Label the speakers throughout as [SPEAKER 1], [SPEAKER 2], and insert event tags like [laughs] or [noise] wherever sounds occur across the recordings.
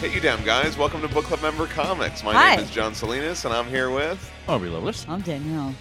[SPEAKER 1] Hey, you damn guys. Welcome to Book Club Member Comics. My
[SPEAKER 2] Hi.
[SPEAKER 1] name is John Salinas, and I'm here with. [laughs]
[SPEAKER 3] Aubrey [laughs] Lovelace.
[SPEAKER 2] I'm Danielle.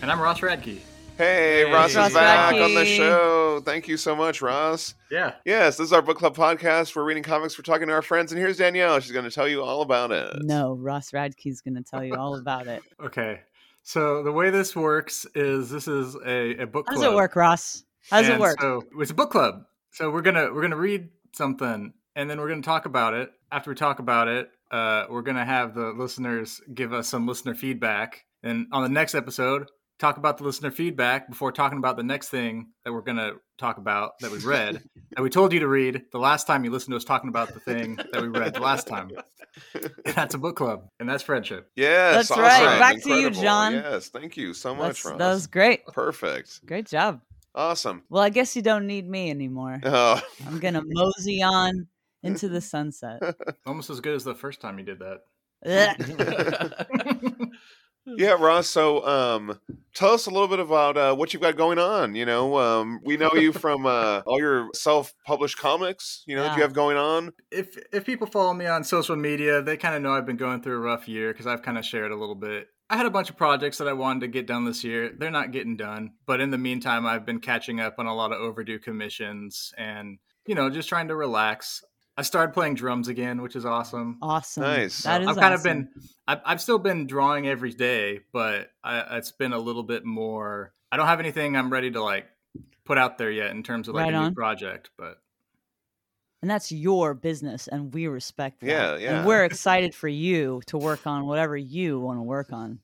[SPEAKER 4] And I'm Ross Radke.
[SPEAKER 1] Hey, Ross is
[SPEAKER 2] Ross
[SPEAKER 1] back on the
[SPEAKER 2] Radke.
[SPEAKER 1] show. Thank you so much, Ross.
[SPEAKER 4] Yeah.
[SPEAKER 1] Yes, this is our book club podcast. We're reading comics, we're talking to our friends, and here's Danielle. She's going to tell you all about it.
[SPEAKER 2] No, Ross Radke's going to tell you all about it.
[SPEAKER 4] Okay. So the way this works is this is a, a book
[SPEAKER 2] How
[SPEAKER 4] club.
[SPEAKER 2] does it work, Ross? How does it
[SPEAKER 4] And
[SPEAKER 2] work?
[SPEAKER 4] So it's a book club. So we're gonna we're gonna read something and then we're gonna talk about it. After we talk about it, uh, we're gonna have the listeners give us some listener feedback. And on the next episode, talk about the listener feedback before talking about the next thing that we're gonna talk about that
[SPEAKER 2] [laughs]
[SPEAKER 4] we read that we told you to read the last time you listened to us talking about the thing that we read the last
[SPEAKER 2] [laughs]
[SPEAKER 4] time. That's a book club, and that's friendship.
[SPEAKER 1] [laughs] Yes,
[SPEAKER 2] That's right.
[SPEAKER 1] awesome.
[SPEAKER 2] Back to you,
[SPEAKER 1] Incredible.
[SPEAKER 2] John.
[SPEAKER 1] Yes, thank you so much,
[SPEAKER 2] That's-
[SPEAKER 1] Ross.
[SPEAKER 2] that was great.
[SPEAKER 1] Perfect.
[SPEAKER 2] Great job.
[SPEAKER 1] Awesome. [laughs]
[SPEAKER 2] Well, I guess you don't need me anymore.
[SPEAKER 1] Oh,
[SPEAKER 2] I'm going to mosey on into the sunset.
[SPEAKER 4] Almost as good as the first time you did that.
[SPEAKER 2] Ugh.
[SPEAKER 1] yeah, Ross. So, um, tell us a little bit about uh, what you've got going on. You know, um, we know
[SPEAKER 2] [laughs]
[SPEAKER 1] you from uh, all your self-published comics. You know, that
[SPEAKER 2] Yeah.
[SPEAKER 1] you have going on.
[SPEAKER 4] if if people follow me on social media, they kind of know I've been going through a rough year because I've kind of shared a little bit. I had a bunch of projects that I wanted to get done this year. They're not getting done, but in the meantime, I've been catching up on a lot of overdue commissions and you know just trying to relax. I started playing drums again, which is awesome.
[SPEAKER 2] Awesome.
[SPEAKER 1] Nice.
[SPEAKER 2] Oh, That is
[SPEAKER 4] I've kind
[SPEAKER 2] awesome.
[SPEAKER 4] of been, I've, I've still been drawing every day, but I, it's been a little bit more. I don't have anything I'm ready to like put out there yet in terms of like
[SPEAKER 2] Right
[SPEAKER 4] a
[SPEAKER 2] on.
[SPEAKER 4] new project, but
[SPEAKER 2] And that's your business, and we respect that.
[SPEAKER 1] Yeah, yeah.
[SPEAKER 2] And we're excited for you to work on whatever you want to work on.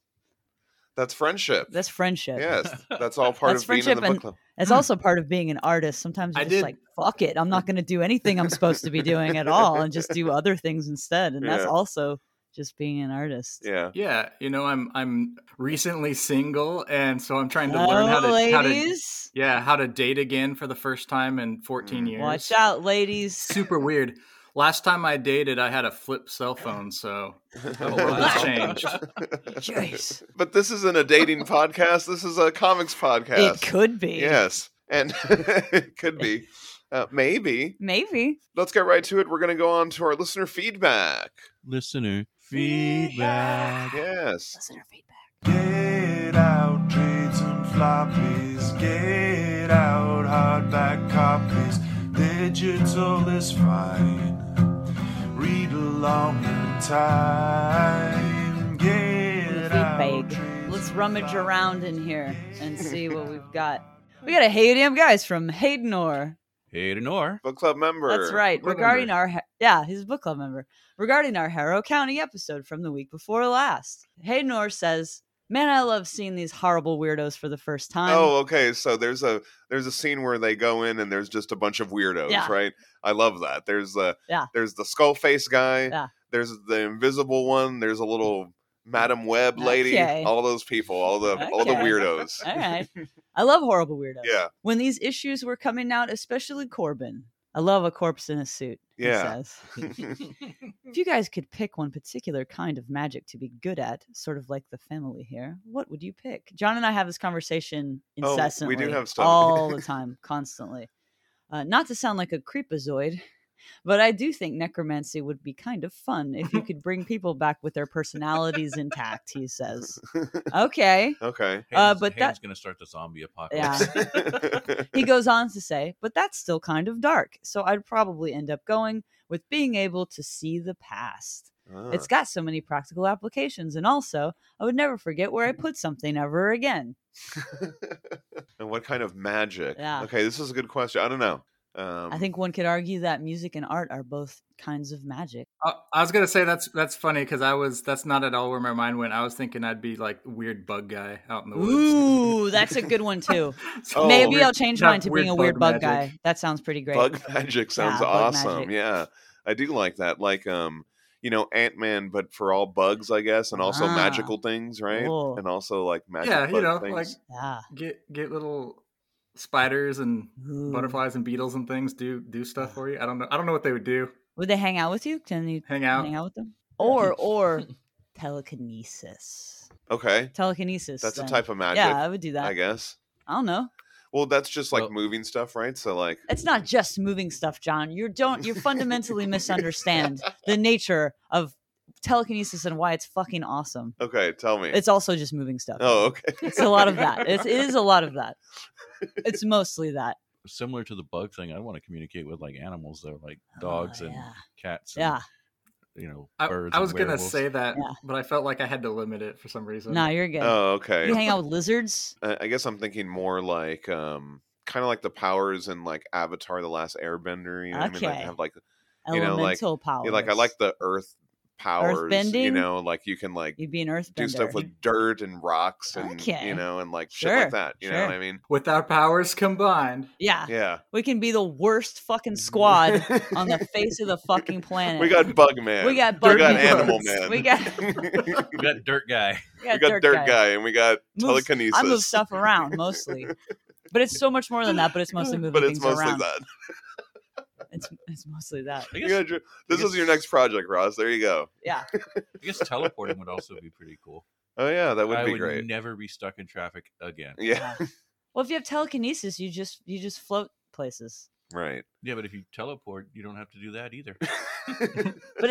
[SPEAKER 1] That's friendship.
[SPEAKER 2] That's friendship. [laughs]
[SPEAKER 1] yes, that's all part
[SPEAKER 2] That's
[SPEAKER 1] of being in the
[SPEAKER 2] friendship and-
[SPEAKER 1] book club.
[SPEAKER 2] It's also part of being an artist. Sometimes you're
[SPEAKER 4] Hmm. I
[SPEAKER 2] just
[SPEAKER 4] did-
[SPEAKER 2] like, fuck it. I'm not going to do anything I'm supposed to be doing at all and just do other things instead. And that's
[SPEAKER 1] Yeah.
[SPEAKER 2] also just being an artist. [laughs]
[SPEAKER 1] Yeah.
[SPEAKER 4] Yeah, you know, I'm I'm recently single, and so I'm trying to
[SPEAKER 2] Hello,
[SPEAKER 4] learn how to how to
[SPEAKER 2] Oh, ladies.
[SPEAKER 4] yeah how to date again for the first time in 14
[SPEAKER 1] Mm.
[SPEAKER 4] years.
[SPEAKER 2] Watch out,
[SPEAKER 4] [laughs]
[SPEAKER 2] ladies.
[SPEAKER 4] Super weird. Last time I dated, I had a flip cell phone, so a
[SPEAKER 3] wow.
[SPEAKER 4] lot's changed.
[SPEAKER 2] Jeez.
[SPEAKER 1] [laughs] But this isn't a dating podcast. This is a comics podcast.
[SPEAKER 2] It could be.
[SPEAKER 1] Yes, and [laughs] it could be. Uh, maybe.
[SPEAKER 2] Maybe.
[SPEAKER 1] Let's get right to it. We're going to go on to our listener feedback.
[SPEAKER 3] Listener feedback.
[SPEAKER 1] Yes.
[SPEAKER 2] Listener feedback.
[SPEAKER 5] Get out trades and floppies. Get out hardback copies. Digital is fine. Read along in time. Get out.
[SPEAKER 2] Feedback.
[SPEAKER 5] trades
[SPEAKER 2] Let's
[SPEAKER 5] and
[SPEAKER 2] rummage
[SPEAKER 5] floppies.
[SPEAKER 2] around in here and see what we've got. We got a Hey Damn Guys from Haydenor.
[SPEAKER 3] Hayden Orr.
[SPEAKER 1] Book club member.
[SPEAKER 2] That's right.
[SPEAKER 4] Book club
[SPEAKER 2] Regarding
[SPEAKER 4] member.
[SPEAKER 2] our he- yeah, he's a book club member. Regarding our Harrow County episode from the week before last, Haydenor says, "Man, I love seeing these horrible weirdos for the first time."
[SPEAKER 1] oh, okay. So there's a there's a scene where they go in and there's just a bunch of weirdos,
[SPEAKER 2] Yeah.
[SPEAKER 1] right? I love that. There's uh
[SPEAKER 2] Yeah.
[SPEAKER 1] there's the skull face guy.
[SPEAKER 2] Yeah.
[SPEAKER 1] There's the invisible one. There's a little Madam Web lady.
[SPEAKER 2] Okay.
[SPEAKER 1] All those people. All the all the
[SPEAKER 2] Okay. [laughs]
[SPEAKER 1] weirdos.
[SPEAKER 2] All right.
[SPEAKER 1] [laughs]
[SPEAKER 2] I love horrible weirdos.
[SPEAKER 1] Yeah.
[SPEAKER 2] When these issues were coming out, especially Corbin, I love a corpse in a suit. he
[SPEAKER 1] Yeah.
[SPEAKER 2] says.
[SPEAKER 1] [laughs]
[SPEAKER 2] [laughs] If you guys could pick one particular kind of magic to be good at, sort of like the family here, what would you pick? John and I have this conversation
[SPEAKER 1] Oh, we do
[SPEAKER 2] incessantly,
[SPEAKER 1] have stuff. [laughs]
[SPEAKER 2] all the time, constantly. Uh, not to sound like a creepazoid, [laughs] but I do think necromancy would be kind of fun
[SPEAKER 1] [laughs]
[SPEAKER 2] if you could bring people back with their personalities intact. He says,
[SPEAKER 1] [laughs]
[SPEAKER 2] "Okay."
[SPEAKER 1] okay.
[SPEAKER 2] Uh, but
[SPEAKER 3] Hayden's gonna start the
[SPEAKER 1] [laughs]
[SPEAKER 3] zombie apocalypse.
[SPEAKER 2] He goes on to say, "But that's still kind of dark, so I'd probably end up going with being able to see the past."
[SPEAKER 1] Ah.
[SPEAKER 2] It's got so many practical applications. And also, I would never forget where I put something ever again.
[SPEAKER 1] Ah. [laughs] and what kind of magic?
[SPEAKER 2] Yeah.
[SPEAKER 1] Okay, this is a good question. I don't know. Um,
[SPEAKER 2] I think one could argue that music and art are both kinds of magic.
[SPEAKER 4] I, uh, I was gonna say that's that's funny because I was that's not at all where my mind went. I was thinking I'd be like weird bug guy out in the woods.
[SPEAKER 2] Ooh, that's a good one too.
[SPEAKER 4] [laughs]
[SPEAKER 1] Oh,
[SPEAKER 4] So-
[SPEAKER 2] Maybe
[SPEAKER 4] Oh, Weird-
[SPEAKER 2] I'll change
[SPEAKER 4] not
[SPEAKER 2] mine to being a weird bug
[SPEAKER 4] magic.
[SPEAKER 2] guy. That sounds pretty great.
[SPEAKER 1] bug magic sounds
[SPEAKER 2] Yeah, bug
[SPEAKER 1] awesome.
[SPEAKER 2] magic.
[SPEAKER 1] Yeah, I do like that. Like, um, you know, Ant Man, but for all bugs, I guess, and also
[SPEAKER 2] Ah,
[SPEAKER 1] magical things, right?
[SPEAKER 2] cool.
[SPEAKER 1] And also like magic.
[SPEAKER 4] Yeah, you
[SPEAKER 1] bug
[SPEAKER 4] know,
[SPEAKER 1] things.
[SPEAKER 4] like
[SPEAKER 2] Yeah.
[SPEAKER 4] get get little spiders and
[SPEAKER 2] Ooh.
[SPEAKER 4] butterflies and beetles and things do do stuff for you. I don't know. I don't know what they would do.
[SPEAKER 2] Would they hang out with you? Can you
[SPEAKER 4] Hang out.
[SPEAKER 2] hang out with them? Or or telekinesis.
[SPEAKER 1] okay,
[SPEAKER 2] Telekinesis.
[SPEAKER 1] that's a
[SPEAKER 2] then.
[SPEAKER 1] type of magic,
[SPEAKER 2] Yeah, I would do that.
[SPEAKER 1] I guess.
[SPEAKER 2] I don't know.
[SPEAKER 1] Well, that's just like
[SPEAKER 3] Well-
[SPEAKER 1] moving stuff, right? So like,
[SPEAKER 2] It's not just moving stuff, John. You don't. You
[SPEAKER 1] [laughs]
[SPEAKER 2] fundamentally misunderstand the nature of telekinesis and why it's fucking awesome.
[SPEAKER 1] okay, tell me.
[SPEAKER 2] It's also just moving stuff. [laughs]
[SPEAKER 1] oh, okay.
[SPEAKER 2] It's a lot of that. It's, it is a lot
[SPEAKER 1] [laughs]
[SPEAKER 2] of that. It's mostly that.
[SPEAKER 3] [laughs] Similar to the bug thing, I want to communicate with like animals, though, like dogs
[SPEAKER 2] Oh,
[SPEAKER 3] and
[SPEAKER 2] yeah.
[SPEAKER 3] cats. And,
[SPEAKER 2] yeah.
[SPEAKER 3] you know,
[SPEAKER 4] I,
[SPEAKER 3] birds.
[SPEAKER 4] I
[SPEAKER 3] and
[SPEAKER 4] was gonna
[SPEAKER 3] werewolves.
[SPEAKER 4] say that,
[SPEAKER 2] Yeah.
[SPEAKER 4] but I felt like I had to limit it for some reason.
[SPEAKER 2] No, you're good.
[SPEAKER 1] Oh, okay.
[SPEAKER 2] You hang out with lizards.
[SPEAKER 1] I I guess I'm thinking more like um kind of like the powers in like Avatar: The Last Airbender. You know, what I mean, like,
[SPEAKER 2] Okay.
[SPEAKER 1] have like [laughs] You know, like-
[SPEAKER 2] Elemental power.
[SPEAKER 1] yeah, like I like the earth powers. You
[SPEAKER 2] bending?
[SPEAKER 1] know, like you can like
[SPEAKER 2] You'd be an earthbender.
[SPEAKER 1] do stuff with dirt and rocks and
[SPEAKER 2] Okay.
[SPEAKER 1] you know and like shit
[SPEAKER 2] Sure,
[SPEAKER 1] like that. You know what
[SPEAKER 2] sure.
[SPEAKER 1] I mean?
[SPEAKER 4] With our powers combined,
[SPEAKER 2] Yeah,
[SPEAKER 1] Yeah.
[SPEAKER 2] we can be the worst
[SPEAKER 1] [laughs]
[SPEAKER 2] fucking squad on the face of the fucking planet.
[SPEAKER 1] we got Bug Man.
[SPEAKER 2] we got
[SPEAKER 1] we
[SPEAKER 2] bug
[SPEAKER 1] got
[SPEAKER 2] man.
[SPEAKER 1] Animal
[SPEAKER 4] Birds.
[SPEAKER 1] [laughs] Man.
[SPEAKER 2] [laughs] We got
[SPEAKER 1] we got,
[SPEAKER 3] We got dirt
[SPEAKER 4] [laughs]
[SPEAKER 3] guy.
[SPEAKER 1] dirt, guy. and we got
[SPEAKER 2] Moves-
[SPEAKER 1] telekinesis.
[SPEAKER 2] I move stuff around
[SPEAKER 1] [laughs]
[SPEAKER 2] mostly, but it's so much more than that. But it's mostly moving
[SPEAKER 1] but
[SPEAKER 2] things
[SPEAKER 1] it's mostly
[SPEAKER 2] around.
[SPEAKER 1] that.
[SPEAKER 2] It's it's mostly that.
[SPEAKER 3] I
[SPEAKER 1] You
[SPEAKER 3] guess,
[SPEAKER 1] gotta dr- this is your next project, Ross. There you go.
[SPEAKER 2] Yeah,
[SPEAKER 3] I guess teleporting would also be pretty cool.
[SPEAKER 1] Oh yeah, that would
[SPEAKER 3] I
[SPEAKER 1] be
[SPEAKER 3] would
[SPEAKER 1] great.
[SPEAKER 3] never be stuck in traffic again.
[SPEAKER 1] [laughs] yeah.
[SPEAKER 2] Well, if you have telekinesis, you just you just float places.
[SPEAKER 1] Right.
[SPEAKER 3] Yeah, but if you teleport, you don't have to do that either.
[SPEAKER 2] But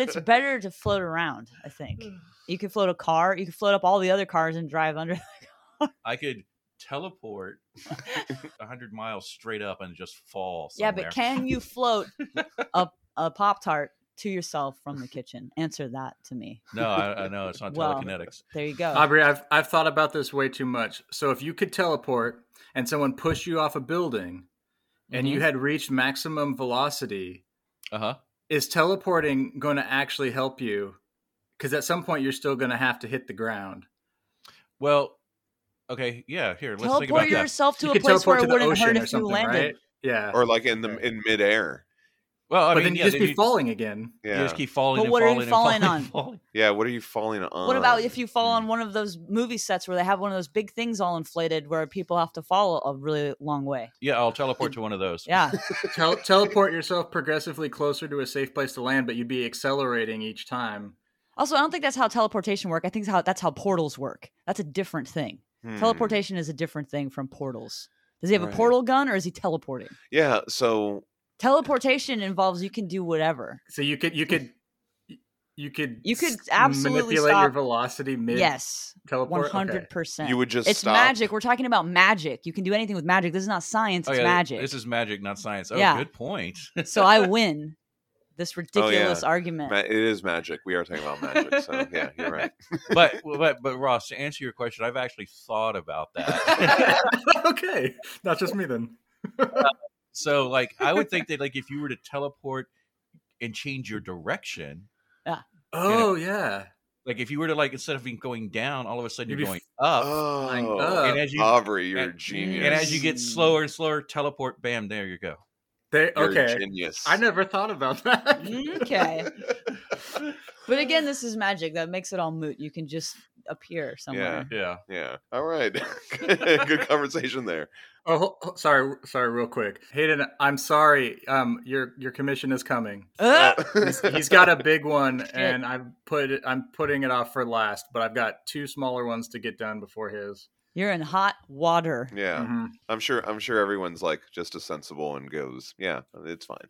[SPEAKER 1] [laughs]
[SPEAKER 2] it's better to float around. I think you can float a car. You can float up all the other cars and drive under. [laughs]
[SPEAKER 3] I could teleport a hundred miles straight up and just fall.
[SPEAKER 2] Yeah,
[SPEAKER 3] Somewhere.
[SPEAKER 2] but can [laughs] you float a a pop tart to yourself from the kitchen? Answer that to me.
[SPEAKER 3] No, I, I know it's not
[SPEAKER 2] Well,
[SPEAKER 3] telekinetics.
[SPEAKER 2] There you go.
[SPEAKER 4] Aubrey, I've I've thought about this way too much. So if you could teleport and someone pushed you off a building, and
[SPEAKER 2] Mm-hmm.
[SPEAKER 4] you had reached maximum velocity,
[SPEAKER 3] Uh huh.
[SPEAKER 4] is teleporting going to actually help you? Because at some point you're still going to have to hit the ground.
[SPEAKER 3] Well, okay, yeah. Here, let's think
[SPEAKER 2] teleport
[SPEAKER 3] about that.
[SPEAKER 2] yourself to
[SPEAKER 4] you
[SPEAKER 2] a
[SPEAKER 4] could
[SPEAKER 2] place where it
[SPEAKER 4] teleport to the
[SPEAKER 2] wouldn't hurt
[SPEAKER 4] ocean
[SPEAKER 2] if
[SPEAKER 4] or
[SPEAKER 2] you
[SPEAKER 4] something,
[SPEAKER 2] landed.
[SPEAKER 4] right? Yeah,
[SPEAKER 1] Or like in the in midair.
[SPEAKER 3] Well, I
[SPEAKER 4] but
[SPEAKER 3] mean,
[SPEAKER 4] then you
[SPEAKER 3] yeah,
[SPEAKER 4] just
[SPEAKER 3] then
[SPEAKER 4] be
[SPEAKER 3] you,
[SPEAKER 4] falling again.
[SPEAKER 1] Yeah.
[SPEAKER 3] You just keep falling.
[SPEAKER 2] But
[SPEAKER 3] and
[SPEAKER 2] what are you
[SPEAKER 3] falling and falling
[SPEAKER 2] falling
[SPEAKER 3] and falling.
[SPEAKER 1] Yeah, what are you falling on?
[SPEAKER 2] What about if you fall on
[SPEAKER 1] hmm.
[SPEAKER 2] one of those movie sets where they have one of those big things all inflated where people have to fall a really long way?
[SPEAKER 3] Yeah, I'll teleport to one of those.
[SPEAKER 1] [laughs]
[SPEAKER 2] Yeah.
[SPEAKER 4] Tel- teleport yourself progressively closer to a safe place to land, but you'd be accelerating each time.
[SPEAKER 2] also, I don't think that's how teleportation work. I think that's how that's how portals work. That's a different thing.
[SPEAKER 1] Hmm.
[SPEAKER 2] Teleportation is a different thing from portals. Does he have
[SPEAKER 1] Right.
[SPEAKER 2] a portal gun or is he teleporting?
[SPEAKER 1] Yeah, so
[SPEAKER 2] Teleportation involves you can do whatever.
[SPEAKER 4] So you could you could you could
[SPEAKER 2] You could
[SPEAKER 4] s-
[SPEAKER 2] absolutely
[SPEAKER 4] manipulate your
[SPEAKER 2] stop-
[SPEAKER 4] velocity mid
[SPEAKER 2] yes. One
[SPEAKER 4] teleport. [laughs]
[SPEAKER 2] hundred
[SPEAKER 4] Okay.
[SPEAKER 2] percent.
[SPEAKER 1] you would just
[SPEAKER 2] It's
[SPEAKER 1] stop.
[SPEAKER 2] magic. We're talking about magic. You can do anything with magic. This is not science.
[SPEAKER 3] Oh,
[SPEAKER 2] It's
[SPEAKER 3] yeah,
[SPEAKER 2] magic.
[SPEAKER 3] This is magic, not science. Oh,
[SPEAKER 2] Yeah.
[SPEAKER 3] good point.
[SPEAKER 2] so
[SPEAKER 1] [laughs]
[SPEAKER 2] I win this
[SPEAKER 1] Oh,
[SPEAKER 2] ridiculous argument.
[SPEAKER 1] Ma- it is magic. We are talking about magic. So yeah, you're right.
[SPEAKER 3] but but but Ross, to answer your question, I've actually thought about that.
[SPEAKER 4] okay, not just
[SPEAKER 1] [laughs]
[SPEAKER 4] me then.
[SPEAKER 3] so like, I would think that like if you were to teleport and change your direction,
[SPEAKER 4] Oh yeah,
[SPEAKER 3] like if you were to like instead of being going down, all of a sudden
[SPEAKER 4] You'd
[SPEAKER 3] you're going
[SPEAKER 4] be
[SPEAKER 3] up,
[SPEAKER 4] flying
[SPEAKER 1] Oh,
[SPEAKER 4] Uh, up.
[SPEAKER 3] and as you
[SPEAKER 1] Aubrey, you're a
[SPEAKER 3] and-
[SPEAKER 1] genius.
[SPEAKER 3] and as you get
[SPEAKER 4] Yes.
[SPEAKER 3] slower and slower, teleport, bam, there you go.
[SPEAKER 4] they
[SPEAKER 1] You're a
[SPEAKER 4] okay.
[SPEAKER 1] genius.
[SPEAKER 4] I never thought about [laughs] that.
[SPEAKER 1] [laughs]
[SPEAKER 2] Mm-hmm. Okay. But again, this is magic. That makes it all moot. You can just appear somewhere.
[SPEAKER 3] Yeah.
[SPEAKER 1] Yeah. All right. [laughs] Good conversation there.
[SPEAKER 4] Oh, ho- ho- sorry, sorry, real quick, Hayden. I'm sorry. Um, your your commission is coming.
[SPEAKER 2] Ah!
[SPEAKER 1] Uh,
[SPEAKER 2] [laughs]
[SPEAKER 1] [laughs]
[SPEAKER 4] He's- he's got a big one,
[SPEAKER 2] Shit.
[SPEAKER 4] and I'm put it- I'm putting it off for last. But I've got two smaller ones to get done before his.
[SPEAKER 2] You're in hot water.
[SPEAKER 1] Yeah.
[SPEAKER 4] Mhm.
[SPEAKER 1] I'm sure. I'm sure everyone's like just as sensible and goes, yeah, it's fine.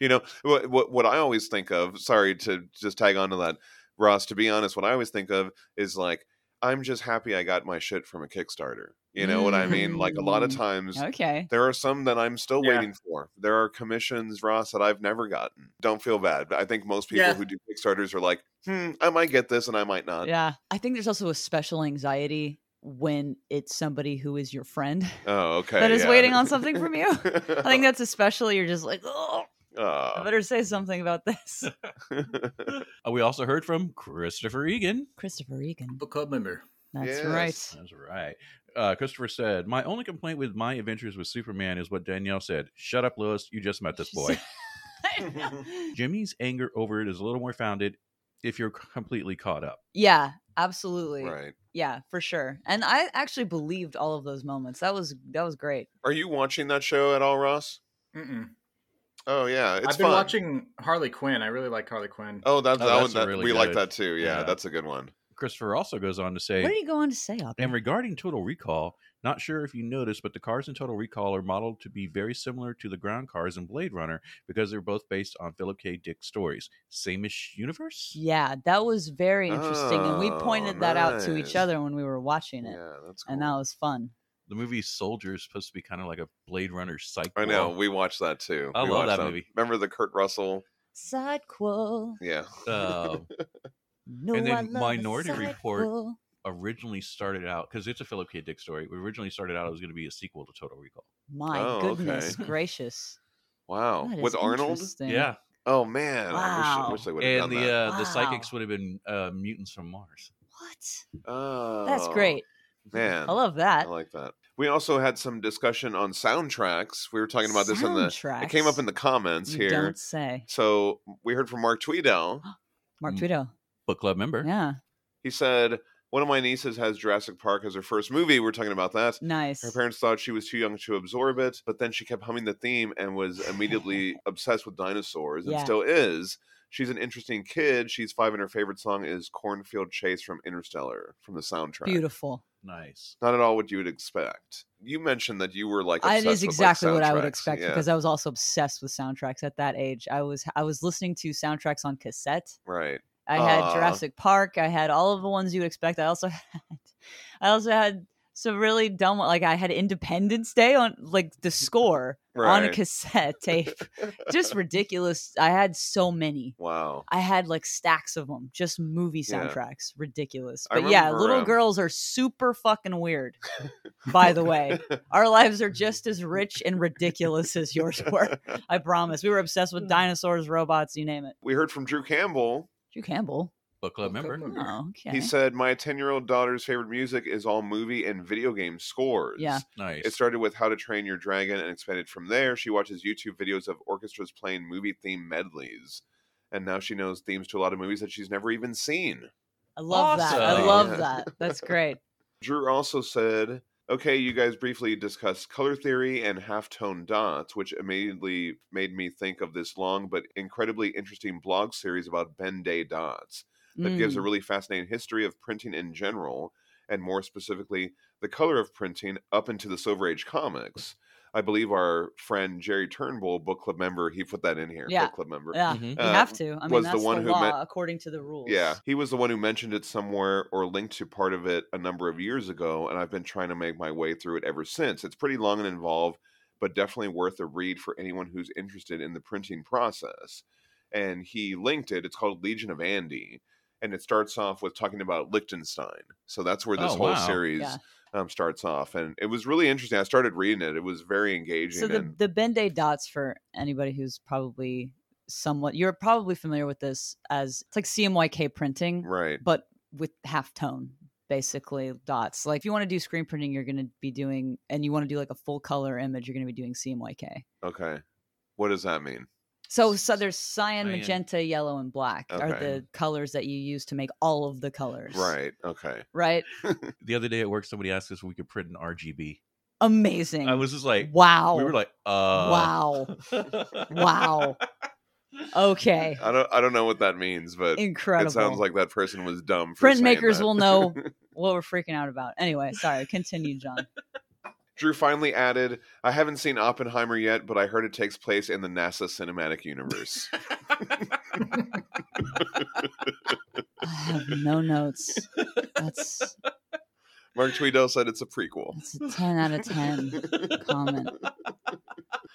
[SPEAKER 1] You know what? What, what I always think of. Sorry to just tag on to that, Ross. To be honest, what I always think of is like I'm just happy I got my shit from a Kickstarter. You know what I mean? Like a lot of
[SPEAKER 4] Mm.
[SPEAKER 1] times.
[SPEAKER 2] Okay.
[SPEAKER 1] There are some that I'm still
[SPEAKER 4] Yeah.
[SPEAKER 1] waiting for. There are commissions, Ross, that I've never gotten. Don't feel bad. But I think most people
[SPEAKER 4] Yeah.
[SPEAKER 1] who do Kickstarters are like, hmm, I might get this and I might not.
[SPEAKER 2] Yeah. I think there's also a special anxiety when it's somebody who is your friend.
[SPEAKER 1] Oh, okay.
[SPEAKER 2] That is
[SPEAKER 1] yeah. [laughs]
[SPEAKER 2] waiting on something from you?
[SPEAKER 1] I
[SPEAKER 2] I think that's especially you're just like, oh, I
[SPEAKER 1] Oh.
[SPEAKER 2] better say something about
[SPEAKER 1] [laughs]
[SPEAKER 2] this.
[SPEAKER 3] Uh, We also heard from Christopher Egan.
[SPEAKER 2] Christopher Regan.
[SPEAKER 4] Book club member.
[SPEAKER 2] That's
[SPEAKER 1] Oh, Yes.
[SPEAKER 2] right.
[SPEAKER 3] That's right. Uh, Christopher said, "My only complaint with my adventures with Superman is what Danielle said. Shut up, Lois. You just met this
[SPEAKER 2] [laughs] She
[SPEAKER 3] boy.
[SPEAKER 2] said- I know.
[SPEAKER 3] Jimmy's anger over it is a little more founded if you're completely caught up.
[SPEAKER 2] [laughs] yeah, absolutely.
[SPEAKER 1] right.
[SPEAKER 2] Yeah, for sure. And I actually believed all of those moments. That was that was great.
[SPEAKER 1] Are you watching that show at all, Ross?
[SPEAKER 4] Mm-mm.
[SPEAKER 1] Oh yeah, it's
[SPEAKER 4] I've been
[SPEAKER 1] fun.
[SPEAKER 4] watching Harley Quinn. I really like Harley Quinn.
[SPEAKER 1] Oh, that,
[SPEAKER 3] Oh,
[SPEAKER 4] [laughs]
[SPEAKER 1] that
[SPEAKER 3] that's
[SPEAKER 1] one
[SPEAKER 3] a
[SPEAKER 1] that
[SPEAKER 3] really
[SPEAKER 1] we like
[SPEAKER 3] good-
[SPEAKER 1] that too. Yeah,
[SPEAKER 3] yeah.
[SPEAKER 1] that's a good one.
[SPEAKER 3] Christopher also goes on to say,
[SPEAKER 2] What did he go on to say, Aubrey?
[SPEAKER 3] and regarding Total Recall, not sure if you noticed, but the cars in Total Recall are modeled to be very similar to the ground cars in Blade Runner because they're both based on Philip K. Dick stories. Sameish universe?
[SPEAKER 2] yeah, that was very interesting, and we
[SPEAKER 1] Oh,
[SPEAKER 2] pointed that out to
[SPEAKER 1] nice.
[SPEAKER 2] each other when we were watching it,
[SPEAKER 1] Yeah, that's cool.
[SPEAKER 2] and that was fun.
[SPEAKER 3] The movie Soldier is supposed to be kind of like a Blade Runner psych.
[SPEAKER 1] I know.
[SPEAKER 3] blow.
[SPEAKER 1] We watched that too.
[SPEAKER 3] I
[SPEAKER 1] we
[SPEAKER 3] love
[SPEAKER 1] watched
[SPEAKER 3] that movie.
[SPEAKER 1] Remember the Kurt Russell?
[SPEAKER 2] Sidequel.
[SPEAKER 1] Yeah.
[SPEAKER 3] Uh,
[SPEAKER 2] No,
[SPEAKER 3] And
[SPEAKER 2] I
[SPEAKER 3] then
[SPEAKER 2] love a
[SPEAKER 3] Minority Report.
[SPEAKER 2] sidequel.
[SPEAKER 3] originally started out because it's a Philip K. Dick story. It originally started out it was going to be a sequel to Total Recall.
[SPEAKER 2] My
[SPEAKER 1] Oh, okay.
[SPEAKER 3] [laughs]
[SPEAKER 2] goodness gracious!
[SPEAKER 1] Wow.
[SPEAKER 2] That
[SPEAKER 1] Oh, With
[SPEAKER 2] is
[SPEAKER 1] Arnold?
[SPEAKER 2] interesting.
[SPEAKER 3] Yeah,
[SPEAKER 1] Oh man. I wish,
[SPEAKER 2] Wow.
[SPEAKER 1] I wish they would have
[SPEAKER 3] and
[SPEAKER 1] done
[SPEAKER 3] the
[SPEAKER 1] that.
[SPEAKER 3] uh,
[SPEAKER 2] Wow.
[SPEAKER 3] the psychics would have been uh, mutants from Mars.
[SPEAKER 2] What?
[SPEAKER 1] oh,
[SPEAKER 2] That's great.
[SPEAKER 1] Man.
[SPEAKER 2] I love that.
[SPEAKER 1] I like that. We also had some discussion on soundtracks. We were talking about this in the. It came up in the comments
[SPEAKER 2] you
[SPEAKER 1] here.
[SPEAKER 2] Don't say,
[SPEAKER 1] So we heard from Mark Tweedell.
[SPEAKER 2] Mark
[SPEAKER 3] Mm.
[SPEAKER 2] Tweedo.
[SPEAKER 3] Book club member.
[SPEAKER 2] Yeah,
[SPEAKER 1] He said, One of my nieces has Jurassic Park as her first movie. We're talking about that.
[SPEAKER 2] nice.
[SPEAKER 1] Her parents thought she was too young to absorb it, but then she kept humming the theme and was
[SPEAKER 2] [laughs]
[SPEAKER 1] immediately obsessed with dinosaurs and
[SPEAKER 2] Yeah.
[SPEAKER 1] still is. She's an interesting kid. She's five, and her favorite song is Cornfield Chase from Interstellar from the soundtrack.
[SPEAKER 2] Beautiful.
[SPEAKER 3] Nice.
[SPEAKER 1] Not at all what you would expect. You mentioned that you were like,
[SPEAKER 2] It
[SPEAKER 1] obsessed
[SPEAKER 2] is
[SPEAKER 1] with, like,
[SPEAKER 2] exactly what I would
[SPEAKER 1] soundtracks.
[SPEAKER 2] expect
[SPEAKER 1] Yeah,
[SPEAKER 2] because I was also obsessed with soundtracks at that age. I was I was listening to soundtracks on cassette.
[SPEAKER 1] right.
[SPEAKER 2] I had
[SPEAKER 1] Aw.
[SPEAKER 2] Jurassic Park. I had all of the ones you would expect. I also [laughs] had, I also had some really dumb. Like I had Independence Day on like the score on a
[SPEAKER 1] Right.
[SPEAKER 2] cassette [laughs]
[SPEAKER 1] [laughs]
[SPEAKER 2] tape. just ridiculous. I had so many. [laughs]
[SPEAKER 1] wow.
[SPEAKER 2] I had like stacks of them, just movie
[SPEAKER 1] Yeah.
[SPEAKER 2] soundtracks. Ridiculous.
[SPEAKER 1] I
[SPEAKER 2] But yeah,
[SPEAKER 1] remember,
[SPEAKER 2] little
[SPEAKER 1] um,
[SPEAKER 2] girls are super fucking
[SPEAKER 1] [laughs]
[SPEAKER 2] weird. by the way, our lives are just as rich and ridiculous as yours were. [laughs] I promise. We were obsessed with dinosaurs, robots, you name it.
[SPEAKER 1] we heard from Drew Campbell.
[SPEAKER 2] Drew Campbell.
[SPEAKER 3] Book club member.
[SPEAKER 2] Oh, okay.
[SPEAKER 1] He said, My 10 year old daughter's favorite music is all movie and video game scores.
[SPEAKER 2] Yeah.
[SPEAKER 3] Nice.
[SPEAKER 1] It started with How to Train Your Dragon and expanded from there. She watches YouTube videos of orchestras playing movie themed medleys. And now she knows themes to a lot of movies that she's never even seen.
[SPEAKER 2] I love that. I
[SPEAKER 3] Awesome.
[SPEAKER 2] love
[SPEAKER 1] Yeah.
[SPEAKER 2] that. That's great.
[SPEAKER 1] Drew also said, Okay, you guys briefly discussed color theory and halftone dots, which immediately made me think of this long but incredibly interesting blog series about Ben Day dots [laughs] that gives a
[SPEAKER 2] Mm.
[SPEAKER 1] really fascinating history of printing in general, and more specifically, the color of printing up into the Silver Age comics. I believe our friend Jerry Turnbull, book club member, he put that in here.
[SPEAKER 2] Yeah.
[SPEAKER 1] Book club member.
[SPEAKER 2] yeah,
[SPEAKER 3] Mhm.
[SPEAKER 2] you
[SPEAKER 1] uh,
[SPEAKER 2] have to. I mean,
[SPEAKER 1] was the
[SPEAKER 2] that's the,
[SPEAKER 1] one who
[SPEAKER 2] law
[SPEAKER 1] met-
[SPEAKER 2] according to the rules.
[SPEAKER 1] Yeah, he was the one who mentioned it somewhere or linked to part of it a number of years ago, and I've been trying to make my way through it ever since. It's pretty long and involved, but definitely worth a read for anyone who's interested in the printing process. And he linked it. It's called Legion of Andy, and it starts off with talking about Liechtenstein. So that's where this
[SPEAKER 3] Oh,
[SPEAKER 1] whole
[SPEAKER 3] wow.
[SPEAKER 1] series
[SPEAKER 2] Yeah.
[SPEAKER 1] um, starts off, and it was really interesting. I started reading it; it was very engaging.
[SPEAKER 2] So the
[SPEAKER 1] and
[SPEAKER 2] the Benday dots for anybody who's probably somewhat you're probably familiar with this as it's like CMYK printing,
[SPEAKER 1] right,
[SPEAKER 2] but with half tone basically dots. Like if you want to do screen printing, you're going to be doing, and you want to do like a full color image, you're going to be doing CMYK.
[SPEAKER 1] okay. What does that mean?
[SPEAKER 2] So, so there's cyan,
[SPEAKER 3] Cyan.
[SPEAKER 2] magenta, yellow, and black are
[SPEAKER 1] Okay.
[SPEAKER 2] the colors that you use to make all of the colors.
[SPEAKER 1] Right. Okay.
[SPEAKER 2] Right.
[SPEAKER 3] the other day at work, somebody asked us if we could print an RGB.
[SPEAKER 2] Amazing.
[SPEAKER 3] I was just like,
[SPEAKER 2] wow.
[SPEAKER 3] we were like, uh, [laughs]
[SPEAKER 2] wow.
[SPEAKER 3] wow,
[SPEAKER 2] Wow. Okay.
[SPEAKER 1] I don't. I don't know what that means, but
[SPEAKER 2] Incredible.
[SPEAKER 1] It sounds like that person was dumb. For saying
[SPEAKER 2] printmakers
[SPEAKER 1] that. [laughs]
[SPEAKER 2] will know what we're freaking out about. Anyway, sorry. Continue, John.
[SPEAKER 1] Drew finally added, "I haven't seen Oppenheimer yet, but I heard it takes place in the NASA cinematic
[SPEAKER 2] [laughs]
[SPEAKER 1] universe."
[SPEAKER 2] I have no notes. That's
[SPEAKER 1] Mark Tweedell said it's a prequel.
[SPEAKER 2] that's a ten out of ten comment.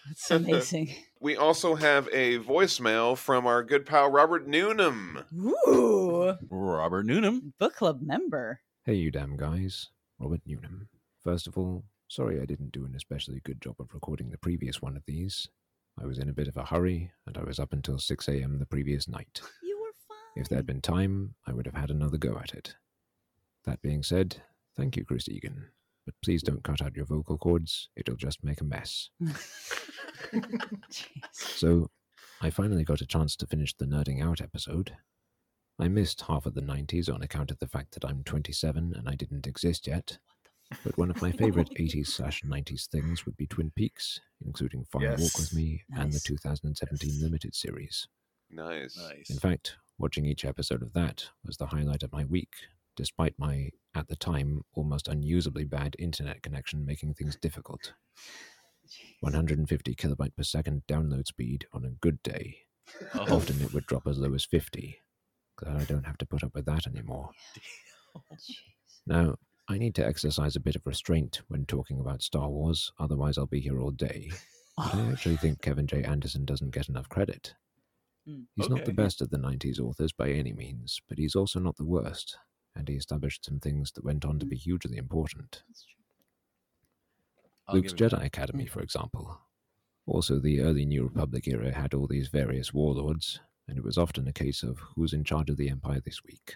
[SPEAKER 2] That's amazing.
[SPEAKER 1] We also have a voicemail from our good pal Robert Noonan.
[SPEAKER 2] Ooh,
[SPEAKER 3] Robert Noonan.
[SPEAKER 2] book club member.
[SPEAKER 6] Hey, you damn guys. Robert Newnham. First of all, sorry I didn't do an especially good job of recording the previous one of these. I was in a bit of a hurry, and I was up until 6 a.m. the previous night.
[SPEAKER 2] You were fine.
[SPEAKER 6] If there'd been time, I would have had another go at it. That being said, thank you, Chris Egan. But please don't cut out your vocal cords, it'll just make a mess.
[SPEAKER 2] [laughs] Jeez.
[SPEAKER 6] So, I finally got a chance to finish the Nerding Out episode. I missed half of the 90s on account of the fact that I'm 27 and I didn't exist yet. But one of my favorite 80s slash 90s things would be Twin Peaks, including Fire Walk
[SPEAKER 4] Yes.
[SPEAKER 6] with Me and the
[SPEAKER 2] Nice.
[SPEAKER 6] 2017
[SPEAKER 4] Yes.
[SPEAKER 6] limited series.
[SPEAKER 1] Nice.
[SPEAKER 6] In
[SPEAKER 3] Nice.
[SPEAKER 6] fact, watching each episode of that was the highlight of my week, despite my, at the time, almost unusably bad internet connection making things difficult. 150 kilobyte per second download speed on a good day.
[SPEAKER 3] Oh,
[SPEAKER 6] Often it would drop as low as 50. Glad I don't have to put up with that anymore.
[SPEAKER 2] Oh,
[SPEAKER 6] Now, I need to exercise a bit of restraint when talking about Star Wars, otherwise, I'll be here all day. But I actually
[SPEAKER 3] [sighs]
[SPEAKER 6] think Kevin J. Anderson doesn't get enough credit.
[SPEAKER 2] Mm.
[SPEAKER 6] He's not the
[SPEAKER 3] Okay.
[SPEAKER 6] best of the 90s authors by any means, but he's also not the worst, and he established some things that went on to be
[SPEAKER 3] Mm.
[SPEAKER 6] hugely important.
[SPEAKER 3] I'll
[SPEAKER 6] Luke's
[SPEAKER 3] give it-
[SPEAKER 6] Jedi Academy, for example. Also, the early New Republic era had all these various warlords, and it was often a case of who's in charge of the Empire this week.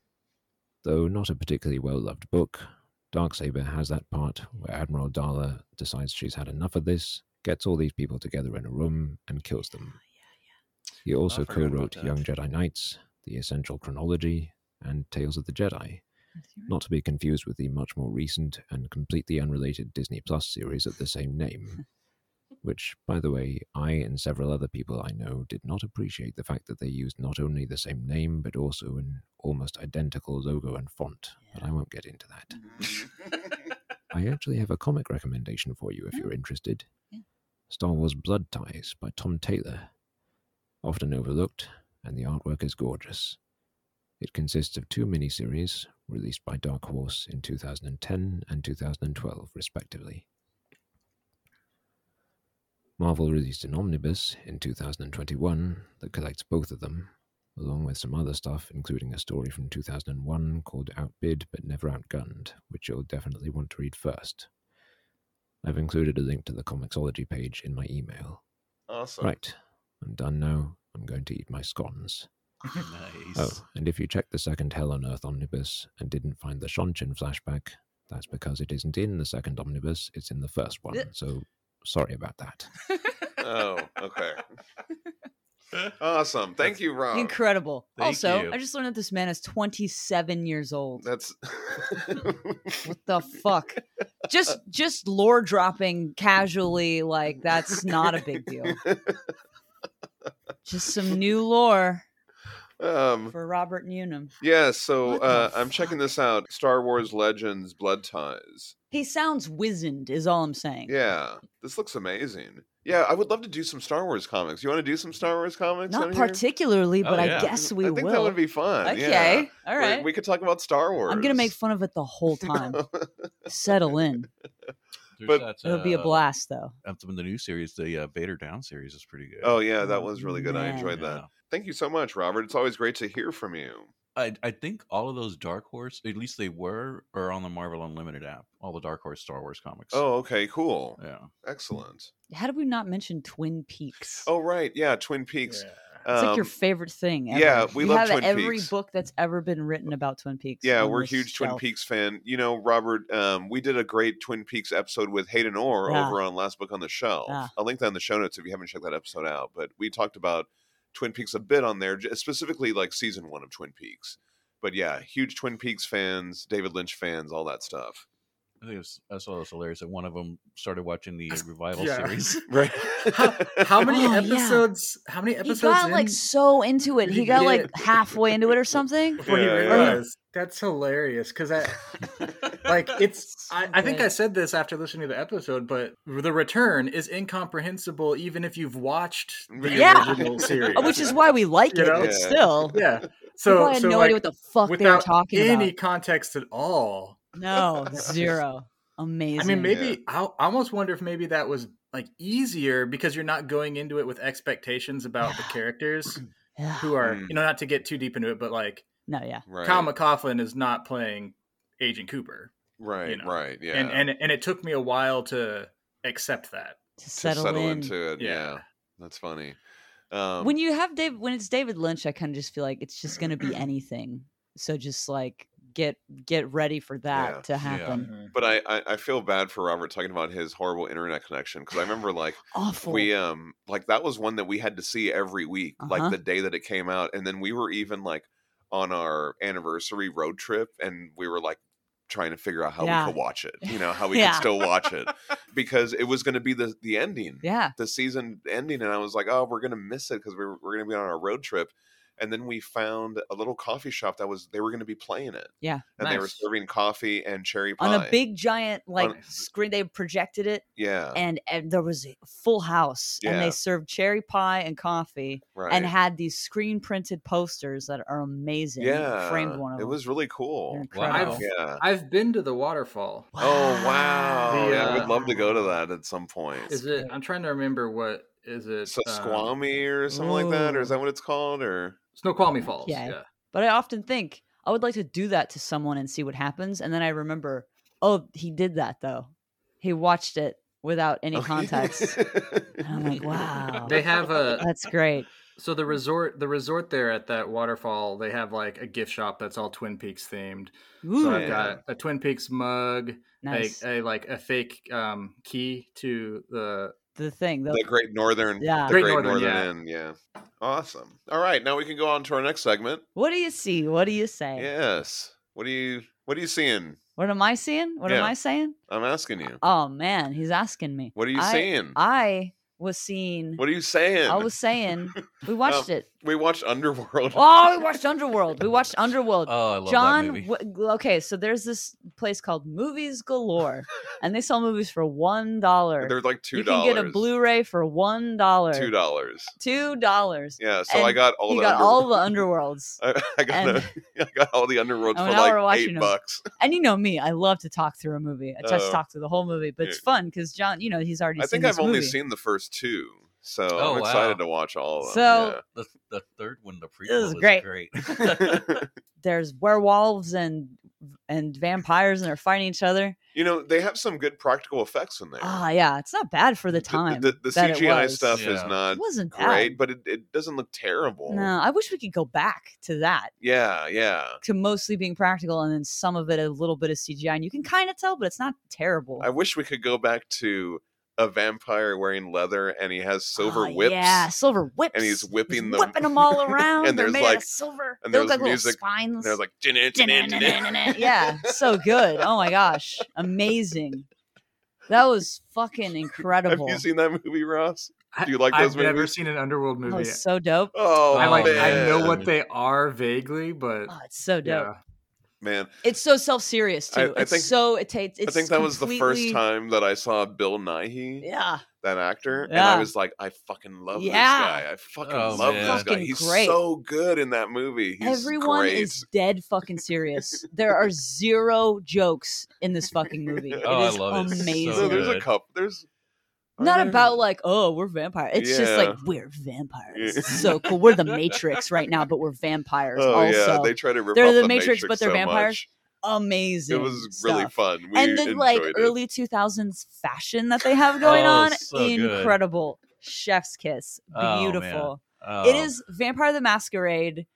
[SPEAKER 3] [laughs]
[SPEAKER 6] Though not a particularly well loved book, Darksaber has that part where Admiral Dala decides she's had enough of this, gets all these people together in a room, and kills them. He also
[SPEAKER 3] Oh, forgot
[SPEAKER 6] co
[SPEAKER 3] about
[SPEAKER 6] wrote
[SPEAKER 3] that.
[SPEAKER 6] Young Jedi Knights, The Essential Chronology, and Tales of the Jedi, not to be confused with the much more recent and completely unrelated Disney Plus series of the same name. Which, by the way, I and several other people I know did not appreciate the fact that they used not only the same name, but also an almost identical logo and font. But I won't get into that. I actually have a comic recommendation for you if you're interested
[SPEAKER 2] Yeah.
[SPEAKER 6] Star Wars Blood Ties by Tom Taylor. Often overlooked, and the artwork is gorgeous. It consists of two miniseries released by Dark Horse in 2010 and 2012, respectively. Marvel released an omnibus in 2021 that collects both of them, along with some other stuff, including a story from 2001 called Outbid But Never Outgunned, which you'll definitely want to read first. I've included a link to the Comixology page in my email.
[SPEAKER 1] Awesome.
[SPEAKER 6] Right, I'm done now. I'm going to eat my scones.
[SPEAKER 3] [laughs] Nice.
[SPEAKER 6] Oh, and if you check the second Hell on Earth omnibus and didn't find the Shonchin flashback, that's because it isn't in the second omnibus, it's in the first one.
[SPEAKER 2] Yeah.
[SPEAKER 6] So sorry about that.
[SPEAKER 1] Oh, okay. Awesome. Thank you, Rob.
[SPEAKER 2] Incredible.
[SPEAKER 3] Thank
[SPEAKER 2] also,
[SPEAKER 3] you.
[SPEAKER 2] I just learned that this man is 27 years old.
[SPEAKER 1] That's [laughs]
[SPEAKER 2] What
[SPEAKER 3] [laughs]
[SPEAKER 2] the fuck? Just just lore dropping casually like that's not a big
[SPEAKER 3] [laughs]
[SPEAKER 2] deal. Just some new lore
[SPEAKER 1] um
[SPEAKER 2] for Robert Newnham.
[SPEAKER 1] yeah, so
[SPEAKER 2] What the
[SPEAKER 1] uh I'm checking
[SPEAKER 2] fuck?
[SPEAKER 1] this out. Star Wars Legends Blood Ties.
[SPEAKER 2] He sounds wizened is all I'm saying.
[SPEAKER 1] Yeah. This looks amazing. Yeah, I would love to do some Star Wars comics. You want to do some Star Wars comics?
[SPEAKER 2] Not
[SPEAKER 1] on here?
[SPEAKER 2] particularly, but
[SPEAKER 3] Oh,
[SPEAKER 2] I
[SPEAKER 3] yeah.
[SPEAKER 2] guess we
[SPEAKER 1] I think
[SPEAKER 2] will.
[SPEAKER 1] that would be fun.
[SPEAKER 2] okay.
[SPEAKER 1] yeah.
[SPEAKER 2] All
[SPEAKER 1] We-
[SPEAKER 2] right.
[SPEAKER 1] We, could talk about Star Wars.
[SPEAKER 2] I'm gonna make fun of it the whole time. [laughs]
[SPEAKER 1] [laughs]
[SPEAKER 2] Settle in.
[SPEAKER 3] There's
[SPEAKER 1] but-
[SPEAKER 3] that,
[SPEAKER 2] It'll be a
[SPEAKER 3] uh,
[SPEAKER 2] blast though.
[SPEAKER 3] Up in the new series, the uh, Vader Down series is pretty good.
[SPEAKER 1] [laughs] oh yeah, that was really good. I
[SPEAKER 2] Man.
[SPEAKER 1] enjoyed that.
[SPEAKER 3] Yeah.
[SPEAKER 1] Thank you so much, Robert. It's always great to hear from you.
[SPEAKER 3] I, I think all of those Dark Horse, at least they were, are on the Marvel Unlimited app. All the Dark Horse Star Wars comics.
[SPEAKER 1] Oh, okay, cool.
[SPEAKER 3] yeah.
[SPEAKER 1] Excellent.
[SPEAKER 2] How did we not mention Twin Peaks?
[SPEAKER 1] Oh right, yeah, Twin Peaks.
[SPEAKER 2] It's like your
[SPEAKER 1] Um,
[SPEAKER 2] favorite thing. Ever.
[SPEAKER 1] yeah, we
[SPEAKER 2] You
[SPEAKER 1] love
[SPEAKER 2] have
[SPEAKER 1] Twin
[SPEAKER 2] every
[SPEAKER 1] Peaks.
[SPEAKER 2] book that's ever been written about Twin Peaks.
[SPEAKER 1] Yeah,
[SPEAKER 2] on
[SPEAKER 1] we're
[SPEAKER 2] this
[SPEAKER 1] huge Twin
[SPEAKER 2] shelf.
[SPEAKER 1] Peaks fan. You know, Robert, um, we did a great Twin Peaks episode with Hayden Orr
[SPEAKER 2] Yeah.
[SPEAKER 1] over on Last Book on the Shelf.
[SPEAKER 2] Yeah.
[SPEAKER 1] I'll link that in the show notes if you haven't checked that episode out. But we talked about Twin Peaks a bit on there, j- specifically like season one of Twin Peaks. But yeah, huge Twin Peaks fans, David Lynch fans, all that
[SPEAKER 4] [laughs]
[SPEAKER 1] stuff.
[SPEAKER 3] I think it was, I saw it was hilarious that one of them started watching the revival
[SPEAKER 4] Yeah.
[SPEAKER 2] [laughs]
[SPEAKER 3] series.
[SPEAKER 1] Right.
[SPEAKER 4] How, how many
[SPEAKER 2] Oh, yeah.
[SPEAKER 4] episodes? How many
[SPEAKER 2] He
[SPEAKER 4] episodes?
[SPEAKER 2] got
[SPEAKER 4] in
[SPEAKER 2] like so into it.
[SPEAKER 4] He [laughs]
[SPEAKER 2] He got
[SPEAKER 4] did.
[SPEAKER 2] like halfway into it or
[SPEAKER 4] [laughs]
[SPEAKER 2] something.
[SPEAKER 4] before you
[SPEAKER 1] Yeah, yeah.
[SPEAKER 4] realize that's hilarious because I
[SPEAKER 2] [laughs]
[SPEAKER 4] like it's. I, I think
[SPEAKER 2] good.
[SPEAKER 4] I said this after listening to the episode, but the return is incomprehensible even if you've watched the
[SPEAKER 2] Yeah. [laughs]
[SPEAKER 4] original series,
[SPEAKER 2] Oh, Which is why we like
[SPEAKER 4] You
[SPEAKER 2] it,
[SPEAKER 4] know?
[SPEAKER 2] but
[SPEAKER 1] Yeah.
[SPEAKER 2] still.
[SPEAKER 4] yeah.
[SPEAKER 2] So,
[SPEAKER 4] So
[SPEAKER 2] I had
[SPEAKER 4] so
[SPEAKER 2] no
[SPEAKER 4] like,
[SPEAKER 2] idea what the fuck they were
[SPEAKER 4] without
[SPEAKER 2] talking
[SPEAKER 4] any
[SPEAKER 2] about.
[SPEAKER 4] context at all.
[SPEAKER 1] [laughs]
[SPEAKER 2] No, zero. Amazing.
[SPEAKER 4] I mean, maybe I I almost wonder if maybe that was like easier because you're not going into it with expectations about the
[SPEAKER 2] [clears throat]
[SPEAKER 4] characters
[SPEAKER 2] Yeah.
[SPEAKER 1] [laughs]
[SPEAKER 4] who are
[SPEAKER 1] Mm.
[SPEAKER 4] you know not to get too deep into it, but like
[SPEAKER 2] No, yeah.
[SPEAKER 1] [laughs] right.
[SPEAKER 4] Kyle McLaughlin is not playing Agent Cooper,
[SPEAKER 1] right.
[SPEAKER 4] you know,
[SPEAKER 1] right. Yeah.
[SPEAKER 4] and and and it took me a while to accept that.
[SPEAKER 2] To
[SPEAKER 1] to
[SPEAKER 2] settle, in.
[SPEAKER 1] into it. Yeah.
[SPEAKER 4] Yeah.
[SPEAKER 1] That's funny. Um,
[SPEAKER 2] when you have David, when it's David Lynch, I kind of just feel like it's just going to
[SPEAKER 1] [clears throat]
[SPEAKER 2] be anything. So just like get get ready for that
[SPEAKER 1] Yeah.
[SPEAKER 2] to happen.
[SPEAKER 1] but I, I, I feel bad for Robert talking about his horrible internet connection because I remember
[SPEAKER 2] [sighs]
[SPEAKER 1] like
[SPEAKER 2] Awful.
[SPEAKER 1] we um like that was one that we had to see every week
[SPEAKER 2] Uh-huh.
[SPEAKER 1] like the day that it came out and then we were even like on our anniversary road trip and we were like trying to figure out how
[SPEAKER 2] Yeah.
[SPEAKER 1] we could watch it you know
[SPEAKER 2] [laughs]
[SPEAKER 1] how we
[SPEAKER 2] Yeah.
[SPEAKER 1] could still watch it because it was going to be the the ending
[SPEAKER 2] yeah.
[SPEAKER 1] the season ending and i was like oh we're going to miss it because we're, we're going to be on our road trip and then we found a little coffee shop that was they were going to be playing it,
[SPEAKER 2] Yeah.
[SPEAKER 1] and they were
[SPEAKER 4] Nice.
[SPEAKER 1] serving coffee and cherry pie
[SPEAKER 2] On a big giant like
[SPEAKER 1] On-
[SPEAKER 2] screen, they projected it,
[SPEAKER 1] yeah,
[SPEAKER 2] and, and there was a full house, and
[SPEAKER 1] Yeah.
[SPEAKER 2] they served cherry pie and coffee,
[SPEAKER 1] right.
[SPEAKER 2] and had these screen printed posters that are amazing. You
[SPEAKER 1] yeah,
[SPEAKER 2] framed one
[SPEAKER 1] it
[SPEAKER 2] of them.
[SPEAKER 1] was really cool.
[SPEAKER 2] They're
[SPEAKER 3] Wow.
[SPEAKER 2] incredible.
[SPEAKER 1] Yeah.
[SPEAKER 4] I've been to the waterfall.
[SPEAKER 1] Oh wow!
[SPEAKER 4] The,
[SPEAKER 1] yeah, I
[SPEAKER 4] uh,
[SPEAKER 1] would love to go to that at some point.
[SPEAKER 4] Is it? I'm trying to remember what is it?
[SPEAKER 1] so
[SPEAKER 4] um,
[SPEAKER 1] Squammy or something like that, or is
[SPEAKER 2] uh, Ooh.
[SPEAKER 1] that what it's called? Or [laughs]
[SPEAKER 4] Snoqualmie Falls.
[SPEAKER 2] Yeah.
[SPEAKER 4] Yeah.
[SPEAKER 2] But I often think I would like to do that to someone and see what happens, and then I remember, oh, he did that though. He watched it without
[SPEAKER 1] Oh,
[SPEAKER 2] any context. and I'm
[SPEAKER 1] [laughs]
[SPEAKER 2] like, wow,
[SPEAKER 4] They have a
[SPEAKER 2] that's great.
[SPEAKER 4] so the resort the resort there at that waterfall. They have like a gift shop that's all Twin Peaks themed.
[SPEAKER 2] Ooh,
[SPEAKER 4] So I've
[SPEAKER 1] Yeah.
[SPEAKER 4] got a Twin Peaks mug,
[SPEAKER 2] nice.
[SPEAKER 4] a, a like uh, a fake um, key to the
[SPEAKER 2] the thing, the,
[SPEAKER 1] the Great Northern,
[SPEAKER 2] Yeah.
[SPEAKER 1] the Great,
[SPEAKER 4] Great
[SPEAKER 1] Northern,
[SPEAKER 4] Northern, yeah.
[SPEAKER 1] Inn, yeah. Awesome. All right, now we can go on to our next segment.
[SPEAKER 2] what do you see? What do you say?
[SPEAKER 1] Yes. What do you What are you seeing?
[SPEAKER 2] What am I seeing? What am
[SPEAKER 1] Yeah.
[SPEAKER 2] I saying?
[SPEAKER 1] I'm asking you.
[SPEAKER 2] Oh man, he's asking me.
[SPEAKER 1] What are you
[SPEAKER 2] I-
[SPEAKER 1] seeing?
[SPEAKER 2] I was seeing.
[SPEAKER 1] what Oh. are you saying?
[SPEAKER 2] I was saying
[SPEAKER 1] [laughs]
[SPEAKER 2] we watched it.
[SPEAKER 1] we watched Underworld.
[SPEAKER 2] Oh, we watched Underworld.
[SPEAKER 1] [laughs]
[SPEAKER 2] We watched Underworld.
[SPEAKER 3] Oh, I love that
[SPEAKER 2] John,
[SPEAKER 3] movie.
[SPEAKER 2] w- okay, so there's this place called
[SPEAKER 1] [laughs]
[SPEAKER 2] Movies Galore, and they sell movies for one dollar.
[SPEAKER 1] They're like two
[SPEAKER 2] You can
[SPEAKER 1] dollars.
[SPEAKER 2] get a Blu-ray for one
[SPEAKER 1] Two
[SPEAKER 2] dollar.
[SPEAKER 1] dollars.
[SPEAKER 2] Two dollars.
[SPEAKER 1] Yeah. So I
[SPEAKER 2] And
[SPEAKER 1] got all
[SPEAKER 2] He
[SPEAKER 1] the
[SPEAKER 2] got
[SPEAKER 1] Underworld- [laughs]
[SPEAKER 2] all the Underworlds,
[SPEAKER 1] I, I got
[SPEAKER 2] and-
[SPEAKER 1] a, [laughs] I got all the Underworlds
[SPEAKER 2] Oh,
[SPEAKER 1] for
[SPEAKER 2] now we're
[SPEAKER 1] like
[SPEAKER 2] watching
[SPEAKER 1] eight
[SPEAKER 2] them.
[SPEAKER 1] bucks.
[SPEAKER 2] and you know me, I love to talk through a movie. I just
[SPEAKER 1] Oh.
[SPEAKER 2] talk through the whole movie, but it's
[SPEAKER 1] Yeah.
[SPEAKER 2] fun because John, you know, he's already.
[SPEAKER 1] I
[SPEAKER 2] seen
[SPEAKER 1] think
[SPEAKER 2] this
[SPEAKER 1] I've only
[SPEAKER 2] movie.
[SPEAKER 1] seen the first two, so
[SPEAKER 3] Oh,
[SPEAKER 1] I'm
[SPEAKER 3] wow.
[SPEAKER 1] excited to watch all of
[SPEAKER 2] So-
[SPEAKER 1] them.
[SPEAKER 3] The, the third one, the prequel,
[SPEAKER 2] is
[SPEAKER 3] is
[SPEAKER 2] great.
[SPEAKER 3] great.
[SPEAKER 2] [laughs]
[SPEAKER 3] [laughs]
[SPEAKER 1] Yeah. [laughs]
[SPEAKER 2] There's werewolves and and vampires, and they're fighting each other.
[SPEAKER 1] you know they have some good practical effects in there.
[SPEAKER 2] Ah, yeah, it's not bad for the time.
[SPEAKER 1] the, the
[SPEAKER 2] that it
[SPEAKER 1] CGI
[SPEAKER 2] was.
[SPEAKER 1] stuff is
[SPEAKER 3] Yeah.
[SPEAKER 1] not
[SPEAKER 2] It wasn't bad.
[SPEAKER 1] great, but it, it doesn't look terrible.
[SPEAKER 2] No, I wish we could go back to that.
[SPEAKER 1] Yeah, yeah.
[SPEAKER 2] to mostly being practical and then some of it a little bit of CGI. And you can kind of tell, but it's not terrible.
[SPEAKER 1] I wish we could go back to a vampire wearing leather and he has silver
[SPEAKER 2] Ah,
[SPEAKER 1] whips.
[SPEAKER 2] Yeah, silver whips.
[SPEAKER 1] And he's whipping them.
[SPEAKER 2] Whipping them all around.
[SPEAKER 1] [laughs] And
[SPEAKER 2] They're
[SPEAKER 1] there's,
[SPEAKER 2] made out of
[SPEAKER 1] like-
[SPEAKER 2] silver.
[SPEAKER 1] and
[SPEAKER 2] they look
[SPEAKER 1] there's
[SPEAKER 2] like little
[SPEAKER 1] music,
[SPEAKER 2] spines.
[SPEAKER 1] And they're
[SPEAKER 2] [laughs]
[SPEAKER 1] like, [laughs]
[SPEAKER 2] yeah, so good. Oh my gosh. Amazing. That was fucking
[SPEAKER 1] Have
[SPEAKER 2] incredible.
[SPEAKER 1] you seen that movie, Ross?
[SPEAKER 4] I-
[SPEAKER 1] Do you like those
[SPEAKER 4] I've never
[SPEAKER 1] movies?
[SPEAKER 4] seen an Underworld
[SPEAKER 2] That
[SPEAKER 4] movie.
[SPEAKER 2] was so dope.
[SPEAKER 1] Oh,
[SPEAKER 4] I like. I
[SPEAKER 1] man.
[SPEAKER 4] know what they are vaguely, but
[SPEAKER 2] Oh, it's so dope.
[SPEAKER 4] yeah.
[SPEAKER 1] Man,
[SPEAKER 2] It's so self serious
[SPEAKER 1] I-
[SPEAKER 2] too.
[SPEAKER 1] I
[SPEAKER 2] it's
[SPEAKER 1] think-
[SPEAKER 2] so it takes it's
[SPEAKER 1] I think that was the first
[SPEAKER 2] completely-
[SPEAKER 1] time that I saw Bill Nighy,
[SPEAKER 2] Yeah.
[SPEAKER 1] that actor, and I
[SPEAKER 2] Yeah.
[SPEAKER 1] was like, I fucking love
[SPEAKER 2] Yeah.
[SPEAKER 1] this guy. I fucking
[SPEAKER 3] Oh,
[SPEAKER 1] love
[SPEAKER 3] man.
[SPEAKER 1] this guy.
[SPEAKER 2] Fucking
[SPEAKER 1] He's
[SPEAKER 2] great.
[SPEAKER 1] so good in that movie. He's
[SPEAKER 2] Everyone
[SPEAKER 1] great.
[SPEAKER 2] is dead fucking serious. there are zero jokes in this fucking movie.
[SPEAKER 1] [laughs]
[SPEAKER 2] It is
[SPEAKER 3] Oh, I love it. It's so
[SPEAKER 2] amazing.
[SPEAKER 1] No, there's a
[SPEAKER 3] good.
[SPEAKER 1] couple. There's are
[SPEAKER 2] Not
[SPEAKER 1] there-
[SPEAKER 2] about like, oh, we're vampires. It's just
[SPEAKER 1] Yeah.
[SPEAKER 2] like we're vampires.
[SPEAKER 1] Yeah.
[SPEAKER 2] It's so cool. We're the Matrix right now, but we're vampires
[SPEAKER 1] Oh yeah,
[SPEAKER 2] also.
[SPEAKER 1] they try to rip
[SPEAKER 2] They're
[SPEAKER 1] off
[SPEAKER 2] the
[SPEAKER 1] the,
[SPEAKER 2] Matrix, but they're
[SPEAKER 1] so
[SPEAKER 2] vampires.
[SPEAKER 1] much.
[SPEAKER 2] amazing.
[SPEAKER 1] It was really
[SPEAKER 2] stuff.
[SPEAKER 1] fun. We
[SPEAKER 2] and then like
[SPEAKER 1] enjoyed it.
[SPEAKER 2] early 2000s fashion that they have going
[SPEAKER 3] Oh,
[SPEAKER 2] on,
[SPEAKER 3] so good.
[SPEAKER 2] incredible. Chef's kiss.
[SPEAKER 3] Oh, man.
[SPEAKER 2] Beautiful.
[SPEAKER 3] Uh,
[SPEAKER 1] Oh.
[SPEAKER 2] it is Vampire the Masquerade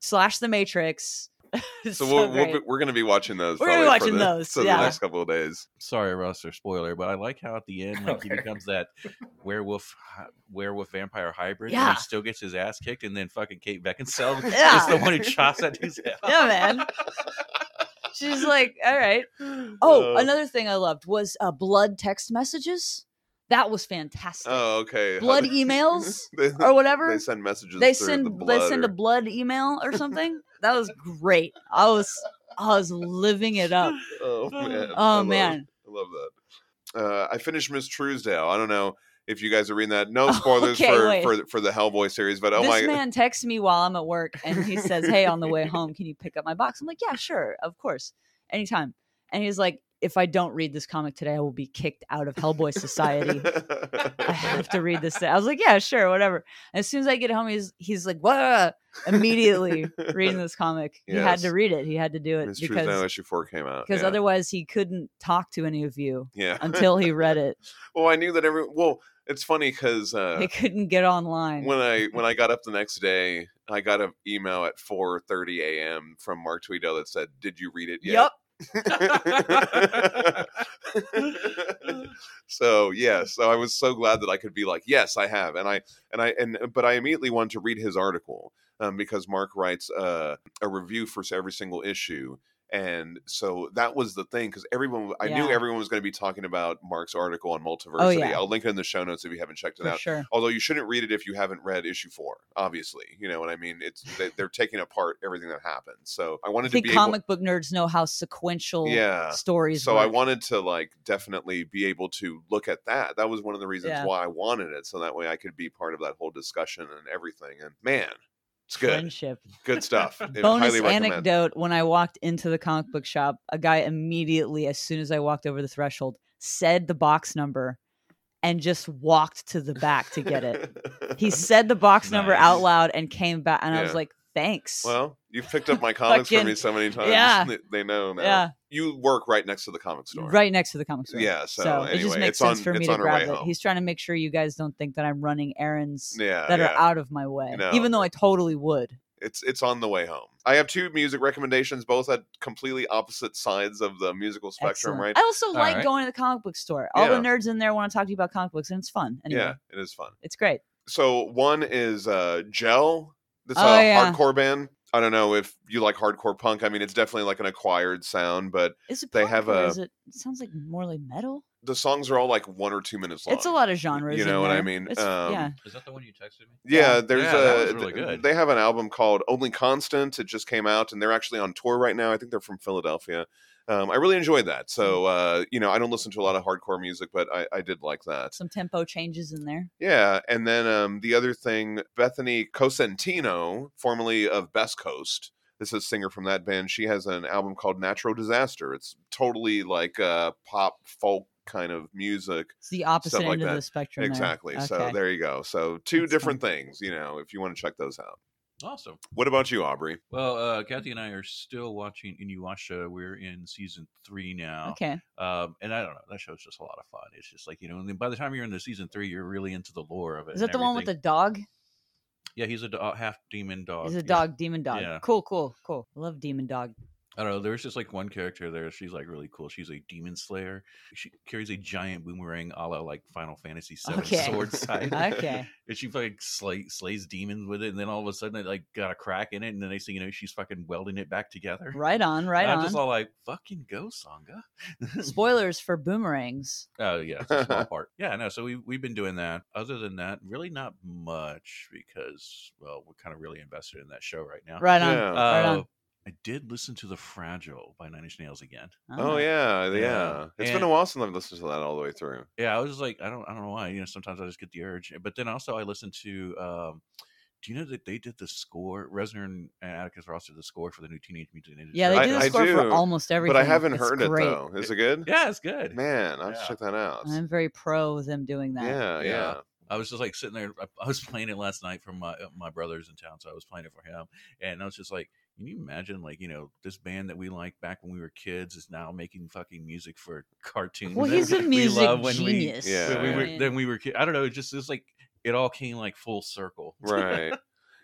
[SPEAKER 2] slash the Matrix. [laughs] It's
[SPEAKER 1] So, we'll, we'll
[SPEAKER 2] great.
[SPEAKER 1] be, we're going to be watching those.
[SPEAKER 2] We're gonna be
[SPEAKER 1] probably for
[SPEAKER 2] watching
[SPEAKER 1] the-
[SPEAKER 2] those,
[SPEAKER 1] for
[SPEAKER 2] yeah.
[SPEAKER 1] the next couple of days.
[SPEAKER 3] sorry, Russ, or spoiler, but I like how at the end, like he
[SPEAKER 4] Okay.
[SPEAKER 3] becomes that werewolf, hy- werewolf vampire hybrid.
[SPEAKER 2] Yeah.
[SPEAKER 3] and he still gets his ass kicked, and then fucking Kate Beckinsale
[SPEAKER 2] [laughs] Yeah.
[SPEAKER 3] is the one who chops that
[SPEAKER 2] [laughs]
[SPEAKER 3] dude's head. off.
[SPEAKER 2] yeah, man. She's like, all right. [laughs]
[SPEAKER 1] Uh,
[SPEAKER 2] Oh, another thing I loved was uh, blood text messages. That was fantastic.
[SPEAKER 1] Oh, okay. How
[SPEAKER 2] blood
[SPEAKER 1] they- [laughs]
[SPEAKER 2] emails
[SPEAKER 1] they,
[SPEAKER 2] [laughs] or whatever.
[SPEAKER 1] They send messages.
[SPEAKER 2] They
[SPEAKER 1] through
[SPEAKER 2] send
[SPEAKER 1] the
[SPEAKER 2] they
[SPEAKER 1] blood
[SPEAKER 2] send
[SPEAKER 1] or-
[SPEAKER 2] a blood email or something. that was great. I was I was living it up.
[SPEAKER 1] [laughs] Oh
[SPEAKER 2] [laughs]
[SPEAKER 1] man. [laughs] I
[SPEAKER 2] Oh
[SPEAKER 1] love-
[SPEAKER 2] man.
[SPEAKER 1] I love that. Uh, I finished Miss Truesdale. I don't know if you guys are reading that.
[SPEAKER 2] [laughs]
[SPEAKER 1] No spoilers
[SPEAKER 2] Okay,
[SPEAKER 1] for,
[SPEAKER 2] wait.
[SPEAKER 1] for for the Hellboy series, but oh
[SPEAKER 2] this
[SPEAKER 1] my.
[SPEAKER 2] man texts me while I'm at work and he says, Hey, on the way home, can you pick up my box? I'm like, Yeah, sure, of course. Anytime. And he's like, if I don't read this comic today, I will be kicked out of Hellboy Society.
[SPEAKER 1] [laughs]
[SPEAKER 2] I have to read this. Thing. I was like, yeah, sure, whatever. as soon as I get home, he's he's like, what? Immediately
[SPEAKER 1] [laughs]
[SPEAKER 2] reading this comic. He had to
[SPEAKER 1] Yes.
[SPEAKER 2] read it. He had to do it
[SPEAKER 1] Miss Truesdale
[SPEAKER 2] because
[SPEAKER 1] issue four came out.
[SPEAKER 2] because
[SPEAKER 1] yeah.
[SPEAKER 2] otherwise he couldn't talk to any of you
[SPEAKER 1] yeah. [laughs]
[SPEAKER 2] until he read it.
[SPEAKER 1] well, I knew that every. Well, it's funny because uh,
[SPEAKER 2] They couldn't get online.
[SPEAKER 1] when I when
[SPEAKER 2] [laughs]
[SPEAKER 1] I got up the next day, I got an email at 4:30 a.m. from Mark Tweedo that said, "Did you read it yet?"
[SPEAKER 2] Yup.
[SPEAKER 1] [laughs] so yeah, so I was so glad that I could be like, "Yes, I have," and I and I and but I immediately wanted uh, to read his article um, because Mark writes uh, a review for every single issue. And so that was the thing because everyone, I knew
[SPEAKER 2] Yeah. Oh,
[SPEAKER 1] everyone was going to be talking about Mark's article on multiversity.
[SPEAKER 2] yeah.
[SPEAKER 1] I'll link it in the show notes if you haven't checked it
[SPEAKER 2] for
[SPEAKER 1] out.
[SPEAKER 2] sure.
[SPEAKER 1] Although you shouldn't read it if you haven't read issue four, obviously. You know what I mean? It's they, they're taking apart everything that happened. So I
[SPEAKER 2] I
[SPEAKER 1] wanted to
[SPEAKER 2] think
[SPEAKER 1] be
[SPEAKER 2] comic book nerds know how sequential
[SPEAKER 1] able, yeah.
[SPEAKER 2] stories.
[SPEAKER 1] So I
[SPEAKER 2] work.
[SPEAKER 1] wanted to like definitely be able to look at that. That was one of the reasons
[SPEAKER 2] Yeah.
[SPEAKER 1] why I wanted it, so that way I could be part of that whole discussion and everything. And man, it's good,
[SPEAKER 2] friendship.
[SPEAKER 1] good stuff.
[SPEAKER 2] [laughs]
[SPEAKER 1] It-
[SPEAKER 2] Bonus
[SPEAKER 1] highly recommend.
[SPEAKER 2] anecdote: When I walked into the comic book shop, a guy immediately, as soon as I walked over the threshold, said the box number, and just walked to the back to get it.
[SPEAKER 1] [laughs]
[SPEAKER 2] he said the box number
[SPEAKER 3] Nice.
[SPEAKER 2] out loud and came back, and I was
[SPEAKER 1] Yeah.
[SPEAKER 2] like, "Thanks."
[SPEAKER 1] Well, you've picked up
[SPEAKER 2] [laughs]
[SPEAKER 1] my comics for
[SPEAKER 2] Fucking-
[SPEAKER 1] me so many times.
[SPEAKER 2] yeah.
[SPEAKER 1] They, they know now.
[SPEAKER 2] Yeah.
[SPEAKER 1] You work right next to the comic store.
[SPEAKER 2] right next to the comic store.
[SPEAKER 1] Yeah, so
[SPEAKER 2] it just
[SPEAKER 1] anyway,
[SPEAKER 2] makes
[SPEAKER 1] it's
[SPEAKER 2] sense
[SPEAKER 1] on-
[SPEAKER 2] for me
[SPEAKER 1] it's
[SPEAKER 2] to
[SPEAKER 1] on our
[SPEAKER 2] grab
[SPEAKER 1] way
[SPEAKER 2] it.
[SPEAKER 1] home.
[SPEAKER 2] He's trying to make sure you guys don't think that I'm running errands
[SPEAKER 1] Yeah.
[SPEAKER 2] that
[SPEAKER 1] yeah.
[SPEAKER 2] are out of my way,
[SPEAKER 1] No,
[SPEAKER 2] even though
[SPEAKER 1] no.
[SPEAKER 2] I totally would.
[SPEAKER 1] it's it's on the way home. I have two music recommendations, both at completely opposite sides of the musical spectrum,
[SPEAKER 2] Excellent.
[SPEAKER 1] right?
[SPEAKER 2] I also like
[SPEAKER 3] right.
[SPEAKER 2] going to the comic book store. All
[SPEAKER 1] Yeah.
[SPEAKER 2] the nerds in there want to talk to you about comic books, and it's fun. Anyway,
[SPEAKER 1] Yeah, it is fun.
[SPEAKER 2] it's great.
[SPEAKER 1] So one is uh Gel. That's
[SPEAKER 2] Oh,
[SPEAKER 1] a
[SPEAKER 2] yeah.
[SPEAKER 1] hardcore band. I don't know if you like hardcore punk. I mean, it's definitely like an acquired sound, but
[SPEAKER 2] Is it?
[SPEAKER 1] They
[SPEAKER 2] punk
[SPEAKER 1] have
[SPEAKER 2] or
[SPEAKER 1] a-
[SPEAKER 2] Is it, it sounds like more like metal.
[SPEAKER 1] the songs are all like one or two minutes long.
[SPEAKER 2] It's a lot of genres.
[SPEAKER 1] you
[SPEAKER 2] in
[SPEAKER 1] know what I
[SPEAKER 2] there.
[SPEAKER 1] mean?
[SPEAKER 2] It's-
[SPEAKER 1] Um,
[SPEAKER 2] yeah,
[SPEAKER 3] Is that the one you texted me?
[SPEAKER 1] Yeah, there's
[SPEAKER 3] Yeah,
[SPEAKER 1] a.
[SPEAKER 3] that was really
[SPEAKER 1] th-
[SPEAKER 3] good.
[SPEAKER 1] They have an album called Only Constant. It just came out, and they're actually on tour right now. I think they're from Philadelphia. Um, I really enjoyed
[SPEAKER 2] Mm.
[SPEAKER 1] that. So uh, you know, I don't listen to a lot of hardcore music, but I, I did like that.
[SPEAKER 2] some tempo changes in there.
[SPEAKER 1] Yeah, and then um, the other thing, Bethany Cosentino, formerly of Best Coast. This is a singer from that band. She has an album called Natural Disaster. It's totally like uh, pop folk kind of music.
[SPEAKER 2] It's the opposite
[SPEAKER 1] like
[SPEAKER 2] end of
[SPEAKER 1] that.
[SPEAKER 2] the spectrum. there.
[SPEAKER 1] Exactly. So
[SPEAKER 2] Okay.
[SPEAKER 1] there you go. So two
[SPEAKER 2] That's fun.
[SPEAKER 1] different things, you know, if you want to check those out.
[SPEAKER 3] Awesome.
[SPEAKER 1] What about you, Aubrey?
[SPEAKER 3] Well, uh, Kathy and I are still watching Inuyasha. We're in season three now.
[SPEAKER 2] Okay.
[SPEAKER 3] Um, and I don't know. That show's just a lot of fun. It's just like, you know, and then by the time you're into season three, you're really into the lore of it.
[SPEAKER 2] Is that
[SPEAKER 3] and
[SPEAKER 2] the one with the
[SPEAKER 3] everything.
[SPEAKER 2] dog?
[SPEAKER 3] Yeah, he's a do- half demon dog.
[SPEAKER 2] Is a
[SPEAKER 3] yeah.
[SPEAKER 2] dog demon dog?
[SPEAKER 3] Yeah.
[SPEAKER 2] Cool, cool, cool. I love demon dog.
[SPEAKER 3] I don't know. There's just like one character there. She's like really cool. She's a demon slayer. She carries a giant boomerang, a la like Final Fantasy [laughs] VII
[SPEAKER 2] Okay.
[SPEAKER 3] sword
[SPEAKER 1] [laughs]
[SPEAKER 3] side.
[SPEAKER 2] Okay.
[SPEAKER 3] [laughs] and she like slay, slays demons with it. And then all of a sudden, it like got a crack in it. And the next thing you know, she's fucking welding it back together.
[SPEAKER 2] right on, right
[SPEAKER 3] And I'm
[SPEAKER 2] on.
[SPEAKER 3] just all like, "Fucking go, Sangha."
[SPEAKER 2] Spoilers for boomerangs.
[SPEAKER 3] Oh yeah, it's
[SPEAKER 2] [laughs]
[SPEAKER 3] a small part. Yeah, no. So we we've been doing that. Other than that, really not much because well, we're kind of really invested in that show right now.
[SPEAKER 2] Right on.
[SPEAKER 1] Yeah.
[SPEAKER 2] right on.
[SPEAKER 3] Uh, I did listen to "The Fragile" by Nine Inch Nails again.
[SPEAKER 1] Oh
[SPEAKER 2] Ah.
[SPEAKER 1] yeah, yeah.
[SPEAKER 3] Yeah.
[SPEAKER 1] It's been
[SPEAKER 3] And-
[SPEAKER 1] a while since I've listened to that all the way through.
[SPEAKER 3] Yeah, I was just like, I don't, I don't know why. You know, sometimes I just get the urge. But then also, I listened to. um Do you know that they did the score? Resner and and Atticus Ross did the score for the new Teenage Mutant Ninja.
[SPEAKER 2] Yeah, they
[SPEAKER 1] I-
[SPEAKER 2] do the
[SPEAKER 1] I
[SPEAKER 2] score for
[SPEAKER 1] do,
[SPEAKER 2] almost everything.
[SPEAKER 1] But I haven't
[SPEAKER 2] It's
[SPEAKER 1] heard
[SPEAKER 2] great.
[SPEAKER 1] it though. Is it good?
[SPEAKER 3] yeah, it's good.
[SPEAKER 1] Man, I'll have
[SPEAKER 3] Yeah.
[SPEAKER 1] to check that out.
[SPEAKER 2] I'm very pro them doing that.
[SPEAKER 1] Yeah, yeah.
[SPEAKER 3] Yeah. I was just like sitting there. I, I was [laughs] playing it last night for my uh, my brother's in town, so I was playing it for him, and I was just like, "Can you imagine? Like, you know, this band that we liked back when we were kids is now making fucking music for [laughs] cartoons."
[SPEAKER 2] Well,
[SPEAKER 3] that
[SPEAKER 2] he's a
[SPEAKER 3] [laughs] we
[SPEAKER 2] music
[SPEAKER 3] love when we-
[SPEAKER 2] genius.
[SPEAKER 1] Yeah,
[SPEAKER 3] when we
[SPEAKER 1] yeah.
[SPEAKER 3] were-
[SPEAKER 2] I
[SPEAKER 3] then
[SPEAKER 2] mean,
[SPEAKER 3] we were. Kid- I don't know. It just is like it all came like full circle.
[SPEAKER 1] Right.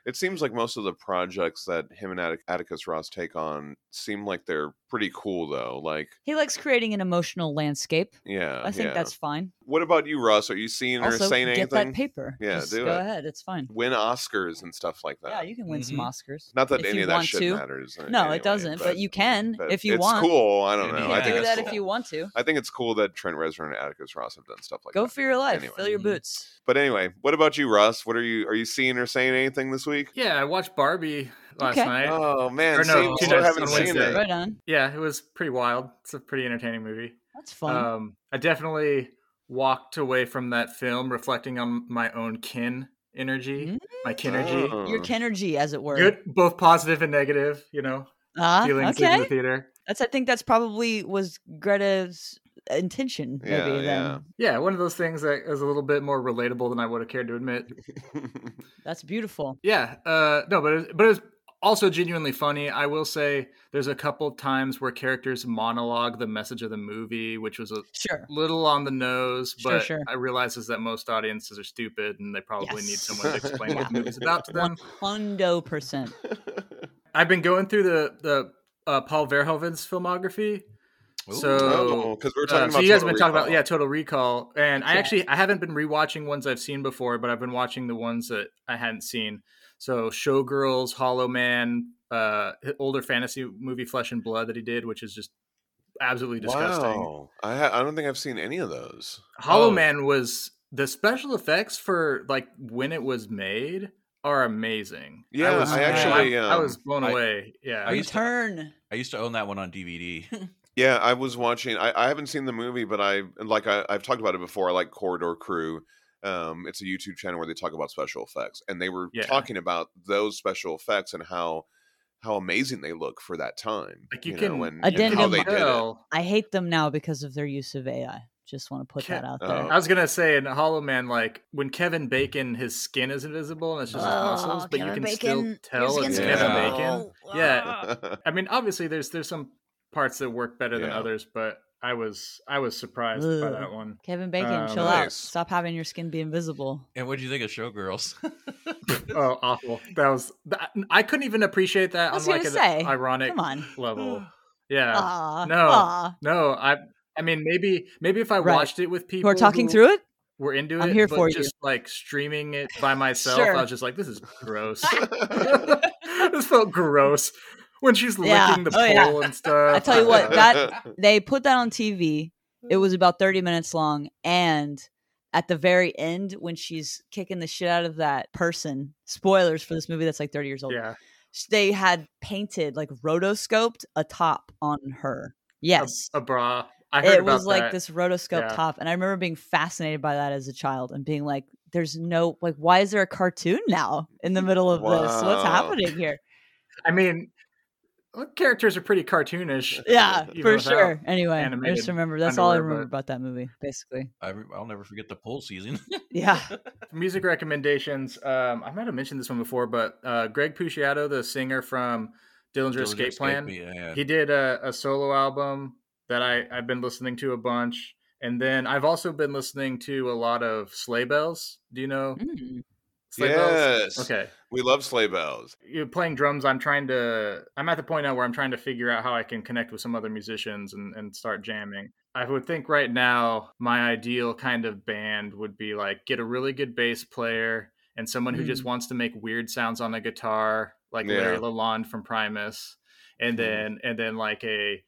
[SPEAKER 1] It seems like most of the projects that him and Attic- Atticus Ross take on seem like they're pretty cool though. Like,
[SPEAKER 2] he likes creating an emotional landscape.
[SPEAKER 1] yeah.
[SPEAKER 2] I think
[SPEAKER 1] Uh, yeah.
[SPEAKER 2] that's fine.
[SPEAKER 1] What about you, Russ? Are you seeing or
[SPEAKER 2] Also,
[SPEAKER 1] saying
[SPEAKER 2] get that
[SPEAKER 1] anything?
[SPEAKER 2] paper.
[SPEAKER 1] Yeah,
[SPEAKER 2] Just
[SPEAKER 1] do
[SPEAKER 2] go
[SPEAKER 1] it. Uh,
[SPEAKER 2] ahead. It's fine.
[SPEAKER 1] Win Oscars and stuff like that.
[SPEAKER 2] Yeah, you can win
[SPEAKER 1] mm-hmm.
[SPEAKER 2] some
[SPEAKER 3] Mhm.
[SPEAKER 2] Oscars.
[SPEAKER 1] Not that
[SPEAKER 2] if
[SPEAKER 1] any
[SPEAKER 2] you
[SPEAKER 1] of that
[SPEAKER 2] want
[SPEAKER 1] shit
[SPEAKER 2] to.
[SPEAKER 1] matters. uh,
[SPEAKER 2] No, it
[SPEAKER 1] anyway,
[SPEAKER 2] doesn't, but you can
[SPEAKER 1] but
[SPEAKER 2] if you
[SPEAKER 1] it's
[SPEAKER 2] want.
[SPEAKER 1] cool. I don't
[SPEAKER 3] You
[SPEAKER 1] know.
[SPEAKER 3] can
[SPEAKER 1] I
[SPEAKER 2] you can
[SPEAKER 1] think
[SPEAKER 2] do
[SPEAKER 1] it's
[SPEAKER 2] that
[SPEAKER 1] cool.
[SPEAKER 2] if you want to.
[SPEAKER 1] I think it's cool that Trent Reznor and Atticus Ross have done stuff like
[SPEAKER 2] Go
[SPEAKER 1] that.
[SPEAKER 2] for your life.
[SPEAKER 1] Anyway. mm-hmm.
[SPEAKER 2] Fill your
[SPEAKER 3] Mhm.
[SPEAKER 2] boots.
[SPEAKER 1] But anyway, what about you, Russ? What are you are you seeing or saying anything this week?
[SPEAKER 4] Yeah, I watched Barbie last
[SPEAKER 2] Okay.
[SPEAKER 4] night.
[SPEAKER 1] Oh man,
[SPEAKER 4] Or
[SPEAKER 1] see,
[SPEAKER 4] no,
[SPEAKER 1] we
[SPEAKER 4] two
[SPEAKER 1] still
[SPEAKER 4] nights
[SPEAKER 1] haven't
[SPEAKER 4] on
[SPEAKER 1] seen
[SPEAKER 4] Wednesday.
[SPEAKER 1] it.
[SPEAKER 2] Right on.
[SPEAKER 4] Yeah, it was pretty wild. It's a pretty entertaining movie.
[SPEAKER 2] That's fun.
[SPEAKER 4] Um, I definitely walked away from that film reflecting on my own kin energy, my kinergy.
[SPEAKER 1] Oh.
[SPEAKER 2] Your Kenergy, as it were.
[SPEAKER 4] Good, both positive and negative. You know,
[SPEAKER 2] Ah,
[SPEAKER 4] feelings in
[SPEAKER 2] okay.
[SPEAKER 4] the theater.
[SPEAKER 2] That's I think that's probably was Greta's intention. Maybe
[SPEAKER 1] Yeah,
[SPEAKER 2] then
[SPEAKER 1] yeah.
[SPEAKER 4] Yeah, one of those things that is a little bit more relatable than I would have cared to admit.
[SPEAKER 1] [laughs]
[SPEAKER 2] that's beautiful.
[SPEAKER 4] Yeah, uh, no, but it was, but it was also genuinely funny. I will say there's a couple times where characters monologue the message of the movie, which was a
[SPEAKER 2] Sure.
[SPEAKER 4] little on the nose,
[SPEAKER 2] Sure,
[SPEAKER 4] but
[SPEAKER 2] sure.
[SPEAKER 4] I realize is that most audiences are stupid and they probably need
[SPEAKER 2] Yes.
[SPEAKER 4] someone to explain what the
[SPEAKER 1] Yeah.
[SPEAKER 4] movie's about to them.
[SPEAKER 2] Hundo percent.
[SPEAKER 1] [laughs]
[SPEAKER 4] I've been going through the the uh, Paul Verhoeven's filmography.
[SPEAKER 3] Ooh.
[SPEAKER 4] So,
[SPEAKER 1] because we were talking
[SPEAKER 4] Uh,
[SPEAKER 1] about
[SPEAKER 4] so you guys have
[SPEAKER 1] Total
[SPEAKER 4] been talking about
[SPEAKER 1] Recall.
[SPEAKER 4] yeah, Total Recall, and I
[SPEAKER 2] Yeah.
[SPEAKER 4] actually I haven't been rewatching ones I've seen before, but I've been watching the ones that I hadn't seen. So Showgirls, Hollow Man, uh, older fantasy movie Flesh and Blood that he did, which is just absolutely disgusting.
[SPEAKER 1] Wow. I ha- I don't think I've seen any of those.
[SPEAKER 4] Hollow
[SPEAKER 3] Oh.
[SPEAKER 4] Man was the special effects for like when it was made are amazing.
[SPEAKER 1] Yeah,
[SPEAKER 4] was,
[SPEAKER 2] I
[SPEAKER 1] actually,
[SPEAKER 4] I, I
[SPEAKER 1] um,
[SPEAKER 4] was blown
[SPEAKER 3] I-
[SPEAKER 4] away. Yeah,
[SPEAKER 3] I used to-
[SPEAKER 2] Return.
[SPEAKER 3] [laughs] I used to own that one on DVD.
[SPEAKER 2] [laughs]
[SPEAKER 1] Yeah, I was watching. I, I haven't seen the movie, but I like I, I've talked about it before. I like Corridor Crew. Um, it's a YouTube channel where they talk about special effects, and they were
[SPEAKER 4] Yeah.
[SPEAKER 1] talking about those special effects and how how amazing they look for that time.
[SPEAKER 4] Like, you
[SPEAKER 1] know,
[SPEAKER 4] can-
[SPEAKER 1] and, and how
[SPEAKER 2] Addendum
[SPEAKER 1] they did [laughs] it.
[SPEAKER 4] Hell.
[SPEAKER 2] I hate them now because of their use of AI. Just want to put
[SPEAKER 4] Cat-
[SPEAKER 2] that out
[SPEAKER 1] Oh.
[SPEAKER 2] there.
[SPEAKER 4] I was gonna say in Hollow Man, like when Kevin Bacon, his skin is invisible and it's just his
[SPEAKER 2] Oh,
[SPEAKER 4] muscles, but you can still tell it's
[SPEAKER 1] skin's
[SPEAKER 4] Kevin
[SPEAKER 1] invisible.
[SPEAKER 4] Bacon. Yeah,
[SPEAKER 2] Ah.
[SPEAKER 1] yeah,
[SPEAKER 4] I mean, obviously there's there's some parts that work better than
[SPEAKER 1] Yeah.
[SPEAKER 4] others, but I was I was surprised by
[SPEAKER 2] Ugh.
[SPEAKER 4] that one.
[SPEAKER 2] Kevin Bacon,
[SPEAKER 4] Um,
[SPEAKER 2] chill out.
[SPEAKER 1] Uh, Nice.
[SPEAKER 2] Stop having your skin be invisible.
[SPEAKER 3] and what do you think of Showgirls? [laughs]
[SPEAKER 4] Oh, awful! That was that, I couldn't even appreciate that
[SPEAKER 2] I was
[SPEAKER 4] on like
[SPEAKER 2] gonna
[SPEAKER 4] an
[SPEAKER 2] say,
[SPEAKER 4] ironic
[SPEAKER 2] Come on.
[SPEAKER 4] level.
[SPEAKER 1] [sighs]
[SPEAKER 4] Yeah,
[SPEAKER 2] Ah,
[SPEAKER 4] no.
[SPEAKER 2] ah.
[SPEAKER 4] no, I I mean maybe maybe if I
[SPEAKER 2] Right.
[SPEAKER 4] watched it with
[SPEAKER 2] Who
[SPEAKER 4] people
[SPEAKER 2] are talking
[SPEAKER 4] who
[SPEAKER 2] through it?
[SPEAKER 4] were into it,
[SPEAKER 2] I'm here
[SPEAKER 4] but
[SPEAKER 2] for you.
[SPEAKER 4] just like streaming it by myself,
[SPEAKER 2] Sure.
[SPEAKER 4] I was just like, this
[SPEAKER 2] [laughs]
[SPEAKER 4] is gross. [laughs] this felt gross when she's
[SPEAKER 2] Yeah.
[SPEAKER 4] licking the
[SPEAKER 2] Oh,
[SPEAKER 4] pole
[SPEAKER 2] yeah.
[SPEAKER 4] and stuff. Uh,
[SPEAKER 2] I tell you what, that-
[SPEAKER 1] [laughs]
[SPEAKER 2] They put that on TV. It
[SPEAKER 4] Mm-hmm.
[SPEAKER 2] was about 30 minutes long. And at the very end, when she's kicking the shit out of that person, spoilers for this movie that's like 30 years old,
[SPEAKER 4] uh, yeah,
[SPEAKER 2] s- they had painted, like rotoscoped a top on her. Yes.
[SPEAKER 4] a bra. I heard
[SPEAKER 2] it
[SPEAKER 4] about
[SPEAKER 2] was like
[SPEAKER 4] that.
[SPEAKER 2] this rotoscope
[SPEAKER 4] Yeah.
[SPEAKER 2] top. And I remember being fascinated by that as a child and being like, there's no, like, why is there a cartoon now in the middle of this?
[SPEAKER 1] Wow.
[SPEAKER 2] What's happening here?
[SPEAKER 4] I mean, look, characters are
[SPEAKER 2] [laughs]
[SPEAKER 4] pretty cartoonish.
[SPEAKER 2] Yeah,
[SPEAKER 4] even
[SPEAKER 2] for
[SPEAKER 4] without
[SPEAKER 2] sure. Anyway, I
[SPEAKER 4] animated
[SPEAKER 2] just remember that's all I
[SPEAKER 4] underwear,
[SPEAKER 2] remember
[SPEAKER 4] but-
[SPEAKER 2] about that movie, basically.
[SPEAKER 3] I re- I'll never forget the pool season. [laughs]
[SPEAKER 2] Yeah.
[SPEAKER 4] music recommendations. Um, I might have mentioned this one before, but uh, Greg Puciato, the singer from Dillinger,
[SPEAKER 3] Dillinger
[SPEAKER 4] Escape Plan,
[SPEAKER 3] Yeah, yeah.
[SPEAKER 4] he did a, a solo album that I, I've been listening to a bunch. And then I've also been listening to a lot of Sleigh Bells. Do you know
[SPEAKER 2] Mm.
[SPEAKER 4] Sleigh Bells?
[SPEAKER 1] yes,
[SPEAKER 4] Okay.
[SPEAKER 1] we love sleigh bells.
[SPEAKER 4] You're playing drums. I'm trying to, I'm at the point now where I'm trying to figure out how I can connect with some other musicians and, and start jamming. I would think right now my ideal kind of band would be like get a really good bass player and someone who just wants to make weird sounds on the guitar, like Larry
[SPEAKER 1] Yeah.
[SPEAKER 4] Lalonde from Primus, and
[SPEAKER 1] Mhm.
[SPEAKER 4] then and then like a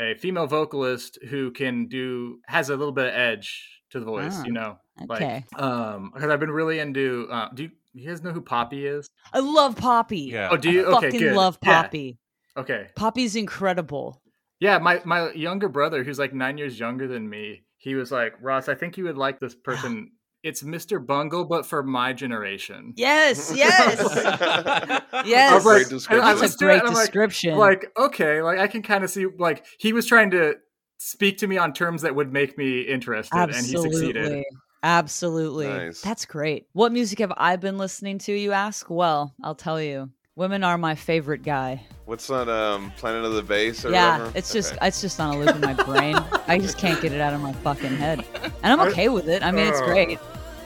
[SPEAKER 4] a female vocalist who can do has a little bit of edge to the voice,
[SPEAKER 2] Ah,
[SPEAKER 4] you know. Like
[SPEAKER 2] Okay.
[SPEAKER 4] um because I've been really into uh do you, you guys know who Poppy is?
[SPEAKER 2] I love Poppy.
[SPEAKER 3] yeah.
[SPEAKER 4] Oh, do you?
[SPEAKER 2] I
[SPEAKER 4] okay,
[SPEAKER 2] fucking
[SPEAKER 4] good.
[SPEAKER 2] love
[SPEAKER 4] Yeah,
[SPEAKER 2] Poppy.
[SPEAKER 4] Okay.
[SPEAKER 2] Poppy's
[SPEAKER 4] [laughs]
[SPEAKER 2] incredible.
[SPEAKER 4] Yeah, my my younger brother, who's like nine years younger than me, he was like, Ross, I think you would like
[SPEAKER 2] [gasps]
[SPEAKER 4] this person. It's Mr. Bungle, but for my generation.
[SPEAKER 2] Yes, yes.
[SPEAKER 1] [laughs]
[SPEAKER 2] Yes. [laughs]
[SPEAKER 1] A
[SPEAKER 2] was
[SPEAKER 1] great
[SPEAKER 4] like-
[SPEAKER 1] description.
[SPEAKER 4] I
[SPEAKER 2] That's
[SPEAKER 4] was
[SPEAKER 2] a
[SPEAKER 4] doing-
[SPEAKER 2] great
[SPEAKER 4] I'm like-
[SPEAKER 2] description.
[SPEAKER 4] Like, okay, like I can kind of see like he was trying to speak to me on terms that would make me interested and he succeeded.
[SPEAKER 2] Absolutely. Absolutely.
[SPEAKER 1] Nice.
[SPEAKER 2] That's great. What music have I been listening to, you ask? Well, I'll tell you. Women are my favorite guy.
[SPEAKER 1] What's that? Um, Planet of the Bass or
[SPEAKER 2] yeah,
[SPEAKER 1] whatever?
[SPEAKER 2] it's just
[SPEAKER 1] Okay.
[SPEAKER 2] it's just on a loop in my brain. I just can't get it out of my fucking head. And I'm
[SPEAKER 4] I-
[SPEAKER 2] okay with it. I mean,
[SPEAKER 1] Oh.
[SPEAKER 2] it's
[SPEAKER 4] Ugh.
[SPEAKER 2] great.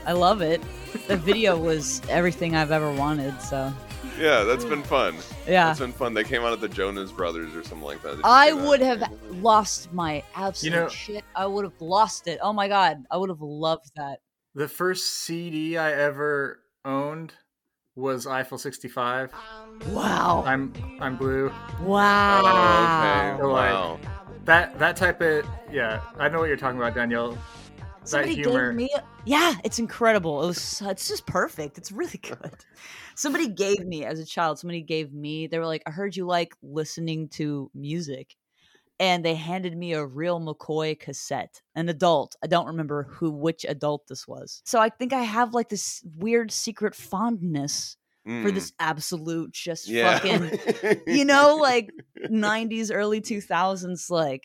[SPEAKER 2] I love it. The video was everything I've ever wanted, so
[SPEAKER 1] yeah, that's been fun.
[SPEAKER 2] yeah.
[SPEAKER 1] That's been fun. They came out at the Jonas Brothers or something like that. Did you
[SPEAKER 2] I
[SPEAKER 1] see that?
[SPEAKER 2] would have lost my absolute
[SPEAKER 4] know-
[SPEAKER 2] shit. I would have lost it. Oh my god, I would have loved that.
[SPEAKER 4] The first CD I ever owned was Eiffel 65.
[SPEAKER 2] Wow.
[SPEAKER 4] I'm I'm blue.
[SPEAKER 1] Oh,
[SPEAKER 2] Wow.
[SPEAKER 1] okay. Wow.
[SPEAKER 4] That that type of yeah, I know what you're talking about, Danielle.
[SPEAKER 2] Somebody
[SPEAKER 4] humor.
[SPEAKER 2] gave me. A, yeah, it's incredible. It was. so- It's just perfect. It's really [laughs] good. Somebody gave me as a child. Somebody gave me. They were like, "I heard you like listening to music," and they handed me a real McCoy cassette. An adult. I don't remember who which adult this was. So I think I have like this weird secret fondness for
[SPEAKER 1] Mm.
[SPEAKER 2] this absolute just
[SPEAKER 1] Yeah.
[SPEAKER 2] fucking
[SPEAKER 1] [laughs]
[SPEAKER 2] you know, like 90s, early 2000s, like,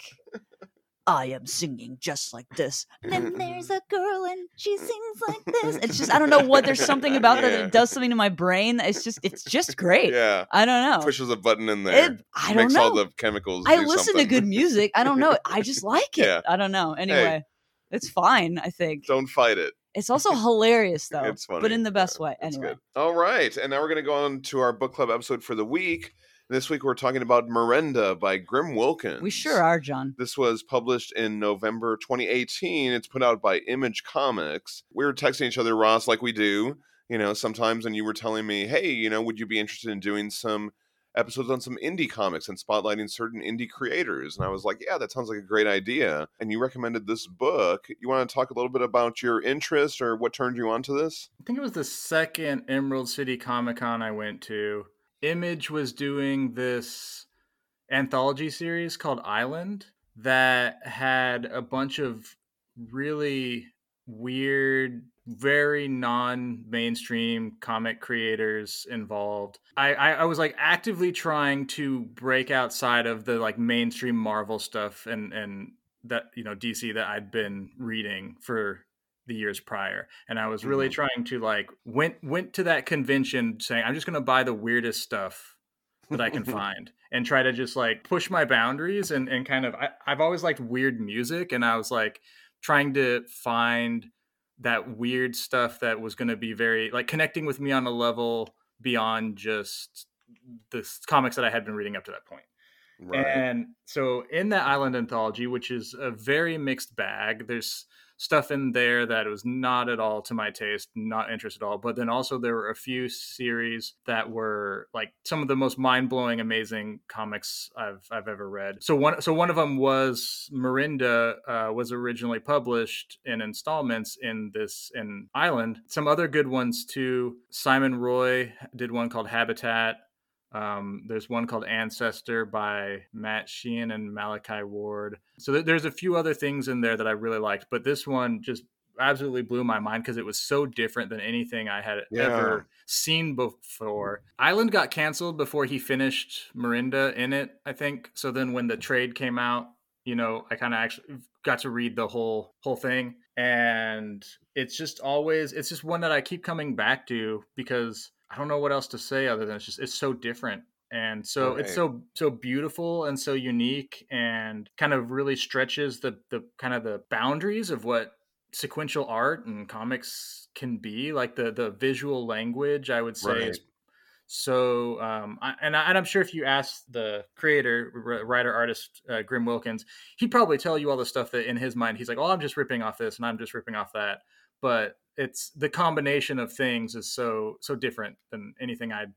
[SPEAKER 2] I am singing just like this. And then there's a girl and she sings like this. It's just, I don't know what, there's something about that.
[SPEAKER 1] Yeah.
[SPEAKER 2] It does something to my brain. It's just, it's just great.
[SPEAKER 1] yeah.
[SPEAKER 2] I don't know.
[SPEAKER 1] Pushes a button in there.
[SPEAKER 2] oh. It, I don't
[SPEAKER 1] makes
[SPEAKER 2] know.
[SPEAKER 1] all the chemicals.
[SPEAKER 2] I
[SPEAKER 1] do
[SPEAKER 2] listen to
[SPEAKER 1] something.
[SPEAKER 2] good music. I don't know.
[SPEAKER 1] [laughs]
[SPEAKER 2] I just like it.
[SPEAKER 1] Yeah.
[SPEAKER 2] I don't know. Anyway, it's fine, I think.
[SPEAKER 1] [laughs] Don't fight it.
[SPEAKER 2] It's
[SPEAKER 1] [laughs]
[SPEAKER 2] also hilarious, though,
[SPEAKER 1] It's funny.
[SPEAKER 2] but in the best way.
[SPEAKER 1] It's
[SPEAKER 2] Anyway.
[SPEAKER 1] good. All right. And now we're going to go on to our book club episode for the week. This week we're talking about Miranda by Grim Wilkins.
[SPEAKER 2] We sure are, John.
[SPEAKER 1] This was published in November 2018. It's put out by Image Comics. We were texting each other, Ross, like we do, you know, sometimes and you were telling me, hey, you know, would you be interested in doing some episodes on some indie comics and spotlighting certain indie creators? And I was like, yeah, that sounds like a great idea. And you recommended this book. You want to talk a little bit about your interest or what turned you on to this?
[SPEAKER 4] I think it was the second Emerald City Comic Con I went to. Image was doing this anthology series called Island that had a bunch of really weird, very non mainstream comic creators involved. I, I, I was like actively trying to break outside of the like mainstream Marvel stuff and, and that, you know, DC that I'd been reading for the years prior and i was really trying to like went went to that convention saying i'm just going to buy the weirdest stuff that i can find and try to just like push my boundaries and and kind of I, i've always liked weird music and i was like trying to find that weird stuff that was going to be very like connecting with me on a level beyond just the s- comics that i had been reading up to that point and so in that island anthology, which is a very mixed bag, there's stuff in there that was not at all to my taste, not interest at all. But then also there were a few series that were like some of the most mind-blowing, amazing comics I've I've ever read. So one so one of them was Mirinda uh, was originally published in installments in this in Island. Some other good ones too. Simon Roy did one called Habitat. Um, there's one called Ancestor by Matt Sheehan and Malachi Ward. So th- there's a few other things in there that I really liked, but this one just absolutely blew my mind because it was so different than anything I had
[SPEAKER 1] Yeah.
[SPEAKER 4] ever seen before. Island got canceled before he finished Mirinda in it, I think. So then when the trade came out, you know, I kind of actually got to read the whole whole thing and it's just always it's just one that I keep coming back to because I don't know what else to say other than it's just it's so different and so it's
[SPEAKER 1] Right.
[SPEAKER 4] so so beautiful and so unique and kind of really stretches the the kind of the boundaries of what sequential art and comics can be like the the visual language I would say
[SPEAKER 1] Right.
[SPEAKER 4] is so, um, I, and, I, and I'm sure if you ask the creator, r- writer, artist, uh, Grim Wilkins, he'd probably tell you all the stuff that in his mind he's like, "Oh, I'm just ripping off this, and I'm just ripping off that." But it's the combination of things is so so different than anything I'd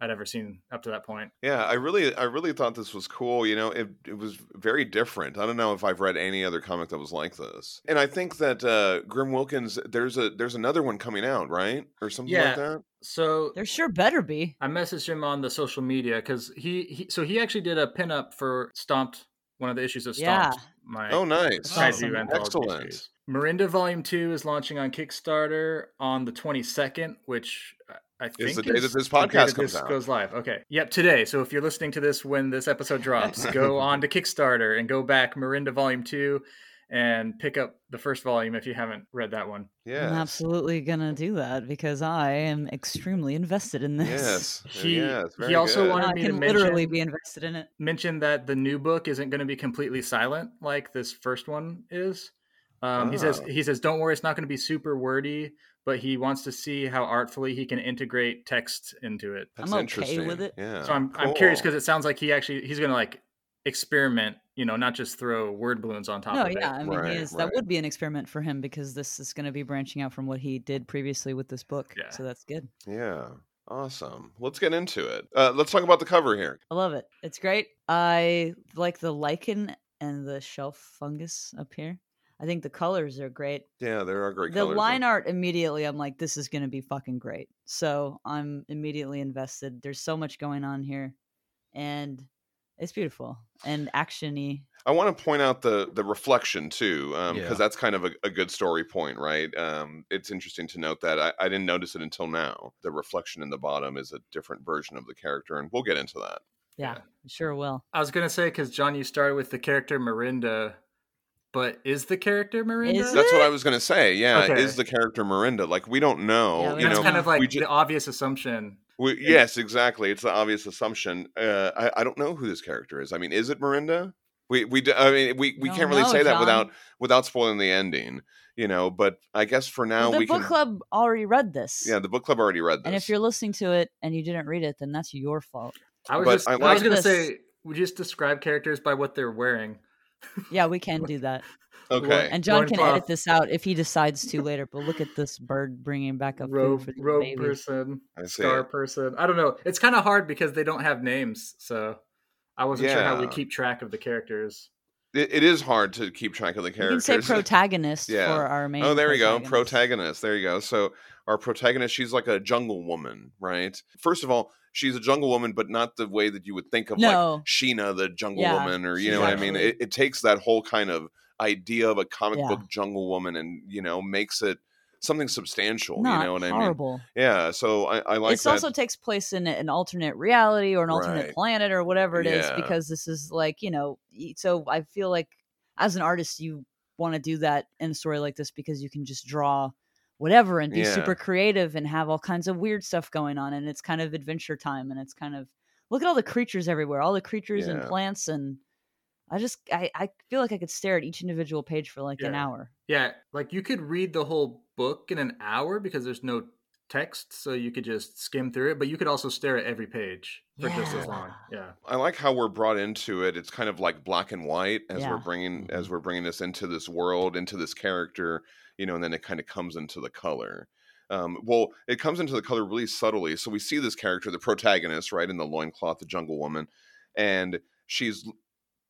[SPEAKER 4] I'd ever seen up to that point.
[SPEAKER 1] Yeah, I really, I really thought this was cool. You know, it it was very different. I don't know if I've read any other comic that was like this. And I think that uh, Grim Wilkins, there's a there's another one coming out, right, or something
[SPEAKER 4] Yeah.
[SPEAKER 1] like that.
[SPEAKER 4] So
[SPEAKER 2] There sure better be.
[SPEAKER 4] I messaged him on the social media because he, he so he actually did a pinup for Stomped, one of the issues of Stomped.
[SPEAKER 2] Yeah.
[SPEAKER 4] My
[SPEAKER 1] Oh, nice.
[SPEAKER 2] Awesome.
[SPEAKER 4] I do anthology
[SPEAKER 1] Excellent.
[SPEAKER 4] series. Mirinda Volume Two is launching on Kickstarter on the 22nd, which I- I think
[SPEAKER 1] Is the day that this
[SPEAKER 4] the day
[SPEAKER 1] podcast
[SPEAKER 4] that
[SPEAKER 1] comes
[SPEAKER 4] this
[SPEAKER 1] out.
[SPEAKER 4] goes live. Okay, yep, today. So if you're listening to this when this
[SPEAKER 1] [laughs]
[SPEAKER 4] episode drops, go on to Kickstarter and go back Mirinda Volume Two, and pick up the first volume if you haven't read that one.
[SPEAKER 2] I'm
[SPEAKER 1] Yes.
[SPEAKER 2] absolutely gonna do that because I am extremely invested in this.
[SPEAKER 1] Yes.
[SPEAKER 4] [laughs] He-
[SPEAKER 1] yes.
[SPEAKER 4] he
[SPEAKER 1] very
[SPEAKER 4] also
[SPEAKER 1] good.
[SPEAKER 4] wanted-
[SPEAKER 2] [laughs] I
[SPEAKER 4] me to
[SPEAKER 2] can literally
[SPEAKER 4] mention-
[SPEAKER 2] be invested in it.
[SPEAKER 4] mentioned that the new book isn't going to be completely silent like this first one is. Um, He says
[SPEAKER 1] Ah.
[SPEAKER 4] he says don't worry, it's not going to be super wordy, but he wants to see how artfully he can integrate text into it.
[SPEAKER 1] That's
[SPEAKER 2] I'm okay
[SPEAKER 1] interesting.
[SPEAKER 2] with it.
[SPEAKER 1] Yeah.
[SPEAKER 4] so I'm I'm curious
[SPEAKER 1] Oh, cool.
[SPEAKER 4] because it sounds like he actually he's going to like experiment, you know, not just throw word balloons on top
[SPEAKER 2] No,
[SPEAKER 4] of it.
[SPEAKER 2] yeah, I mean,
[SPEAKER 1] Right,
[SPEAKER 2] he is,
[SPEAKER 1] right.
[SPEAKER 2] that would be an experiment for him because this is going to be branching out from what he did previously with this book.
[SPEAKER 4] Yeah.
[SPEAKER 2] So that's good.
[SPEAKER 1] Yeah. Awesome. Let's get into it. Uh, let's talk about the cover here.
[SPEAKER 2] I love it. It's great. I like the lichen and the shelf fungus up here. I think the colors are great.
[SPEAKER 1] Yeah, there are great
[SPEAKER 2] the
[SPEAKER 1] colors.
[SPEAKER 2] line art immediately, I'm like, this is going to be fucking great. So I'm immediately invested. There's so much going on here, and it's beautiful and actiony.
[SPEAKER 1] I want to point out the the reflection too, because
[SPEAKER 3] Yeah.
[SPEAKER 1] that's kind of a, a good story point, right? Um, it's interesting to note that I, I didn't notice it until now. The reflection in the bottom is a different version of the character, and we'll get into that.
[SPEAKER 2] Yeah,
[SPEAKER 4] Yeah.
[SPEAKER 2] it sure will.
[SPEAKER 4] I was going to say because John, you started with the character Mirinda, but is the character Mirinda?
[SPEAKER 2] Is
[SPEAKER 1] That's
[SPEAKER 2] it?
[SPEAKER 1] what I was going to say. Yeah,
[SPEAKER 4] Okay.
[SPEAKER 1] is the character Mirinda? Like we don't know.
[SPEAKER 2] Yeah, we
[SPEAKER 1] you know,
[SPEAKER 4] That's
[SPEAKER 2] don't
[SPEAKER 4] kind of like
[SPEAKER 1] we ju-
[SPEAKER 4] the obvious assumption.
[SPEAKER 1] we, yes, exactly. It's the obvious assumption. Uh, I, I don't know who this character is. I mean, is it Mirinda? We we d- I mean we, we
[SPEAKER 2] Don't
[SPEAKER 1] can't really
[SPEAKER 2] know,
[SPEAKER 1] say that
[SPEAKER 2] John.
[SPEAKER 1] without without spoiling the ending, you know. But I guess for now
[SPEAKER 2] the
[SPEAKER 1] we
[SPEAKER 2] book
[SPEAKER 1] can.
[SPEAKER 2] club already read this.
[SPEAKER 1] Yeah, the book club already read this.
[SPEAKER 2] And if you're listening to it and you didn't read it, then that's your fault.
[SPEAKER 4] I was
[SPEAKER 1] But
[SPEAKER 4] just
[SPEAKER 1] I
[SPEAKER 4] I,
[SPEAKER 1] like
[SPEAKER 4] was going to
[SPEAKER 2] this.
[SPEAKER 4] say we just describe characters by what they're wearing.
[SPEAKER 2] Yeah, we can
[SPEAKER 1] [laughs]
[SPEAKER 2] do that.
[SPEAKER 1] Okay.
[SPEAKER 2] And John
[SPEAKER 4] Lauren
[SPEAKER 2] can
[SPEAKER 4] Far-
[SPEAKER 2] edit this out if he decides to later. But look at this bird bringing back up
[SPEAKER 4] Rogue,
[SPEAKER 2] food for the
[SPEAKER 4] rogue
[SPEAKER 2] baby.
[SPEAKER 4] person,
[SPEAKER 1] I see.
[SPEAKER 4] star person. I don't know. It's kind of hard because they don't have names, so I wasn't sure how we
[SPEAKER 1] Yeah.
[SPEAKER 4] keep track of the characters.
[SPEAKER 1] It, it is hard to keep track of the
[SPEAKER 2] You can
[SPEAKER 1] characters. [laughs]
[SPEAKER 2] say protagonist
[SPEAKER 1] Yeah.
[SPEAKER 2] for our main.
[SPEAKER 1] Oh, there we go.
[SPEAKER 2] protagonist.
[SPEAKER 1] Protagonist. There you go. So our protagonist, she's like a jungle woman, right? First of all, she's a jungle woman, but not the way that you would think of
[SPEAKER 2] No.
[SPEAKER 1] like Sheena, the jungle
[SPEAKER 2] Yeah,
[SPEAKER 1] woman, or you
[SPEAKER 2] she's
[SPEAKER 1] know what I mean?
[SPEAKER 2] actually-
[SPEAKER 1] It, it takes that whole kind of idea of a comic
[SPEAKER 2] Yeah.
[SPEAKER 1] book jungle woman and, you know, makes it something substantial.
[SPEAKER 2] Not
[SPEAKER 1] you know what I mean?
[SPEAKER 2] horrible.
[SPEAKER 1] Yeah. So I, I like
[SPEAKER 2] It's
[SPEAKER 1] that.
[SPEAKER 2] also takes place in an alternate reality or an alternate
[SPEAKER 1] Right.
[SPEAKER 2] planet or whatever it is
[SPEAKER 1] Yeah.
[SPEAKER 2] because this is like you know. y- So I feel like as an artist, you want to do that in a story like this because you can just draw whatever and be
[SPEAKER 1] Yeah.
[SPEAKER 2] super creative and have all kinds of weird stuff going on, and it's kind of adventure time, and it's kind of look at all the creatures everywhere, all the creatures and
[SPEAKER 1] Yeah.
[SPEAKER 2] plants and. I just I, I feel like I could stare at each individual page for like an
[SPEAKER 4] Yeah.
[SPEAKER 2] hour.
[SPEAKER 4] Yeah, like you could read the whole book in an hour because there's no text, so you could just skim through it. But you could also stare at every page for just as
[SPEAKER 2] Yeah.
[SPEAKER 4] long. Yeah,
[SPEAKER 1] I like how we're brought into it. It's kind of like black and white as
[SPEAKER 2] Yeah. Mm-hmm.
[SPEAKER 1] we're bringing as we're bringing us into this world, into this character, you know, and then it kind of comes into the color. Um, well, it comes into the color really subtly. So we see this character, the protagonist, right, in the loincloth, the jungle woman, and she's l-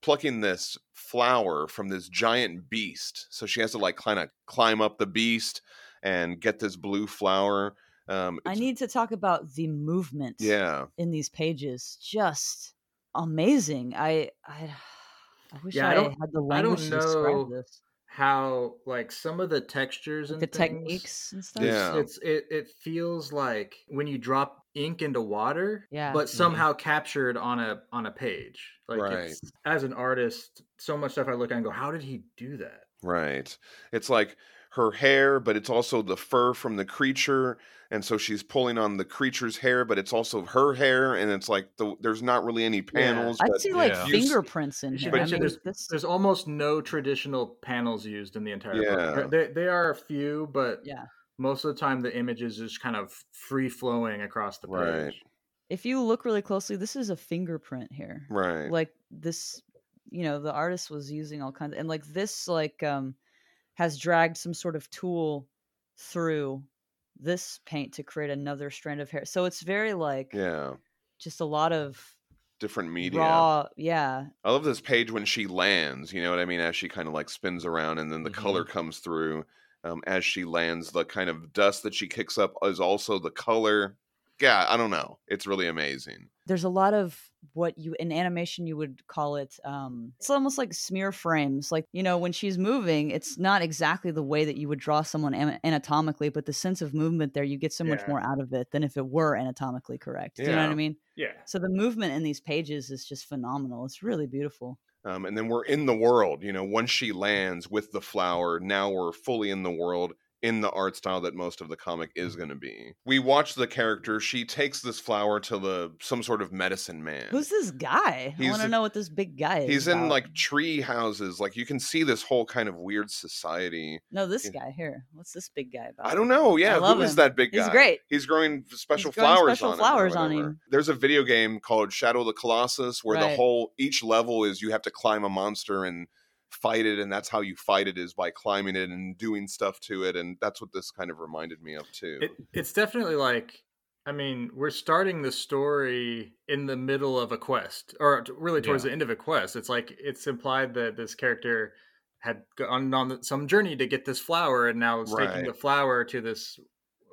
[SPEAKER 1] plucking this flower from this giant beast. So she has to like kind of climb up the beast and get this blue flower. Um,
[SPEAKER 2] I
[SPEAKER 1] it's-
[SPEAKER 2] need to talk about the movement.
[SPEAKER 1] yeah.
[SPEAKER 2] in these pages just amazing i i, [sighs] I wish
[SPEAKER 4] Yeah, I
[SPEAKER 2] I,
[SPEAKER 4] don't-
[SPEAKER 2] had the
[SPEAKER 4] I don't
[SPEAKER 2] language to describe
[SPEAKER 4] know
[SPEAKER 2] this
[SPEAKER 4] how like some of the textures
[SPEAKER 2] like
[SPEAKER 4] and
[SPEAKER 2] the
[SPEAKER 4] things-
[SPEAKER 2] techniques and stuff
[SPEAKER 1] Yeah.
[SPEAKER 4] It's, it's it, it feels like when you drop ink into water,
[SPEAKER 2] Yeah.
[SPEAKER 4] but
[SPEAKER 3] Mhm.
[SPEAKER 4] somehow captured on a on a page. Like
[SPEAKER 1] Mm-hmm. Right.
[SPEAKER 4] it's, as an artist, so much stuff I look at and go, how did he do that?
[SPEAKER 1] Right. It's like her hair, but it's also the fur from the creature, and so she's pulling on the creature's hair, but it's also her hair, and it's like the, there's not really any panels.
[SPEAKER 2] i'd
[SPEAKER 1] but
[SPEAKER 2] see like
[SPEAKER 3] Yeah.
[SPEAKER 1] you s-
[SPEAKER 2] fingerprints in
[SPEAKER 4] You should
[SPEAKER 2] here i
[SPEAKER 1] mention
[SPEAKER 2] mean
[SPEAKER 4] there's-
[SPEAKER 2] this
[SPEAKER 4] There's almost no traditional panels used in the entire book.
[SPEAKER 1] Yeah.
[SPEAKER 4] There- There, there are a few, but
[SPEAKER 2] yeah
[SPEAKER 4] most of the time the image is just kind of free flowing across the page.
[SPEAKER 1] Right.
[SPEAKER 2] if you look really closely this is a fingerprint here
[SPEAKER 1] right.
[SPEAKER 2] like this you know the artist was using all kinds and like this like um has dragged some sort of tool through this paint to create another strand of hair so it's very like
[SPEAKER 1] yeah.
[SPEAKER 2] just a lot of
[SPEAKER 1] Different media.
[SPEAKER 2] raw yeah
[SPEAKER 1] I love this page when she lands. You know what I mean? As she kind of like spins around, and then the
[SPEAKER 3] Mhm.
[SPEAKER 2] Mm-hmm.
[SPEAKER 1] color comes through um, as she lands. The kind of dust that she kicks up is also the color. Yeah, I don't know. It's really amazing.
[SPEAKER 2] there's a lot of what you in animation you would call it um it's almost like smear frames like you know when she's moving it's not exactly the way that you would draw someone ana- anatomically but the sense of movement there you get so much
[SPEAKER 4] Yeah.
[SPEAKER 2] more out of it than if it were anatomically correct Do you know what
[SPEAKER 1] Yeah.
[SPEAKER 2] i mean
[SPEAKER 4] Yeah.
[SPEAKER 2] so the movement in these pages is just phenomenal it's really beautiful
[SPEAKER 1] Um, and then we're in the world, you know, once she lands with the flower, now we're fully in the world in the art style that most of the comic is going to be. We watch the character, she takes this flower to the some sort of medicine man.
[SPEAKER 2] who's this guy i
[SPEAKER 1] He's
[SPEAKER 2] want to
[SPEAKER 1] a-
[SPEAKER 2] know what this big guy is
[SPEAKER 1] He's in
[SPEAKER 2] about.
[SPEAKER 1] like tree houses. Like you can see this whole kind of weird society.
[SPEAKER 2] no this
[SPEAKER 1] yeah.
[SPEAKER 2] guy here what's this big guy about
[SPEAKER 1] I don't know. Yeah,
[SPEAKER 2] love
[SPEAKER 1] who is
[SPEAKER 2] him.
[SPEAKER 1] that big guy?
[SPEAKER 2] He's great.
[SPEAKER 1] He's growing special
[SPEAKER 2] growing
[SPEAKER 1] flowers
[SPEAKER 2] special
[SPEAKER 1] on
[SPEAKER 2] flowers
[SPEAKER 1] him. or
[SPEAKER 2] on
[SPEAKER 1] whatever.
[SPEAKER 2] him.
[SPEAKER 1] There's a video game called Shadow of the Colossus where the
[SPEAKER 2] Right.
[SPEAKER 1] whole each level is you have to climb a monster and fight it, and that's how you fight it is by climbing it and doing stuff to it, and that's what this kind of reminded me of too. [laughs]
[SPEAKER 4] It, it's definitely like, I mean, we're starting the story in the middle of a quest, or t- really towards
[SPEAKER 3] Yeah.
[SPEAKER 4] the end of a quest. It's like it's implied that this character had gone on some journey to get this flower, and now is taking
[SPEAKER 1] Right.
[SPEAKER 4] the flower to this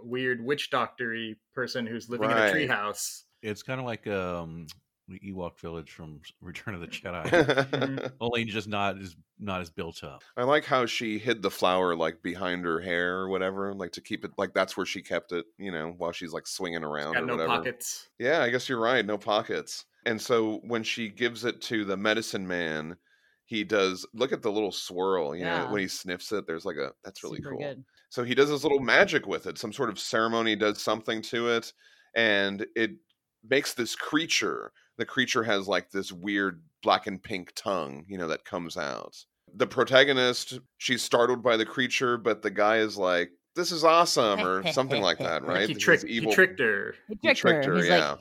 [SPEAKER 4] weird witch doctory person who's living
[SPEAKER 1] Right.
[SPEAKER 4] in a treehouse.
[SPEAKER 3] It's kind of like um, the Ewok village from Return of
[SPEAKER 1] [laughs]
[SPEAKER 3] the Jedi.
[SPEAKER 4] Mm-hmm.
[SPEAKER 1] I
[SPEAKER 3] Only just not as not as built up.
[SPEAKER 1] like how she hid the flower like behind her hair or whatever, like to keep it like that's where she kept it, you know, while she's like swinging around
[SPEAKER 4] Got
[SPEAKER 1] or
[SPEAKER 4] no
[SPEAKER 1] whatever.
[SPEAKER 4] pockets.
[SPEAKER 1] Yeah, I guess you're right. No pockets. And so when she gives it to the medicine man, he does look at the little swirl, you know,
[SPEAKER 2] Yeah.
[SPEAKER 1] when he sniffs it, there's like a that's really
[SPEAKER 2] Super
[SPEAKER 1] cool.
[SPEAKER 2] good.
[SPEAKER 1] So he does this little magic with it, some sort of ceremony, does something to it, and it makes this creature. The creature has like this weird black and pink tongue, you know, that comes out. The protagonist, she's startled by the creature, but the guy is like, This is
[SPEAKER 4] [laughs]
[SPEAKER 1] awesome, or something like that,
[SPEAKER 4] Like,
[SPEAKER 1] right?
[SPEAKER 4] he
[SPEAKER 1] This is
[SPEAKER 4] tricked, he
[SPEAKER 1] evil-
[SPEAKER 4] tricked her.
[SPEAKER 2] he
[SPEAKER 1] tricked her,
[SPEAKER 2] He's like,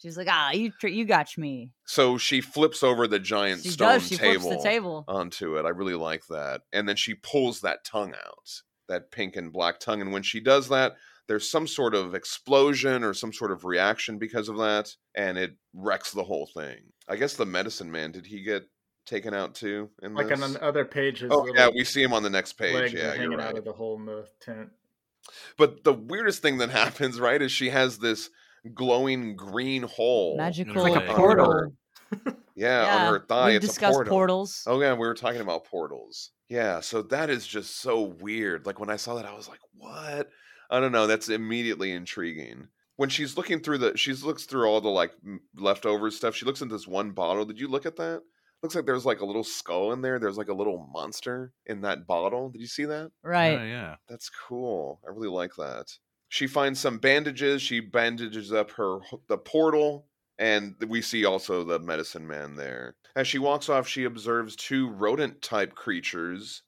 [SPEAKER 2] She's like, ah, you tr- you got me.
[SPEAKER 1] So she flips over the giant
[SPEAKER 2] She
[SPEAKER 1] stone
[SPEAKER 2] does. She
[SPEAKER 1] table,
[SPEAKER 2] flips the table.
[SPEAKER 1] onto it. I really like that. And then she pulls that tongue out, that pink and black tongue. And when she does that, there's some sort of explosion or some sort of reaction because of that, and it wrecks the whole thing. I guess the medicine man did he get taken out too? In
[SPEAKER 4] Like
[SPEAKER 1] this?
[SPEAKER 4] on the other page, his
[SPEAKER 1] oh
[SPEAKER 4] little
[SPEAKER 1] yeah, we see him on the next page.
[SPEAKER 4] legs
[SPEAKER 1] Yeah,
[SPEAKER 4] are
[SPEAKER 1] you're
[SPEAKER 4] hanging
[SPEAKER 1] right.
[SPEAKER 4] out of the hole in the tent.
[SPEAKER 1] But the weirdest thing that [laughs] happens, right, is she has this glowing green hole.
[SPEAKER 2] Magical
[SPEAKER 3] like a
[SPEAKER 2] portal.
[SPEAKER 1] portal. Oh. Yeah, on her thigh.
[SPEAKER 2] We
[SPEAKER 1] it's
[SPEAKER 2] discussed
[SPEAKER 1] a portal.
[SPEAKER 2] portals.
[SPEAKER 1] Oh yeah, we were talking about portals. Yeah, so that is just so weird. Like when I saw that, I was like, "What?" I don't know. That's immediately intriguing. When she's looking through the, she's looks through all the like m- leftover stuff. She looks at this one bottle. Did you look at that? Looks like there's like a little skull in there. There's like a little monster in that bottle. Did you see that?
[SPEAKER 2] Right.
[SPEAKER 3] Oh, yeah.
[SPEAKER 1] That's cool. I really like that. She finds some bandages. She bandages up her the portal, and we see also the medicine man there. As she walks off, she observes two rodent type creatures,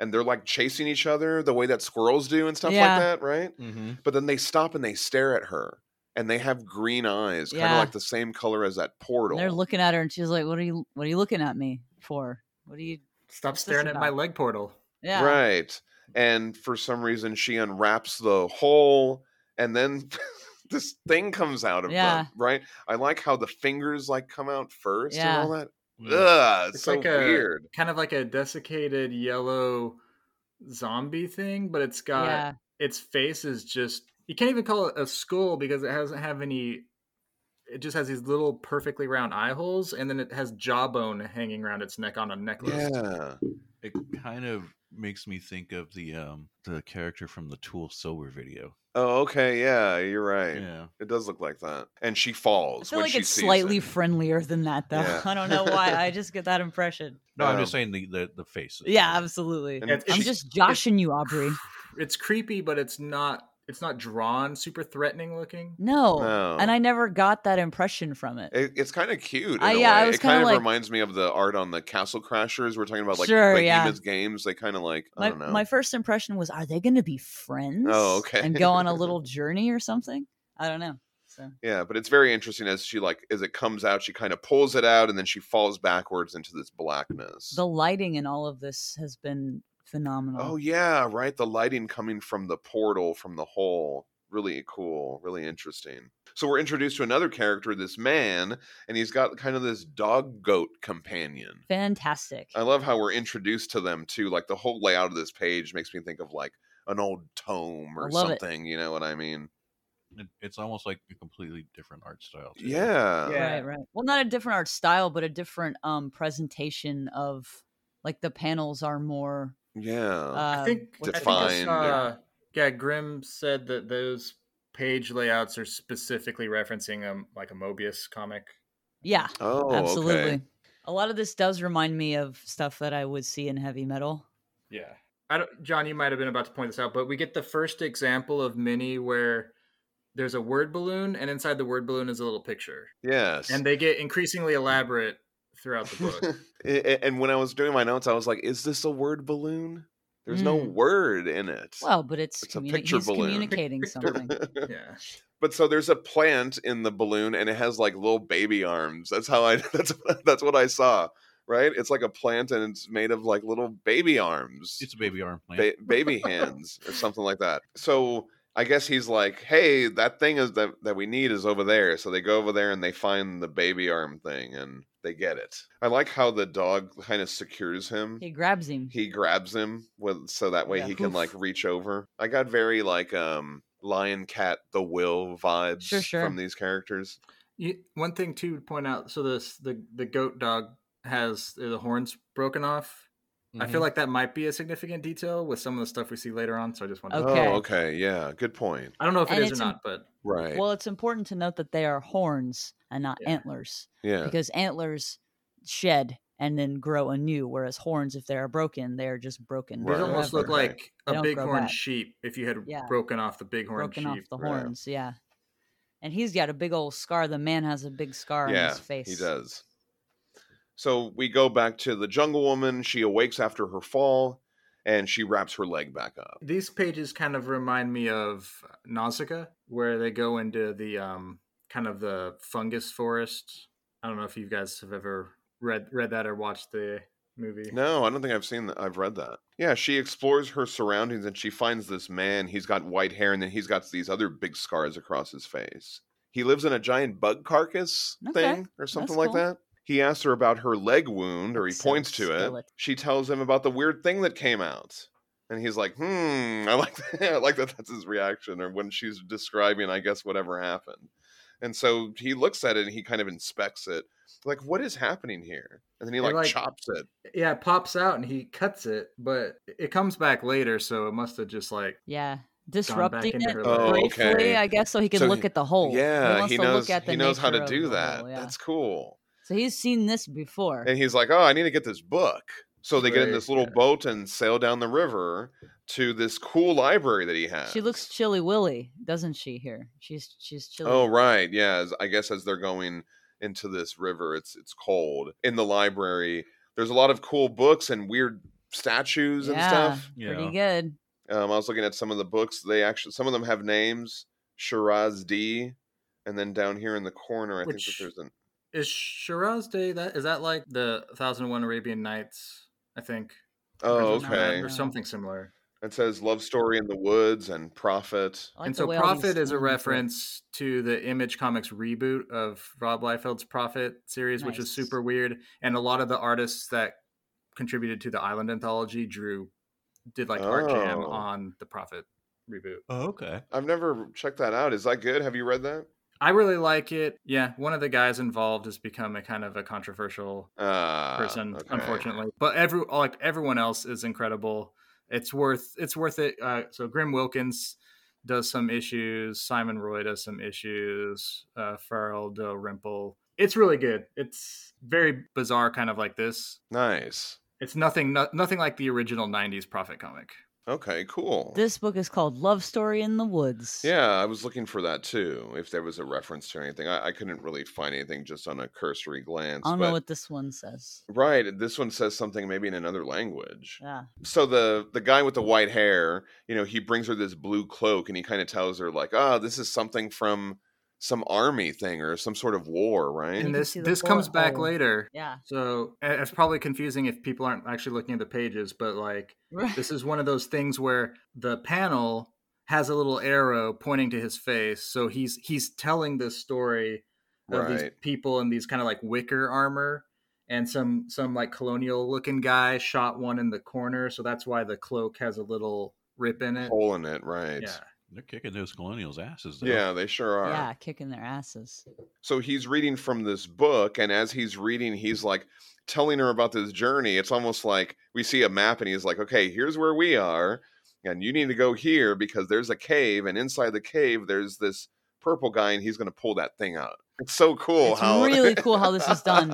[SPEAKER 1] and they're like chasing each other the way that squirrels do and stuff
[SPEAKER 2] Yeah.
[SPEAKER 1] like that, right?
[SPEAKER 3] Mm-hmm.
[SPEAKER 1] But then they stop and they stare at her, and they have green eyes, kind
[SPEAKER 2] Yeah.
[SPEAKER 1] of like the same color as that portal.
[SPEAKER 2] And They're looking at her, and she's like, "What are you? What are you looking at me for? What are you?
[SPEAKER 4] Stop
[SPEAKER 2] What's this
[SPEAKER 4] staring at my
[SPEAKER 2] about?
[SPEAKER 4] leg portal.
[SPEAKER 2] Yeah.
[SPEAKER 1] Right. And for some reason, she unwraps the hole, and then [laughs] this thing comes out of
[SPEAKER 2] Yeah.
[SPEAKER 1] them. Right. I like how the fingers like come out first and
[SPEAKER 2] Yeah.
[SPEAKER 1] all that. Ugh, it's,
[SPEAKER 4] Mm. It's
[SPEAKER 1] so
[SPEAKER 4] like a-
[SPEAKER 1] weird.
[SPEAKER 4] Kind of like a desiccated yellow zombie thing, but it's got
[SPEAKER 2] yeah.
[SPEAKER 4] its face is just you can't even call it a skull because it doesn't have any it just has these little perfectly round eye holes and then it has jawbone hanging around its neck on a necklace.
[SPEAKER 1] Yeah.
[SPEAKER 3] It kind of makes me think of the um the character from the Tool Sober video.
[SPEAKER 1] Oh, okay. Yeah, you're right.
[SPEAKER 3] Yeah.
[SPEAKER 1] It does look like that. And she
[SPEAKER 2] I
[SPEAKER 1] falls.
[SPEAKER 2] feel
[SPEAKER 1] when
[SPEAKER 2] like
[SPEAKER 1] she
[SPEAKER 2] it's
[SPEAKER 1] sees
[SPEAKER 2] slightly
[SPEAKER 1] it.
[SPEAKER 2] friendlier than that, though.
[SPEAKER 1] Yeah.
[SPEAKER 2] [laughs] I don't know why. I just get that impression.
[SPEAKER 3] No, I'm just
[SPEAKER 1] Um,
[SPEAKER 3] saying the the, the face.
[SPEAKER 1] [laughs]
[SPEAKER 2] Yeah, absolutely.
[SPEAKER 1] And
[SPEAKER 4] It's-
[SPEAKER 2] I'm
[SPEAKER 4] she-
[SPEAKER 2] just joshing you, Aubrey.
[SPEAKER 4] It's creepy, but it's not it's not drawn super threatening looking.
[SPEAKER 2] No.
[SPEAKER 1] No.
[SPEAKER 2] And I never got that impression from it.
[SPEAKER 1] It, it's kind of cute. In
[SPEAKER 2] Uh,
[SPEAKER 1] a
[SPEAKER 2] yeah, I
[SPEAKER 1] way.
[SPEAKER 2] was
[SPEAKER 1] it kind
[SPEAKER 2] kinda
[SPEAKER 1] of
[SPEAKER 2] like-
[SPEAKER 1] reminds me of the art on the Castle Crashers. We're talking about like
[SPEAKER 2] Sure, yeah.
[SPEAKER 1] Behemoth games. They kind of like I
[SPEAKER 2] My,
[SPEAKER 1] don't know.
[SPEAKER 2] my first impression was, are they going to be friends?
[SPEAKER 1] Oh, okay.
[SPEAKER 2] And go
[SPEAKER 1] [laughs]
[SPEAKER 2] on a little journey or something? I don't know. So
[SPEAKER 1] Yeah, but it's very interesting as she like as it comes out, she kind of pulls it out and then she falls backwards into this blackness.
[SPEAKER 2] the lighting in all of this has been phenomenal.
[SPEAKER 1] oh yeah, right. The lighting coming from the portal, from the hole. Really cool, really interesting. So we're introduced to another character, this man, and he's got kind of this dog goat companion.
[SPEAKER 2] Fantastic.
[SPEAKER 1] I love how we're introduced to them too. Like the whole layout of this page makes me think of like an old tome
[SPEAKER 2] I
[SPEAKER 1] or
[SPEAKER 2] love it.
[SPEAKER 1] something, you know what I mean?
[SPEAKER 3] It, it's almost like a completely different art style. too.
[SPEAKER 1] Yeah.
[SPEAKER 4] Yeah.
[SPEAKER 2] Right, right. Well, not a different art style, but a different um presentation of like the panels are more
[SPEAKER 1] Yeah.
[SPEAKER 2] uh,
[SPEAKER 4] I think
[SPEAKER 2] what's the-
[SPEAKER 1] Defined.
[SPEAKER 4] Um, I
[SPEAKER 1] Defined.
[SPEAKER 4] think I saw, yeah, Grimm said that those page layouts are specifically referencing um like a Mobius comic.
[SPEAKER 2] Yeah.
[SPEAKER 1] oh,
[SPEAKER 2] Absolutely.
[SPEAKER 1] okay.
[SPEAKER 2] A lot of this does remind me of stuff that I would see in heavy metal.
[SPEAKER 4] Yeah. I don't, John, you might have been about to point this out, but we get the first example of mini where there's a word balloon, and inside the word balloon is a little picture,
[SPEAKER 1] Yes.
[SPEAKER 4] and they get increasingly elaborate throughout the book.
[SPEAKER 1] [laughs] A- a- and when I was doing my notes, I was like, "Is this a word balloon? There's no
[SPEAKER 2] Mm.
[SPEAKER 1] word in it."
[SPEAKER 2] Well, but it's,
[SPEAKER 1] It's a
[SPEAKER 2] communi-
[SPEAKER 1] picture
[SPEAKER 2] he's
[SPEAKER 1] balloon.
[SPEAKER 2] communicating something.
[SPEAKER 4] yeah,
[SPEAKER 1] [laughs] but so there's a plant in the balloon, and it has like little baby arms. That's how I. [laughs] That's that's what I saw. Right? It's like a plant, and it's made of like little baby arms,
[SPEAKER 3] It's a baby arm plant.
[SPEAKER 1] ba- baby hands, or something like that. So. I guess he's like, "Hey, that thing is that that we need is over there." So they go over there and they find the baby arm thing, and they get it. I like how the dog kind of secures him.
[SPEAKER 2] He grabs him.
[SPEAKER 1] he grabs him with so that way
[SPEAKER 2] Yeah.
[SPEAKER 1] he can
[SPEAKER 2] Oof.
[SPEAKER 1] like reach over. I got very like um lion cat the will vibes
[SPEAKER 2] Sure, sure.
[SPEAKER 1] from these characters.
[SPEAKER 4] you, one thing too to point out. So this the the goat dog has uh, the horns broken off.
[SPEAKER 2] Mm-hmm.
[SPEAKER 4] I
[SPEAKER 3] Mm-hmm.
[SPEAKER 4] feel like that might be a significant detail with some of the stuff we see later on. So I just want to.
[SPEAKER 2] Okay.
[SPEAKER 1] Oh, okay, yeah, good point.
[SPEAKER 4] I don't know if
[SPEAKER 2] And
[SPEAKER 4] it is or
[SPEAKER 2] it's im-
[SPEAKER 4] not, but
[SPEAKER 1] Right.
[SPEAKER 2] Well, it's important to note that they are horns and not
[SPEAKER 4] Yeah.
[SPEAKER 2] antlers
[SPEAKER 1] yeah.
[SPEAKER 2] because antlers shed and then grow anew, whereas horns, if they are broken, they are just broken.
[SPEAKER 1] Right.
[SPEAKER 4] these almost look
[SPEAKER 1] Okay.
[SPEAKER 4] like
[SPEAKER 2] They
[SPEAKER 4] a
[SPEAKER 2] don't grow
[SPEAKER 4] bighorn
[SPEAKER 2] back.
[SPEAKER 4] sheep if you had
[SPEAKER 2] Yeah.
[SPEAKER 4] broken off the bighorn
[SPEAKER 2] broken
[SPEAKER 4] sheep.
[SPEAKER 2] off the
[SPEAKER 1] Yeah.
[SPEAKER 2] horns. Yeah. And he's got a big old scar. The man has a big scar on
[SPEAKER 1] yeah,
[SPEAKER 2] his face.
[SPEAKER 1] He does. So we go back to the jungle woman. She awakes after her fall and she wraps her leg back up.
[SPEAKER 4] these pages kind of remind me of Nausicaa, where they go into the um kind of the fungus forest. I don't know if you guys have ever read read that or watched the movie.
[SPEAKER 1] No, I don't think I've seen that. I've read that. Yeah, she explores her surroundings and she finds this man. He's got white hair and then he's got these other big scars across his face. He lives in a giant bug carcass
[SPEAKER 2] Okay,
[SPEAKER 1] thing or something
[SPEAKER 2] that's
[SPEAKER 1] like
[SPEAKER 2] cool.
[SPEAKER 1] that. He asks her about her leg wound or he
[SPEAKER 2] Sounds
[SPEAKER 1] points to it.
[SPEAKER 2] skeletal.
[SPEAKER 1] She tells him about the weird thing that came out. And he's like, "Hmm, I like [laughs] that. I like that that's his reaction or when she's describing I guess whatever happened." And so he looks at it and he kind of inspects it. Like, what is happening here? And then he
[SPEAKER 4] And,
[SPEAKER 1] like,
[SPEAKER 4] like,
[SPEAKER 1] chops it.
[SPEAKER 4] Yeah, it pops out and he cuts it, but it comes back later, so it must have just like
[SPEAKER 2] Yeah,
[SPEAKER 4] back
[SPEAKER 2] disrupting
[SPEAKER 4] into
[SPEAKER 2] it
[SPEAKER 4] her
[SPEAKER 1] Oh,
[SPEAKER 4] life.
[SPEAKER 2] briefly,
[SPEAKER 1] okay.
[SPEAKER 2] I guess, so he can
[SPEAKER 1] So
[SPEAKER 2] look
[SPEAKER 1] he-
[SPEAKER 2] at the whole.
[SPEAKER 1] Yeah,
[SPEAKER 2] wants
[SPEAKER 1] he
[SPEAKER 2] to
[SPEAKER 1] knows
[SPEAKER 2] Look at the
[SPEAKER 1] he knows how to
[SPEAKER 2] nature of
[SPEAKER 1] do
[SPEAKER 2] the
[SPEAKER 1] that.
[SPEAKER 2] hole, yeah.
[SPEAKER 1] That's cool.
[SPEAKER 2] So he's seen this before.
[SPEAKER 1] And he's like, "Oh, I need to get this book." So they get in
[SPEAKER 4] Right,
[SPEAKER 1] this little
[SPEAKER 4] yeah.
[SPEAKER 1] boat and sail down the river to this cool library that he has.
[SPEAKER 2] She looks chilly willy, doesn't she? Here, she's she's chilly.
[SPEAKER 1] Oh right, yeah. as- I guess as they're going into this river, it's it's cold in the library. There's a lot of cool books and weird statues and
[SPEAKER 2] Yeah.
[SPEAKER 1] stuff.
[SPEAKER 2] pretty
[SPEAKER 3] Yeah.
[SPEAKER 2] good.
[SPEAKER 1] Um, I was looking at some of the books. They actually some of them have names. Shiraz D, and then down here in the corner, I think
[SPEAKER 4] Which-
[SPEAKER 1] that there's an
[SPEAKER 4] Is Shiraz Day that is that like the Thousand and One Arabian Nights? I think. Or
[SPEAKER 1] oh
[SPEAKER 4] something like that,
[SPEAKER 1] okay.
[SPEAKER 4] Or something similar.
[SPEAKER 1] It says love story in the woods and prophet.
[SPEAKER 2] I like
[SPEAKER 4] and
[SPEAKER 2] the
[SPEAKER 4] so
[SPEAKER 2] way all these
[SPEAKER 4] Prophet is
[SPEAKER 2] sounds
[SPEAKER 4] a
[SPEAKER 2] look.
[SPEAKER 4] reference to the Image Comics reboot of Rob Liefeld's Prophet series, which is
[SPEAKER 2] Nice.
[SPEAKER 4] super weird. And a lot of the artists that contributed to the Island anthology drew did like art jam
[SPEAKER 1] Oh.
[SPEAKER 4] on the Prophet reboot.
[SPEAKER 3] Oh, okay.
[SPEAKER 1] I've never checked that out. Is that good? Have you read that?
[SPEAKER 4] I really like it. Yeah, one of the guys involved has become a kind of a controversial
[SPEAKER 1] Uh,
[SPEAKER 4] person, unfortunately. But every like everyone else is incredible. It's worth it's worth it. Uh, so Grim Wilkins does some issues. Simon Roy does some issues. Uh, Farrell Dalrymple. It's really good. It's very bizarre, kind of like this.
[SPEAKER 1] Nice.
[SPEAKER 4] It's nothing no, nothing like the original '90s Prophet comic.
[SPEAKER 1] Okay, cool.
[SPEAKER 2] This book is called Love Story in the Woods.
[SPEAKER 1] yeah, I was looking for that too. If there was a reference to anything, I, I couldn't really find anything just on a cursory glance.
[SPEAKER 2] I don't
[SPEAKER 1] but,
[SPEAKER 2] know what this one says.
[SPEAKER 1] right, this one says something maybe in another language.
[SPEAKER 2] Yeah.
[SPEAKER 1] so the the guy with the white hair, you know, he brings her this blue cloak and he kind of tells her like, "Ah, this is something from some army thing or some sort of war, right?"
[SPEAKER 2] you
[SPEAKER 4] And
[SPEAKER 2] can
[SPEAKER 4] this
[SPEAKER 2] see the
[SPEAKER 4] this comes
[SPEAKER 2] bullet
[SPEAKER 4] back
[SPEAKER 2] hole.
[SPEAKER 4] later.
[SPEAKER 2] Yeah. [laughs]
[SPEAKER 4] So uh, it's probably confusing if people aren't actually looking at the pages, but like
[SPEAKER 2] Right.
[SPEAKER 4] this is one of those things where the panel has a little arrow pointing to his face so he's he's telling this story of
[SPEAKER 2] uh,
[SPEAKER 4] these
[SPEAKER 1] right.
[SPEAKER 4] people in these kind of like wicker armor and some some like colonial looking guy shot one in the corner so that's why the cloak has a little rip in it
[SPEAKER 1] Hole in it, right?
[SPEAKER 4] yeah
[SPEAKER 3] They're kicking those colonials' asses. Though.
[SPEAKER 1] Yeah, they sure are.
[SPEAKER 2] Yeah, kicking their
[SPEAKER 1] [laughs]
[SPEAKER 2] asses.
[SPEAKER 1] So he's reading from this book, and as he's reading, he's like telling her about this journey. It's almost like we see a map, and he's like, okay, here's where we are, and you need to go here because there's a cave, and inside the cave, there's this purple guy, and he's going to pull that thing out. It's so cool
[SPEAKER 2] It's
[SPEAKER 1] how
[SPEAKER 2] really cool how this is done.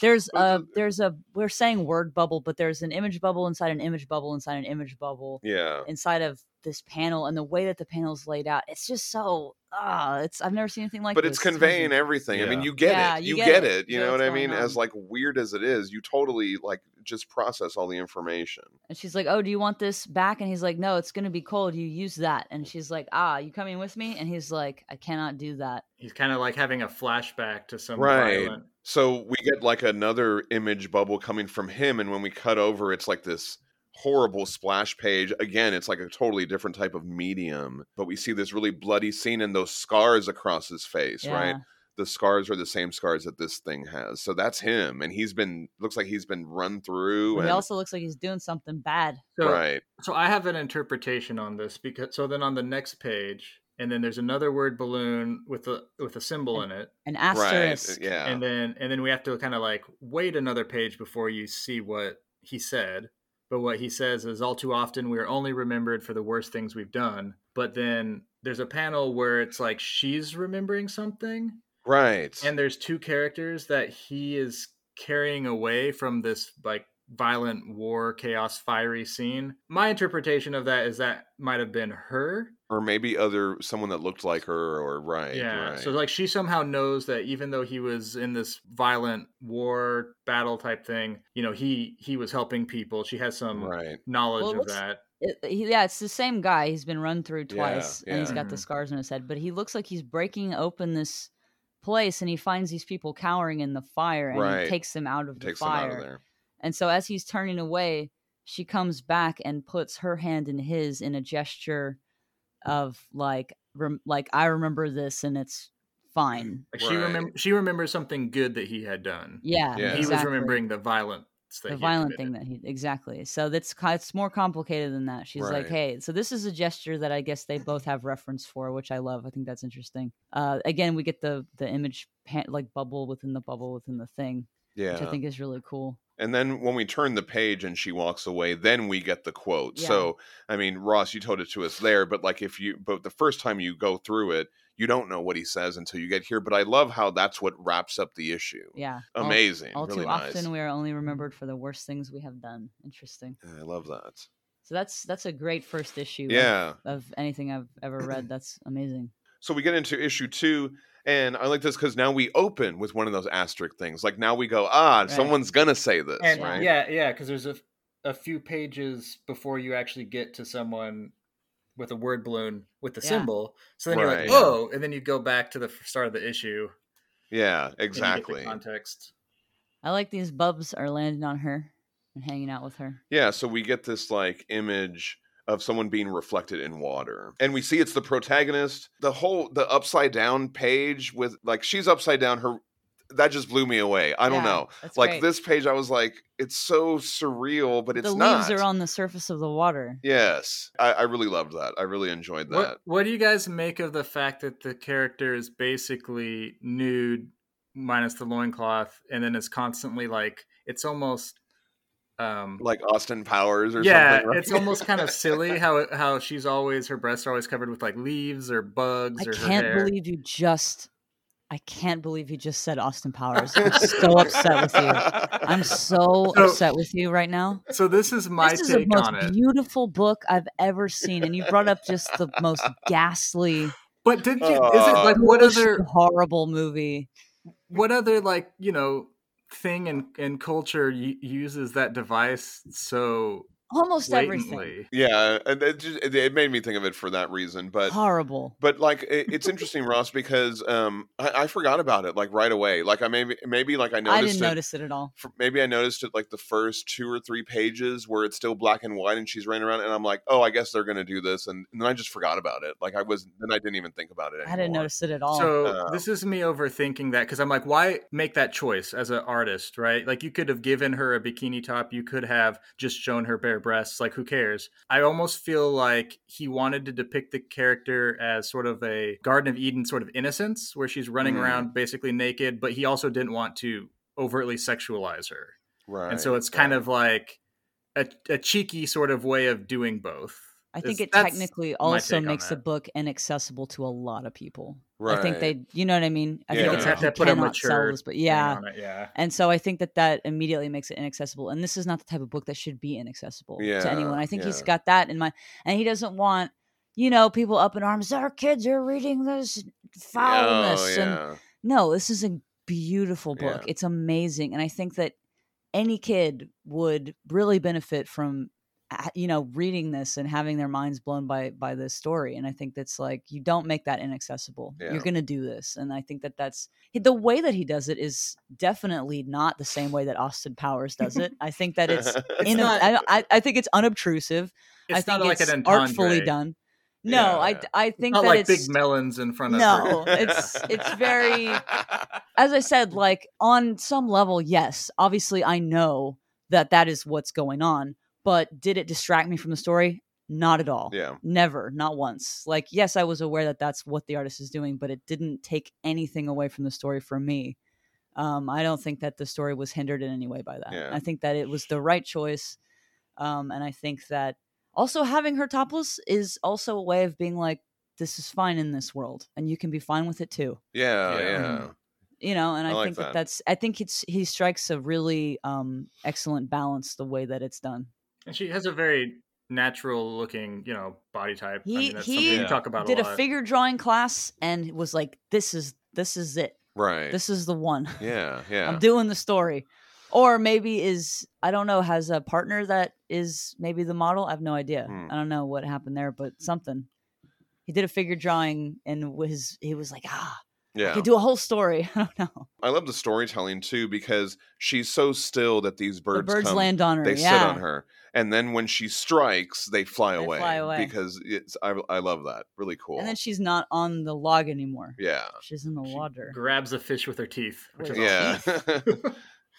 [SPEAKER 2] There's
[SPEAKER 1] Which
[SPEAKER 2] a
[SPEAKER 1] is-
[SPEAKER 2] there's a we're saying word bubble, but there's an image bubble inside an image bubble inside an image bubble
[SPEAKER 1] [laughs] yeah.
[SPEAKER 2] inside of this panel, and the way that the panel's laid out, it's just so ah, it's I've never seen anything like.
[SPEAKER 1] But it's
[SPEAKER 2] this.
[SPEAKER 1] conveying
[SPEAKER 2] amazing.
[SPEAKER 1] everything. I mean,
[SPEAKER 3] Yeah.
[SPEAKER 1] you get
[SPEAKER 2] Yeah,
[SPEAKER 1] it. You, get, it. You
[SPEAKER 2] Yeah,
[SPEAKER 1] know what
[SPEAKER 2] what's
[SPEAKER 1] I
[SPEAKER 2] going
[SPEAKER 1] mean? As
[SPEAKER 2] on.
[SPEAKER 1] like weird as it is, you totally like just process all the information.
[SPEAKER 2] And she's like, "Oh, do you want this back?" And he's like, "No, it's going to be cold. You use that." And she's like, "Ah, you coming with me?" And he's like, "I cannot do that."
[SPEAKER 4] he's kind of like having a flashback to some
[SPEAKER 1] Right.
[SPEAKER 4] violent
[SPEAKER 1] So we get like another image bubble coming from him, and when we cut over, it's like this horrible splash page. Again, it's like a totally different type of medium, but we see this really bloody scene and those scars across his face, right?
[SPEAKER 2] Yeah.
[SPEAKER 1] The scars are the same scars that this thing has. So that's him, and he's been looks like he's been run through.
[SPEAKER 2] But
[SPEAKER 1] And,
[SPEAKER 2] He also looks like he's doing something bad.
[SPEAKER 4] so
[SPEAKER 1] right,
[SPEAKER 4] So I have an interpretation on this because so then on the next page, and then there's another word balloon with a with a
[SPEAKER 1] Hmm.
[SPEAKER 4] symbol in it,
[SPEAKER 2] An
[SPEAKER 1] right,
[SPEAKER 2] asterisk.
[SPEAKER 1] uh, yeah.
[SPEAKER 4] and then and then we have to kind of like wait another page before you see what he said. But what he says is all too often we are only remembered for the worst things we've done. But then there's a panel where it's like she's remembering something,
[SPEAKER 1] right,
[SPEAKER 4] and there's two characters that he is carrying away from this like violent war chaos fiery scene my interpretation of that is that might have been her
[SPEAKER 1] or maybe other someone that looked like her, or right,
[SPEAKER 4] yeah
[SPEAKER 1] right.
[SPEAKER 4] so like she somehow knows that even though he was in this violent war battle type thing you know he he was helping people she has
[SPEAKER 2] um,
[SPEAKER 4] some
[SPEAKER 1] right.
[SPEAKER 4] knowledge
[SPEAKER 2] Well, it
[SPEAKER 4] of
[SPEAKER 2] looks-
[SPEAKER 4] that
[SPEAKER 2] It- he- yeah, it's the same guy. He's been run through
[SPEAKER 1] Yeah,
[SPEAKER 2] twice, and
[SPEAKER 1] yeah.
[SPEAKER 2] he's
[SPEAKER 1] Mm-hmm.
[SPEAKER 2] got the
[SPEAKER 4] Mhm.
[SPEAKER 2] scars on his head. But he looks like he's breaking open this place and he finds these people cowering in the fire and
[SPEAKER 1] Right.
[SPEAKER 2] he takes them out of the
[SPEAKER 1] takes them
[SPEAKER 2] fire.
[SPEAKER 1] out of there.
[SPEAKER 2] And so as he's turning away, she comes back and puts her hand in his in a gesture of like rem- like I remember this and it's fine.
[SPEAKER 4] Like she
[SPEAKER 1] Right.
[SPEAKER 4] remember she remembers something good that he had done.
[SPEAKER 2] Yeah,
[SPEAKER 1] Yeah.
[SPEAKER 4] He was
[SPEAKER 2] exactly.
[SPEAKER 4] remembering the violence that
[SPEAKER 2] the
[SPEAKER 4] he had
[SPEAKER 2] violent thing
[SPEAKER 4] committed.
[SPEAKER 2] that he exactly. So that's ki- it's more complicated than that. She's like,
[SPEAKER 1] Right.
[SPEAKER 2] "Hey, so this is a gesture that I guess they both have reference for, which I love. I think that's interesting." Uh, again, we get the the image pan- like bubble within the bubble within the thing,
[SPEAKER 1] Yeah.
[SPEAKER 2] which I think is really cool.
[SPEAKER 1] And then when we turn the page and she walks away, then we get the quote.
[SPEAKER 2] Yeah.
[SPEAKER 1] So, I mean, Ross, you told it to us there, but like if you, but the first time you go through it, you don't know what he says until you get here. But I love how that's what wraps up the issue.
[SPEAKER 2] Yeah, All-
[SPEAKER 1] Amazing.
[SPEAKER 2] All,
[SPEAKER 1] really
[SPEAKER 2] too
[SPEAKER 1] nice. Mm-hmm.
[SPEAKER 2] often, we are only remembered for the worst things we have done. Interesting.
[SPEAKER 1] Yeah, I love that.
[SPEAKER 2] So that's that's a great first issue. of-
[SPEAKER 1] Yeah.
[SPEAKER 2] Of, anything I've ever read, that's amazing.
[SPEAKER 1] So we get into issue two, and I like this because now we open with one of those asterisk things. Like now we go, ah,
[SPEAKER 2] Right.
[SPEAKER 1] someone's gonna say this,
[SPEAKER 4] And
[SPEAKER 1] right?
[SPEAKER 4] yeah, yeah, because there's a, a few pages before you actually get to someone with a word balloon with the
[SPEAKER 2] Yeah.
[SPEAKER 4] symbol. So then
[SPEAKER 1] Right.
[SPEAKER 4] you're like, oh, and then you go back to the f- start of the issue.
[SPEAKER 1] Yeah,
[SPEAKER 4] and you get the
[SPEAKER 1] exactly.
[SPEAKER 4] context.
[SPEAKER 2] I like these bubs are landing on her and hanging out with her.
[SPEAKER 1] Yeah, so we get this like image of someone being reflected in water. And we see it's the protagonist. The whole the upside down page with like she's upside down her that just blew me away. I don't
[SPEAKER 2] Yeah,
[SPEAKER 1] know.
[SPEAKER 2] that's
[SPEAKER 1] Like
[SPEAKER 2] great.
[SPEAKER 1] this page I was like it's so surreal but it's
[SPEAKER 2] the
[SPEAKER 1] not.
[SPEAKER 2] leaves are on the surface of the water.
[SPEAKER 1] yes. I, I really loved that. I really enjoyed that.
[SPEAKER 4] What, what do you guys make of the fact that the character is basically nude minus the loincloth and then is constantly like, it's almost. Um,
[SPEAKER 1] Like Austin Powers or
[SPEAKER 4] yeah,
[SPEAKER 1] something. right?
[SPEAKER 4] it's
[SPEAKER 1] [laughs]
[SPEAKER 4] almost kind of silly how it- how she's always her breasts are always covered with like leaves or bugs
[SPEAKER 2] I
[SPEAKER 4] or
[SPEAKER 2] can't
[SPEAKER 4] her hair.
[SPEAKER 2] believe you just. I can't believe you just said Austin
[SPEAKER 4] [laughs]
[SPEAKER 2] Powers. I'm so upset with you. I'm so,
[SPEAKER 4] So-
[SPEAKER 2] upset with you right now.
[SPEAKER 4] So this is my
[SPEAKER 2] this is the
[SPEAKER 4] take
[SPEAKER 2] most
[SPEAKER 4] on it.
[SPEAKER 2] beautiful book I've ever seen, and you brought up just the most ghastly,
[SPEAKER 4] But did you? Is it
[SPEAKER 1] Uh,
[SPEAKER 4] like what
[SPEAKER 2] most
[SPEAKER 4] other
[SPEAKER 2] horrible movie.
[SPEAKER 4] what other like you know thing in in culture y- uses that device so
[SPEAKER 2] Almost everything
[SPEAKER 4] blatantly?
[SPEAKER 1] [laughs] Yeah, and it, just, it- it made me think of it for that reason, but
[SPEAKER 2] horrible.
[SPEAKER 1] But like, it, it's interesting, Ross, because um, I, I forgot about it like right away. Like I maybe maybe like I noticed
[SPEAKER 2] I didn't
[SPEAKER 1] it.
[SPEAKER 2] notice it at all.
[SPEAKER 1] f- Maybe I noticed it like the first two or three pages where it's still black and white and she's running around, and I'm like, oh, I guess they're gonna do this, and, and then I just forgot about it. Like I was, then I didn't even think about it. Anymore.
[SPEAKER 2] I didn't notice it at all.
[SPEAKER 4] So
[SPEAKER 1] Oh.
[SPEAKER 4] this is me overthinking that because I'm like, why make that choice as an artist, right? Like you could have given her a bikini top, you could have just shown her bare breasts. Like who cares? I almost feel like he wanted to depict the character as sort of a Garden of Eden sort of innocence, where she's running
[SPEAKER 1] Mm.
[SPEAKER 4] around basically naked, but he also didn't want to overtly sexualize her,
[SPEAKER 1] Right.
[SPEAKER 4] and so it's kind
[SPEAKER 1] right.
[SPEAKER 4] of like a, a cheeky sort of way of doing both.
[SPEAKER 2] I think
[SPEAKER 4] It's-
[SPEAKER 2] it
[SPEAKER 4] that's-
[SPEAKER 2] technically
[SPEAKER 4] my
[SPEAKER 2] also
[SPEAKER 4] take on
[SPEAKER 2] makes the
[SPEAKER 4] that.
[SPEAKER 2] book inaccessible to a lot of people. I
[SPEAKER 1] Right.
[SPEAKER 2] think they, you know what I mean. I
[SPEAKER 1] Yeah.
[SPEAKER 4] you
[SPEAKER 2] think
[SPEAKER 4] don't
[SPEAKER 2] it's
[SPEAKER 4] have
[SPEAKER 2] like
[SPEAKER 4] to
[SPEAKER 2] you
[SPEAKER 4] put a
[SPEAKER 2] cannot sell
[SPEAKER 4] mature
[SPEAKER 2] this, but
[SPEAKER 4] thing
[SPEAKER 2] yeah.
[SPEAKER 4] on it, yeah.
[SPEAKER 2] And so I think that that immediately makes it inaccessible. And this is not the type of book that should be inaccessible to anyone.
[SPEAKER 1] Yeah,
[SPEAKER 2] I think he's
[SPEAKER 1] yeah.
[SPEAKER 2] got that in mind, and he doesn't want you know people up in arms. Our kids are reading this foulness,
[SPEAKER 1] Oh,
[SPEAKER 2] and
[SPEAKER 1] yeah.
[SPEAKER 2] no, this is a beautiful book.
[SPEAKER 1] Yeah.
[SPEAKER 2] It's amazing, and I think that any kid would really benefit from uh, you know reading this and having their minds blown by by this story. And I think that's like you don't make that inaccessible.
[SPEAKER 1] Yeah.
[SPEAKER 2] You're going to do this, and I think that that's the way that he does it is definitely not the same way that Austin Powers does it. I think
[SPEAKER 1] [laughs]
[SPEAKER 2] that
[SPEAKER 4] [laughs]
[SPEAKER 2] it's. In
[SPEAKER 4] not-
[SPEAKER 2] I, don't-
[SPEAKER 4] [laughs]
[SPEAKER 2] I, I think it's unobtrusive.
[SPEAKER 4] It's
[SPEAKER 2] I think
[SPEAKER 4] not like
[SPEAKER 2] it's
[SPEAKER 4] an entendre.
[SPEAKER 2] artfully done. No,
[SPEAKER 1] Yeah,
[SPEAKER 2] I,
[SPEAKER 1] yeah.
[SPEAKER 2] I think
[SPEAKER 4] not
[SPEAKER 2] that
[SPEAKER 4] like
[SPEAKER 2] it's
[SPEAKER 4] big melons in front of her.
[SPEAKER 2] No, it's it's very as I said, like on some level, yes, obviously I know that that is what's going on, but did it distract me from the story? Not at all.
[SPEAKER 1] yeah.
[SPEAKER 2] Never, not once. Like, yes, I was aware that that's what the artist is doing, but it didn't take anything away from the story for me. Um, I don't think that the story was hindered in any way by that.
[SPEAKER 1] Yeah.
[SPEAKER 2] I think that it was the right choice. Um, and I think that also having her topless is also a way of being like, this is fine in this world, and you can be fine with it too
[SPEAKER 1] Yeah.
[SPEAKER 3] Yeah.
[SPEAKER 1] Yeah.
[SPEAKER 2] you know and
[SPEAKER 1] I
[SPEAKER 2] i,
[SPEAKER 1] like
[SPEAKER 2] think that.
[SPEAKER 1] that.
[SPEAKER 2] that's i think it's he strikes a really um excellent balance the way that it's done
[SPEAKER 4] And [laughs] she has a very natural looking, you know, body type.
[SPEAKER 2] He-
[SPEAKER 4] I mean, that's
[SPEAKER 2] he
[SPEAKER 4] something we talk about
[SPEAKER 2] did
[SPEAKER 4] a
[SPEAKER 2] a
[SPEAKER 4] lot.
[SPEAKER 2] figure drawing class and was like this is this is it
[SPEAKER 1] Right.
[SPEAKER 2] this is the one
[SPEAKER 1] yeah. Yeah.
[SPEAKER 2] [laughs] i'm doing the story or maybe is i don't know has a partner that is maybe the model i have no idea
[SPEAKER 1] Hmm.
[SPEAKER 2] i don't know what happened there but something he did a figure drawing and was he was like ah
[SPEAKER 1] Yeah.
[SPEAKER 2] I could do a whole story. [laughs] I don't know.
[SPEAKER 1] I love the storytelling too because she's so still that these birds,
[SPEAKER 2] the birds
[SPEAKER 1] come,
[SPEAKER 2] land on her.
[SPEAKER 1] They
[SPEAKER 2] yeah.
[SPEAKER 1] sit on her, and then when she strikes, they fly,
[SPEAKER 2] They
[SPEAKER 1] away,
[SPEAKER 2] fly away.
[SPEAKER 1] because it's. I, I love that. Really cool.
[SPEAKER 2] And then she's not on the log anymore. [laughs]
[SPEAKER 1] yeah,
[SPEAKER 2] She's in the
[SPEAKER 4] She
[SPEAKER 2] water.
[SPEAKER 4] grabs a fish with her teeth, which is
[SPEAKER 2] With
[SPEAKER 1] yeah.
[SPEAKER 4] awesome.
[SPEAKER 1] [laughs]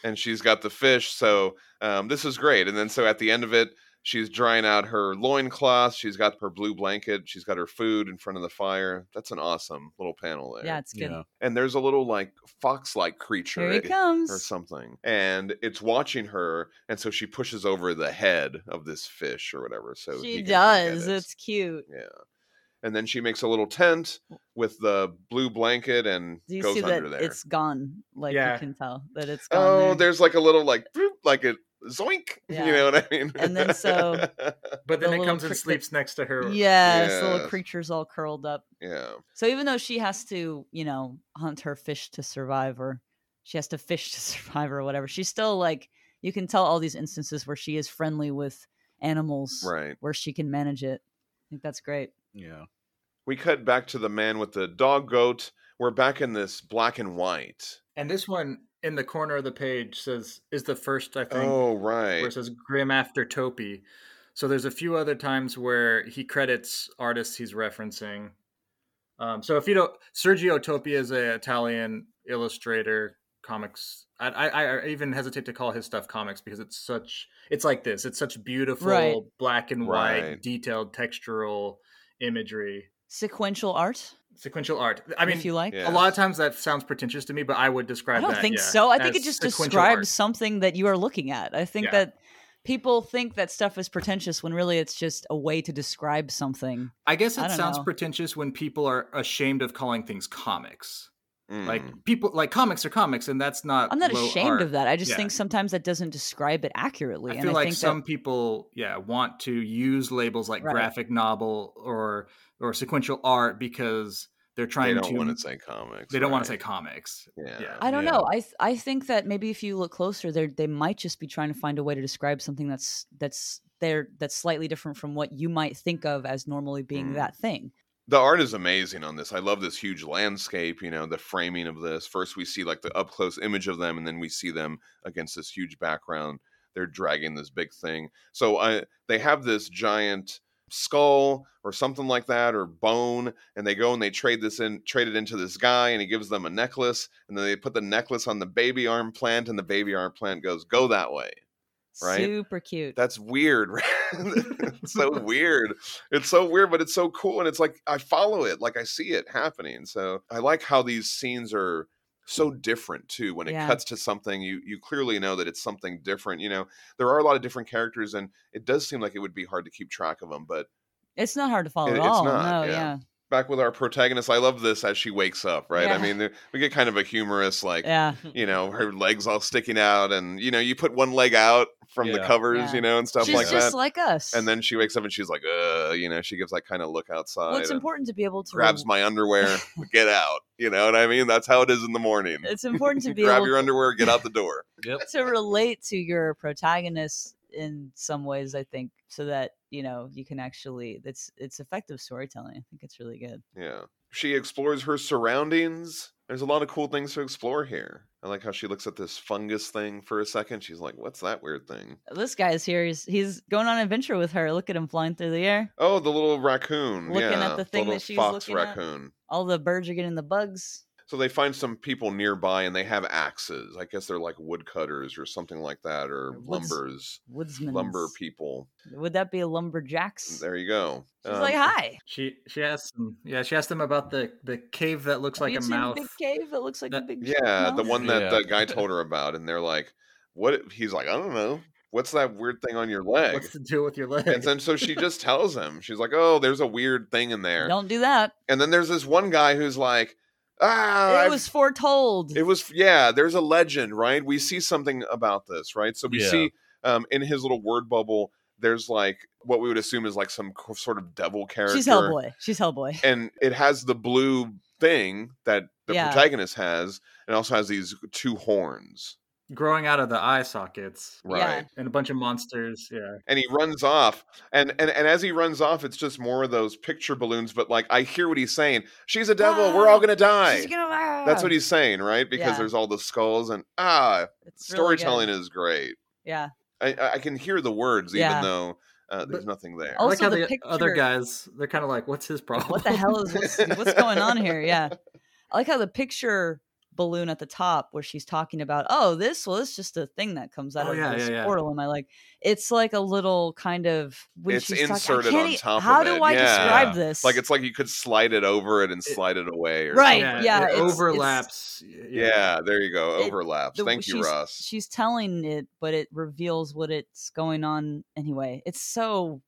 [SPEAKER 1] and she's got the fish, so um, this is great. And then so at the end of it, she's drying out her loincloth. She's got her blue blanket. She's got her food in front of the fire. That's an awesome little panel there.
[SPEAKER 2] Yeah, it's good.
[SPEAKER 3] Yeah.
[SPEAKER 1] And there's a little like fox-like creature.
[SPEAKER 2] Here he
[SPEAKER 1] It- or
[SPEAKER 2] comes.
[SPEAKER 1] something and it's watching her and so she pushes over the head of this fish or whatever so he
[SPEAKER 2] She
[SPEAKER 1] can look at
[SPEAKER 2] does.
[SPEAKER 1] it.
[SPEAKER 2] It's cute.
[SPEAKER 1] yeah and then she makes a little tent with the blue blanket and
[SPEAKER 2] Do you
[SPEAKER 1] goes
[SPEAKER 2] see that
[SPEAKER 1] under there
[SPEAKER 2] it's gone? Like
[SPEAKER 4] Yeah.
[SPEAKER 2] you can tell that it's gone.
[SPEAKER 1] oh
[SPEAKER 2] there.
[SPEAKER 1] there's like a little like boop, like a zoink [laughs]
[SPEAKER 2] Yeah.
[SPEAKER 1] you know what i mean
[SPEAKER 2] And then so-
[SPEAKER 4] [laughs] But then
[SPEAKER 2] The
[SPEAKER 4] it
[SPEAKER 2] little
[SPEAKER 4] comes
[SPEAKER 2] cr-
[SPEAKER 4] and
[SPEAKER 2] the-
[SPEAKER 4] sleeps next to her.
[SPEAKER 2] Yes, the
[SPEAKER 1] Yes.
[SPEAKER 2] little creatures all curled up.
[SPEAKER 1] [laughs] yeah
[SPEAKER 2] So even though she has to, you know, hunt her fish to survive or she has to fish to [laughs] survive or whatever, she's still like you can tell all these instances where she is friendly with animals
[SPEAKER 1] right
[SPEAKER 2] where she can manage it. I think that's great.
[SPEAKER 3] Yeah.
[SPEAKER 1] we cut back to the man with the dog goat we're back in this black and white
[SPEAKER 4] And this one in the corner of the page says is the first I think
[SPEAKER 1] oh
[SPEAKER 4] where
[SPEAKER 1] right
[SPEAKER 4] it says Grim after Topi. So there's a few other times where he credits artists he's referencing. Um, so if you don't, Sergio Topi is a Italian illustrator, comics. I, I, I even hesitate to call his stuff comics because it's such it's like this. It's such beautiful
[SPEAKER 2] Right.
[SPEAKER 4] black and white,
[SPEAKER 1] Right.
[SPEAKER 4] detailed textural imagery,
[SPEAKER 2] Sequential art,
[SPEAKER 4] sequential art. I mean,
[SPEAKER 2] if you like.
[SPEAKER 1] yeah.
[SPEAKER 4] a lot of times that sounds pretentious to me, but I would describe.
[SPEAKER 2] I don't
[SPEAKER 4] that,
[SPEAKER 2] think
[SPEAKER 4] yeah,
[SPEAKER 2] so. I think
[SPEAKER 4] as
[SPEAKER 2] it just
[SPEAKER 4] sequential
[SPEAKER 2] describes
[SPEAKER 4] art.
[SPEAKER 2] something that you are looking at. I think
[SPEAKER 4] Yeah.
[SPEAKER 2] that people think that stuff is pretentious when really it's just a way to describe something.
[SPEAKER 4] I guess
[SPEAKER 2] I
[SPEAKER 4] it
[SPEAKER 2] don't
[SPEAKER 4] sounds
[SPEAKER 2] know.
[SPEAKER 4] pretentious when people are ashamed of calling things comics.
[SPEAKER 1] Mm.
[SPEAKER 4] Like people like comics are comics, and that's not.
[SPEAKER 2] I'm not
[SPEAKER 4] low
[SPEAKER 2] ashamed
[SPEAKER 4] art.
[SPEAKER 2] of that. I just
[SPEAKER 4] Yeah.
[SPEAKER 2] think sometimes that doesn't describe it accurately.
[SPEAKER 4] I
[SPEAKER 2] and
[SPEAKER 4] feel
[SPEAKER 2] I
[SPEAKER 4] like
[SPEAKER 2] think
[SPEAKER 4] some
[SPEAKER 2] that,
[SPEAKER 4] people, yeah, want to use labels like
[SPEAKER 2] Right.
[SPEAKER 4] graphic novel or or sequential art because they're
[SPEAKER 1] they
[SPEAKER 4] trying
[SPEAKER 1] don't
[SPEAKER 4] to.
[SPEAKER 1] want to say comics
[SPEAKER 4] they don't want to say
[SPEAKER 1] right?
[SPEAKER 4] comics.
[SPEAKER 1] yeah
[SPEAKER 2] I don't
[SPEAKER 3] yeah.
[SPEAKER 2] know. I th- I think that maybe if you look closer, they they might just be trying to find a way to describe something that's that's there that's slightly different from what you might think of as normally being
[SPEAKER 1] Mm.
[SPEAKER 2] that thing.
[SPEAKER 1] the art is amazing on this. I love this huge landscape, you know, the framing of this. First we see like the up close image of them and then we see them against this huge background. They're dragging this big thing. So I they have this giant skull or something like that or bone and they go and they trade this in trade it into this guy and he gives them a necklace and then they put the necklace on the baby arm plant and the baby arm plant goes go that way Right?
[SPEAKER 2] Super cute.
[SPEAKER 1] that's weird [laughs] right? it's
[SPEAKER 2] [laughs]
[SPEAKER 1] so weird it's so weird but it's so cool and it's like i follow it like i see it happening so i like how these scenes are so different too when it
[SPEAKER 2] Yeah.
[SPEAKER 1] cuts to something you you clearly know that it's something different you know there are a lot of different characters and it does seem like it would be hard to keep track of them but
[SPEAKER 2] it's not hard to follow
[SPEAKER 1] It-
[SPEAKER 2] at
[SPEAKER 1] it's
[SPEAKER 2] all.
[SPEAKER 1] not,
[SPEAKER 2] no,
[SPEAKER 1] yeah.
[SPEAKER 2] yeah.
[SPEAKER 1] back with our protagonist i love this as she wakes up right i
[SPEAKER 2] Yeah.
[SPEAKER 1] mean there, we get kind of a humorous like
[SPEAKER 2] Yeah.
[SPEAKER 1] you know her legs all sticking out and you know you put one leg out from the
[SPEAKER 3] Yeah.
[SPEAKER 1] covers
[SPEAKER 2] Yeah.
[SPEAKER 1] you know and stuff
[SPEAKER 2] She's
[SPEAKER 1] like
[SPEAKER 2] just
[SPEAKER 1] that
[SPEAKER 2] like us.
[SPEAKER 1] and then she wakes up and she's like, uh, you know, she gives like kind of look outside.
[SPEAKER 2] well, it's
[SPEAKER 1] and
[SPEAKER 2] important to be able to
[SPEAKER 1] grabs
[SPEAKER 2] rel-
[SPEAKER 1] my
[SPEAKER 2] [laughs]
[SPEAKER 1] underwear, get out. You know what I mean? That's how it is in the morning. [laughs]
[SPEAKER 2] It's important to be
[SPEAKER 1] grab
[SPEAKER 2] able
[SPEAKER 1] your underwear, get out the door.
[SPEAKER 2] [laughs] to relate to your protagonist in some ways i think so that you know you can actually it's it's effective storytelling i think it's really good
[SPEAKER 1] Yeah. She explores her surroundings. There's a lot of cool things to explore here. I like how she looks at this fungus thing for a second. She's like, what's that weird thing?
[SPEAKER 2] this guy's here he's he's going on an adventure with her look at him flying through the air
[SPEAKER 1] Oh, the little raccoon.
[SPEAKER 2] Looking at
[SPEAKER 1] yeah,
[SPEAKER 2] the thing
[SPEAKER 1] little
[SPEAKER 2] that she's
[SPEAKER 1] fox
[SPEAKER 2] looking at.
[SPEAKER 1] raccoon.
[SPEAKER 2] all the birds are getting the bugs
[SPEAKER 1] So they find some people nearby and they have axes. I guess they're like woodcutters or something like that, or
[SPEAKER 2] Or woods-
[SPEAKER 1] lumbers,
[SPEAKER 2] woodsman
[SPEAKER 1] lumber people.
[SPEAKER 2] would that be a lumberjacks
[SPEAKER 1] There you go.
[SPEAKER 2] she's
[SPEAKER 1] Um,
[SPEAKER 2] like hi
[SPEAKER 4] She she asked them. Yeah, she asked them about the the cave that looks
[SPEAKER 2] have
[SPEAKER 4] like
[SPEAKER 2] you
[SPEAKER 4] a
[SPEAKER 2] seen
[SPEAKER 4] mouth.
[SPEAKER 2] the big cave that looks like a
[SPEAKER 4] That-
[SPEAKER 2] big
[SPEAKER 1] Yeah, the
[SPEAKER 2] mouth?
[SPEAKER 1] one that
[SPEAKER 3] Yeah.
[SPEAKER 1] the guy told her about, and they're like, "What?" He's like, "I don't know. What's that weird thing on your leg?"
[SPEAKER 4] What's to do with your leg? [laughs]
[SPEAKER 1] And then so
[SPEAKER 2] [laughs]
[SPEAKER 1] she just tells him, she's like, "Oh, there's a weird thing in there."
[SPEAKER 2] don't do that
[SPEAKER 1] And then there's this one guy who's like, "Ah,
[SPEAKER 2] it
[SPEAKER 1] I've-
[SPEAKER 2] was foretold
[SPEAKER 1] it was yeah." There's a legend, right? We see something about this, right? So we
[SPEAKER 3] Yeah.
[SPEAKER 1] see um, in his little word bubble, there's like what we would assume is like some co- sort of devil character.
[SPEAKER 2] she's hellboy she's hellboy [laughs]
[SPEAKER 1] and it has the blue thing that the
[SPEAKER 2] Yeah.
[SPEAKER 1] protagonist has, and also has these two horns.
[SPEAKER 4] growing out of the eye sockets
[SPEAKER 1] Right.
[SPEAKER 4] and a bunch of monsters. Yeah.
[SPEAKER 1] and he runs off and, and and as he runs off it's just more of those picture balloons but like i hear what he's saying she's a devil we're all gonna die
[SPEAKER 2] She's gonna- ah!
[SPEAKER 1] that's what he's saying right because
[SPEAKER 2] Yeah.
[SPEAKER 1] there's all the skulls and ah
[SPEAKER 2] It's really good.
[SPEAKER 1] storytelling is great
[SPEAKER 2] Yeah.
[SPEAKER 1] I- I, I can hear the words
[SPEAKER 2] Yeah.
[SPEAKER 1] even though uh, there's
[SPEAKER 4] But-
[SPEAKER 1] nothing there
[SPEAKER 4] I like
[SPEAKER 2] Also
[SPEAKER 4] how
[SPEAKER 2] the
[SPEAKER 4] the, other
[SPEAKER 2] picture-
[SPEAKER 4] guys, they're kind of like, what's his problem?
[SPEAKER 2] What the
[SPEAKER 4] [laughs]
[SPEAKER 2] hell is what's,
[SPEAKER 1] [laughs]
[SPEAKER 2] what's going on here? Yeah. I like how the picture balloon at the top where she's talking about, oh, this well, it's just a thing that comes out
[SPEAKER 4] Oh,
[SPEAKER 2] of
[SPEAKER 4] yeah,
[SPEAKER 2] this
[SPEAKER 4] yeah, yeah.
[SPEAKER 2] portal. Am I like it's like a little kind of when
[SPEAKER 1] It's
[SPEAKER 2] she's talking, I
[SPEAKER 1] inserted
[SPEAKER 2] can't
[SPEAKER 1] on
[SPEAKER 2] e-
[SPEAKER 1] top of
[SPEAKER 2] How
[SPEAKER 1] it.
[SPEAKER 2] do I
[SPEAKER 1] Yeah.
[SPEAKER 2] describe this?
[SPEAKER 1] like it's like you could slide it over it and slide it away or
[SPEAKER 2] Right,
[SPEAKER 1] something.
[SPEAKER 2] yeah,
[SPEAKER 4] It
[SPEAKER 2] it's- it's-
[SPEAKER 4] overlaps. y-
[SPEAKER 1] yeah there you go
[SPEAKER 2] It-
[SPEAKER 1] overlaps
[SPEAKER 2] the-
[SPEAKER 1] thank you
[SPEAKER 2] she's-
[SPEAKER 1] ross
[SPEAKER 2] She's telling it, but it reveals what it's going on anyway. It's so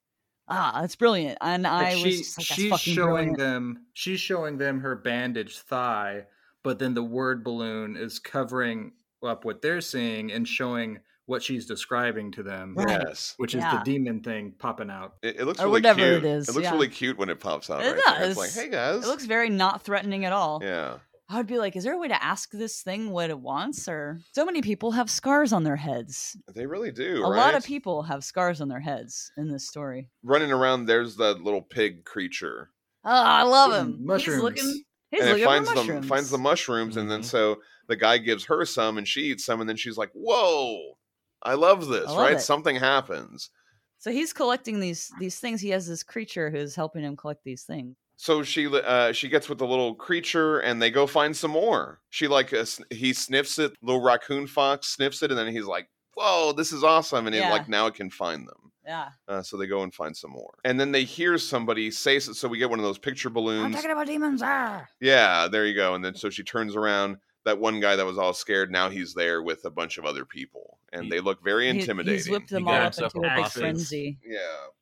[SPEAKER 2] ah, it's brilliant. And I was
[SPEAKER 4] Like, she,
[SPEAKER 2] just like, that's
[SPEAKER 4] she's
[SPEAKER 2] fucking
[SPEAKER 4] showing
[SPEAKER 2] brilliant.
[SPEAKER 4] them she's showing them her bandaged thigh, but then the word balloon is covering up what they're seeing and showing what she's describing to them.
[SPEAKER 2] Right.
[SPEAKER 1] yes
[SPEAKER 4] Which
[SPEAKER 2] Yeah.
[SPEAKER 4] is the demon thing popping out.
[SPEAKER 1] it, it looks
[SPEAKER 2] Or
[SPEAKER 1] really
[SPEAKER 2] whatever it
[SPEAKER 1] cute
[SPEAKER 2] is,
[SPEAKER 1] looks
[SPEAKER 2] yeah.
[SPEAKER 1] really cute when it pops out
[SPEAKER 2] It
[SPEAKER 1] right there. it's
[SPEAKER 2] does.
[SPEAKER 1] like hey guys
[SPEAKER 2] It looks very not threatening at all.
[SPEAKER 1] yeah
[SPEAKER 2] I would be like, is there a way to ask this thing what it wants? Or so many people have scars on their heads.
[SPEAKER 1] They really do.
[SPEAKER 2] A
[SPEAKER 1] right?
[SPEAKER 2] lot of people have scars on their heads in this story.
[SPEAKER 1] running around. There's that little pig creature,
[SPEAKER 2] Oh, I love him.
[SPEAKER 4] Mm, mushrooms.
[SPEAKER 2] He's looking. He's
[SPEAKER 1] and
[SPEAKER 2] looking
[SPEAKER 1] it finds
[SPEAKER 2] for
[SPEAKER 1] the
[SPEAKER 2] mushrooms.
[SPEAKER 1] finds the mushrooms, and then
[SPEAKER 3] Mhm.
[SPEAKER 1] so the guy gives her some, and she eats some, and then she's like, "Whoa, I love this!"
[SPEAKER 2] I love
[SPEAKER 1] right?
[SPEAKER 2] it.
[SPEAKER 1] Something happens.
[SPEAKER 2] so he's collecting these these things. He has this creature who's helping him collect these things.
[SPEAKER 1] So she li- uh, she gets with the little creature, and they go find some more. She like uh, sn- he sniffs it. Little raccoon fox sniffs it, and then he's like, "Whoa, this is awesome!" And he
[SPEAKER 2] Yeah.
[SPEAKER 1] like now it can find them.
[SPEAKER 2] Yeah,
[SPEAKER 1] Uh, so they go and find some more, and then they hear somebody say. So so we get one of those picture balloons.
[SPEAKER 2] I'm talking about demons. Ah!
[SPEAKER 1] Yeah, there you go. And then so she turns around. That one guy that was all scared, now he's there with a bunch of other people, and
[SPEAKER 3] He-
[SPEAKER 1] they look very
[SPEAKER 2] He-
[SPEAKER 1] intimidating.
[SPEAKER 2] He's whipped
[SPEAKER 3] He
[SPEAKER 2] them all
[SPEAKER 3] got
[SPEAKER 2] up
[SPEAKER 3] himself
[SPEAKER 2] into
[SPEAKER 3] a
[SPEAKER 2] a big
[SPEAKER 3] hostage.
[SPEAKER 2] frenzy.
[SPEAKER 1] yeah, [laughs]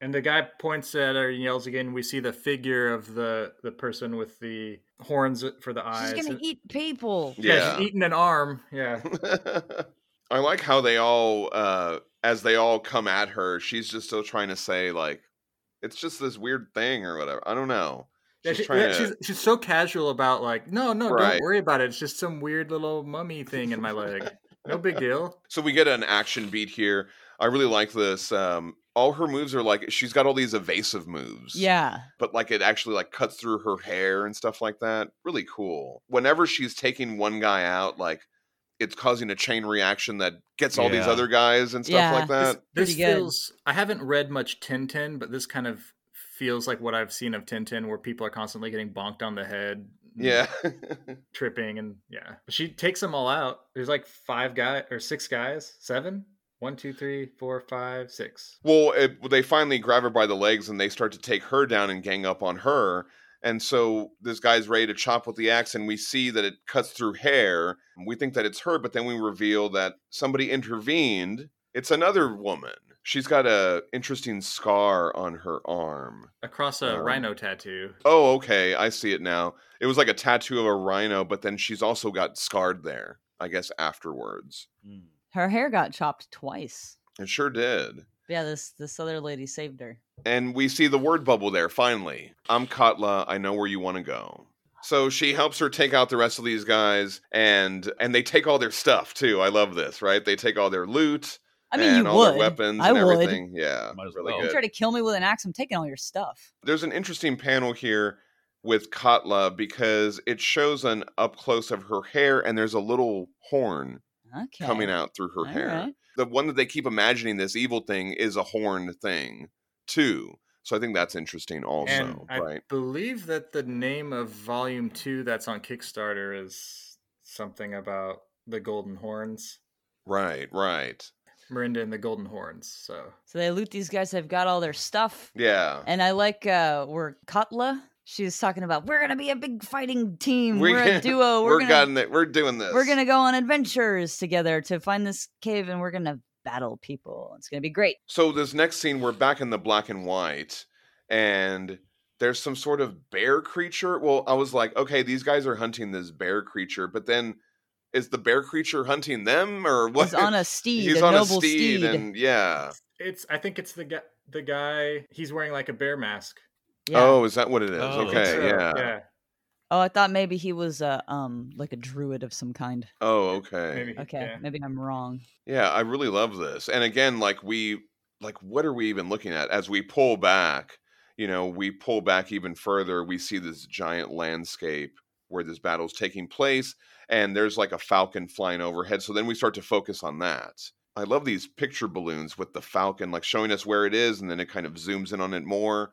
[SPEAKER 4] And the guy points at her and yells again. We see the figure of the the person with the horns for the eyes.
[SPEAKER 2] She's gonna
[SPEAKER 4] and-
[SPEAKER 2] eat people.
[SPEAKER 4] yeah,
[SPEAKER 1] yeah.
[SPEAKER 4] she's eating an arm. Yeah.
[SPEAKER 1] I like how they all, uh, as they all come at her, she's just still trying to say like, it's just this weird thing or whatever. I don't know.
[SPEAKER 4] Yeah,
[SPEAKER 1] She's
[SPEAKER 4] she-
[SPEAKER 1] trying
[SPEAKER 4] yeah,
[SPEAKER 1] to.
[SPEAKER 4] she's, she's so casual about like, no, no,
[SPEAKER 1] Right.
[SPEAKER 4] don't worry about it. It's just some weird little mummy thing in my leg. No big deal.
[SPEAKER 1] So we get an action beat here. I really like this. Um, all her moves are like she's got all these evasive moves.
[SPEAKER 2] Yeah,
[SPEAKER 1] but like it actually like cuts through her hair and stuff like that. Really cool. Whenever she's taking one guy out, like it's causing a chain reaction that gets all these
[SPEAKER 3] Yeah.
[SPEAKER 1] other guys and stuff like
[SPEAKER 4] This,
[SPEAKER 1] that.
[SPEAKER 4] this
[SPEAKER 2] pretty good.
[SPEAKER 4] feels. I haven't read much Tintin, but this kind of feels like what I've seen of Tintin, where people are constantly getting bonked on the head, and
[SPEAKER 1] Yeah. [laughs]
[SPEAKER 4] tripping, and yeah. But she takes them all out. There's like five guy or six guys, seven. One, two, three, four, five, six.
[SPEAKER 1] well, it, they finally grab her by the legs and they start to take her down and gang up on her. And so this guy's ready to chop with the axe, and we see that it cuts through hair. We think that it's her, but then we reveal that somebody intervened. It's another woman. She's got a interesting scar on her arm.
[SPEAKER 4] Across a
[SPEAKER 1] Um,
[SPEAKER 4] rhino tattoo.
[SPEAKER 1] Oh, okay. I see it now. It was like a tattoo of a rhino, but then she's also got scarred there, I guess, afterwards.
[SPEAKER 3] Mm.
[SPEAKER 2] her hair got chopped twice.
[SPEAKER 1] It sure did.
[SPEAKER 2] Yeah, this this other lady saved her.
[SPEAKER 1] And we see the word bubble there, finally. I'm Katla. I know where you want to go. So she helps her take out the rest of these guys and and they take all their stuff too. I love this, right? They take all their loot
[SPEAKER 2] I mean,
[SPEAKER 1] and
[SPEAKER 2] you
[SPEAKER 1] all
[SPEAKER 2] would.
[SPEAKER 1] their weapons
[SPEAKER 2] I
[SPEAKER 1] and
[SPEAKER 2] would.
[SPEAKER 1] everything. Yeah.
[SPEAKER 3] Might as
[SPEAKER 1] Really
[SPEAKER 3] well.
[SPEAKER 2] You
[SPEAKER 1] good.
[SPEAKER 2] try to kill me with an axe. I'm taking all your stuff.
[SPEAKER 1] there's an interesting panel here with Katla because it shows an up close of her hair and there's a little horn
[SPEAKER 2] Okay.
[SPEAKER 1] coming out through her
[SPEAKER 2] All
[SPEAKER 1] hair.
[SPEAKER 2] right.
[SPEAKER 1] The one that they keep imagining this evil thing is a horn thing too. So I think that's interesting also,
[SPEAKER 4] and I
[SPEAKER 1] right?
[SPEAKER 4] believe that the name of volume two that's on Kickstarter is something about the Golden Horns,
[SPEAKER 1] Right, right.
[SPEAKER 4] Mirinda and the Golden Horns. So
[SPEAKER 2] So they loot these guys. They've got all their stuff.
[SPEAKER 1] Yeah.
[SPEAKER 2] And I like uh where Katla. She's talking about we're gonna be a big fighting team.
[SPEAKER 1] We
[SPEAKER 2] We're,
[SPEAKER 1] [laughs] can-
[SPEAKER 2] a duo. We're,
[SPEAKER 1] We're,
[SPEAKER 2] gonna
[SPEAKER 1] gotten it. We're doing this.
[SPEAKER 2] we're gonna go on adventures together to find this cave, and we're gonna battle people. It's gonna be great.
[SPEAKER 1] So this next scene, we're back in the black and white, and there's some sort of bear creature. Well, I was like, okay, these guys are hunting this bear creature, but then is the bear creature hunting them or [laughs] what?
[SPEAKER 2] He's on a steed,
[SPEAKER 1] He's
[SPEAKER 2] a
[SPEAKER 1] on
[SPEAKER 2] noble
[SPEAKER 1] a steed, and yeah.
[SPEAKER 4] it's I think it's the guy the guy he's wearing like a bear mask.
[SPEAKER 2] yeah.
[SPEAKER 1] Oh, is that what it is?
[SPEAKER 3] Oh,
[SPEAKER 1] okay,
[SPEAKER 4] So,
[SPEAKER 1] yeah.
[SPEAKER 4] yeah.
[SPEAKER 2] Oh, I thought maybe he was a um like a druid of some kind.
[SPEAKER 1] Oh, okay.
[SPEAKER 4] Maybe.
[SPEAKER 2] Okay,
[SPEAKER 4] Yeah.
[SPEAKER 2] maybe I'm wrong.
[SPEAKER 1] Yeah, I really love this. And again, like we like what are we even looking at as we pull back? You know, we pull back even further, we see this giant landscape where this battle's taking place and there's like a falcon flying overhead. So then we start to focus on that. I love these picture balloons with the falcon like showing us where it is and then it kind of zooms in on it more.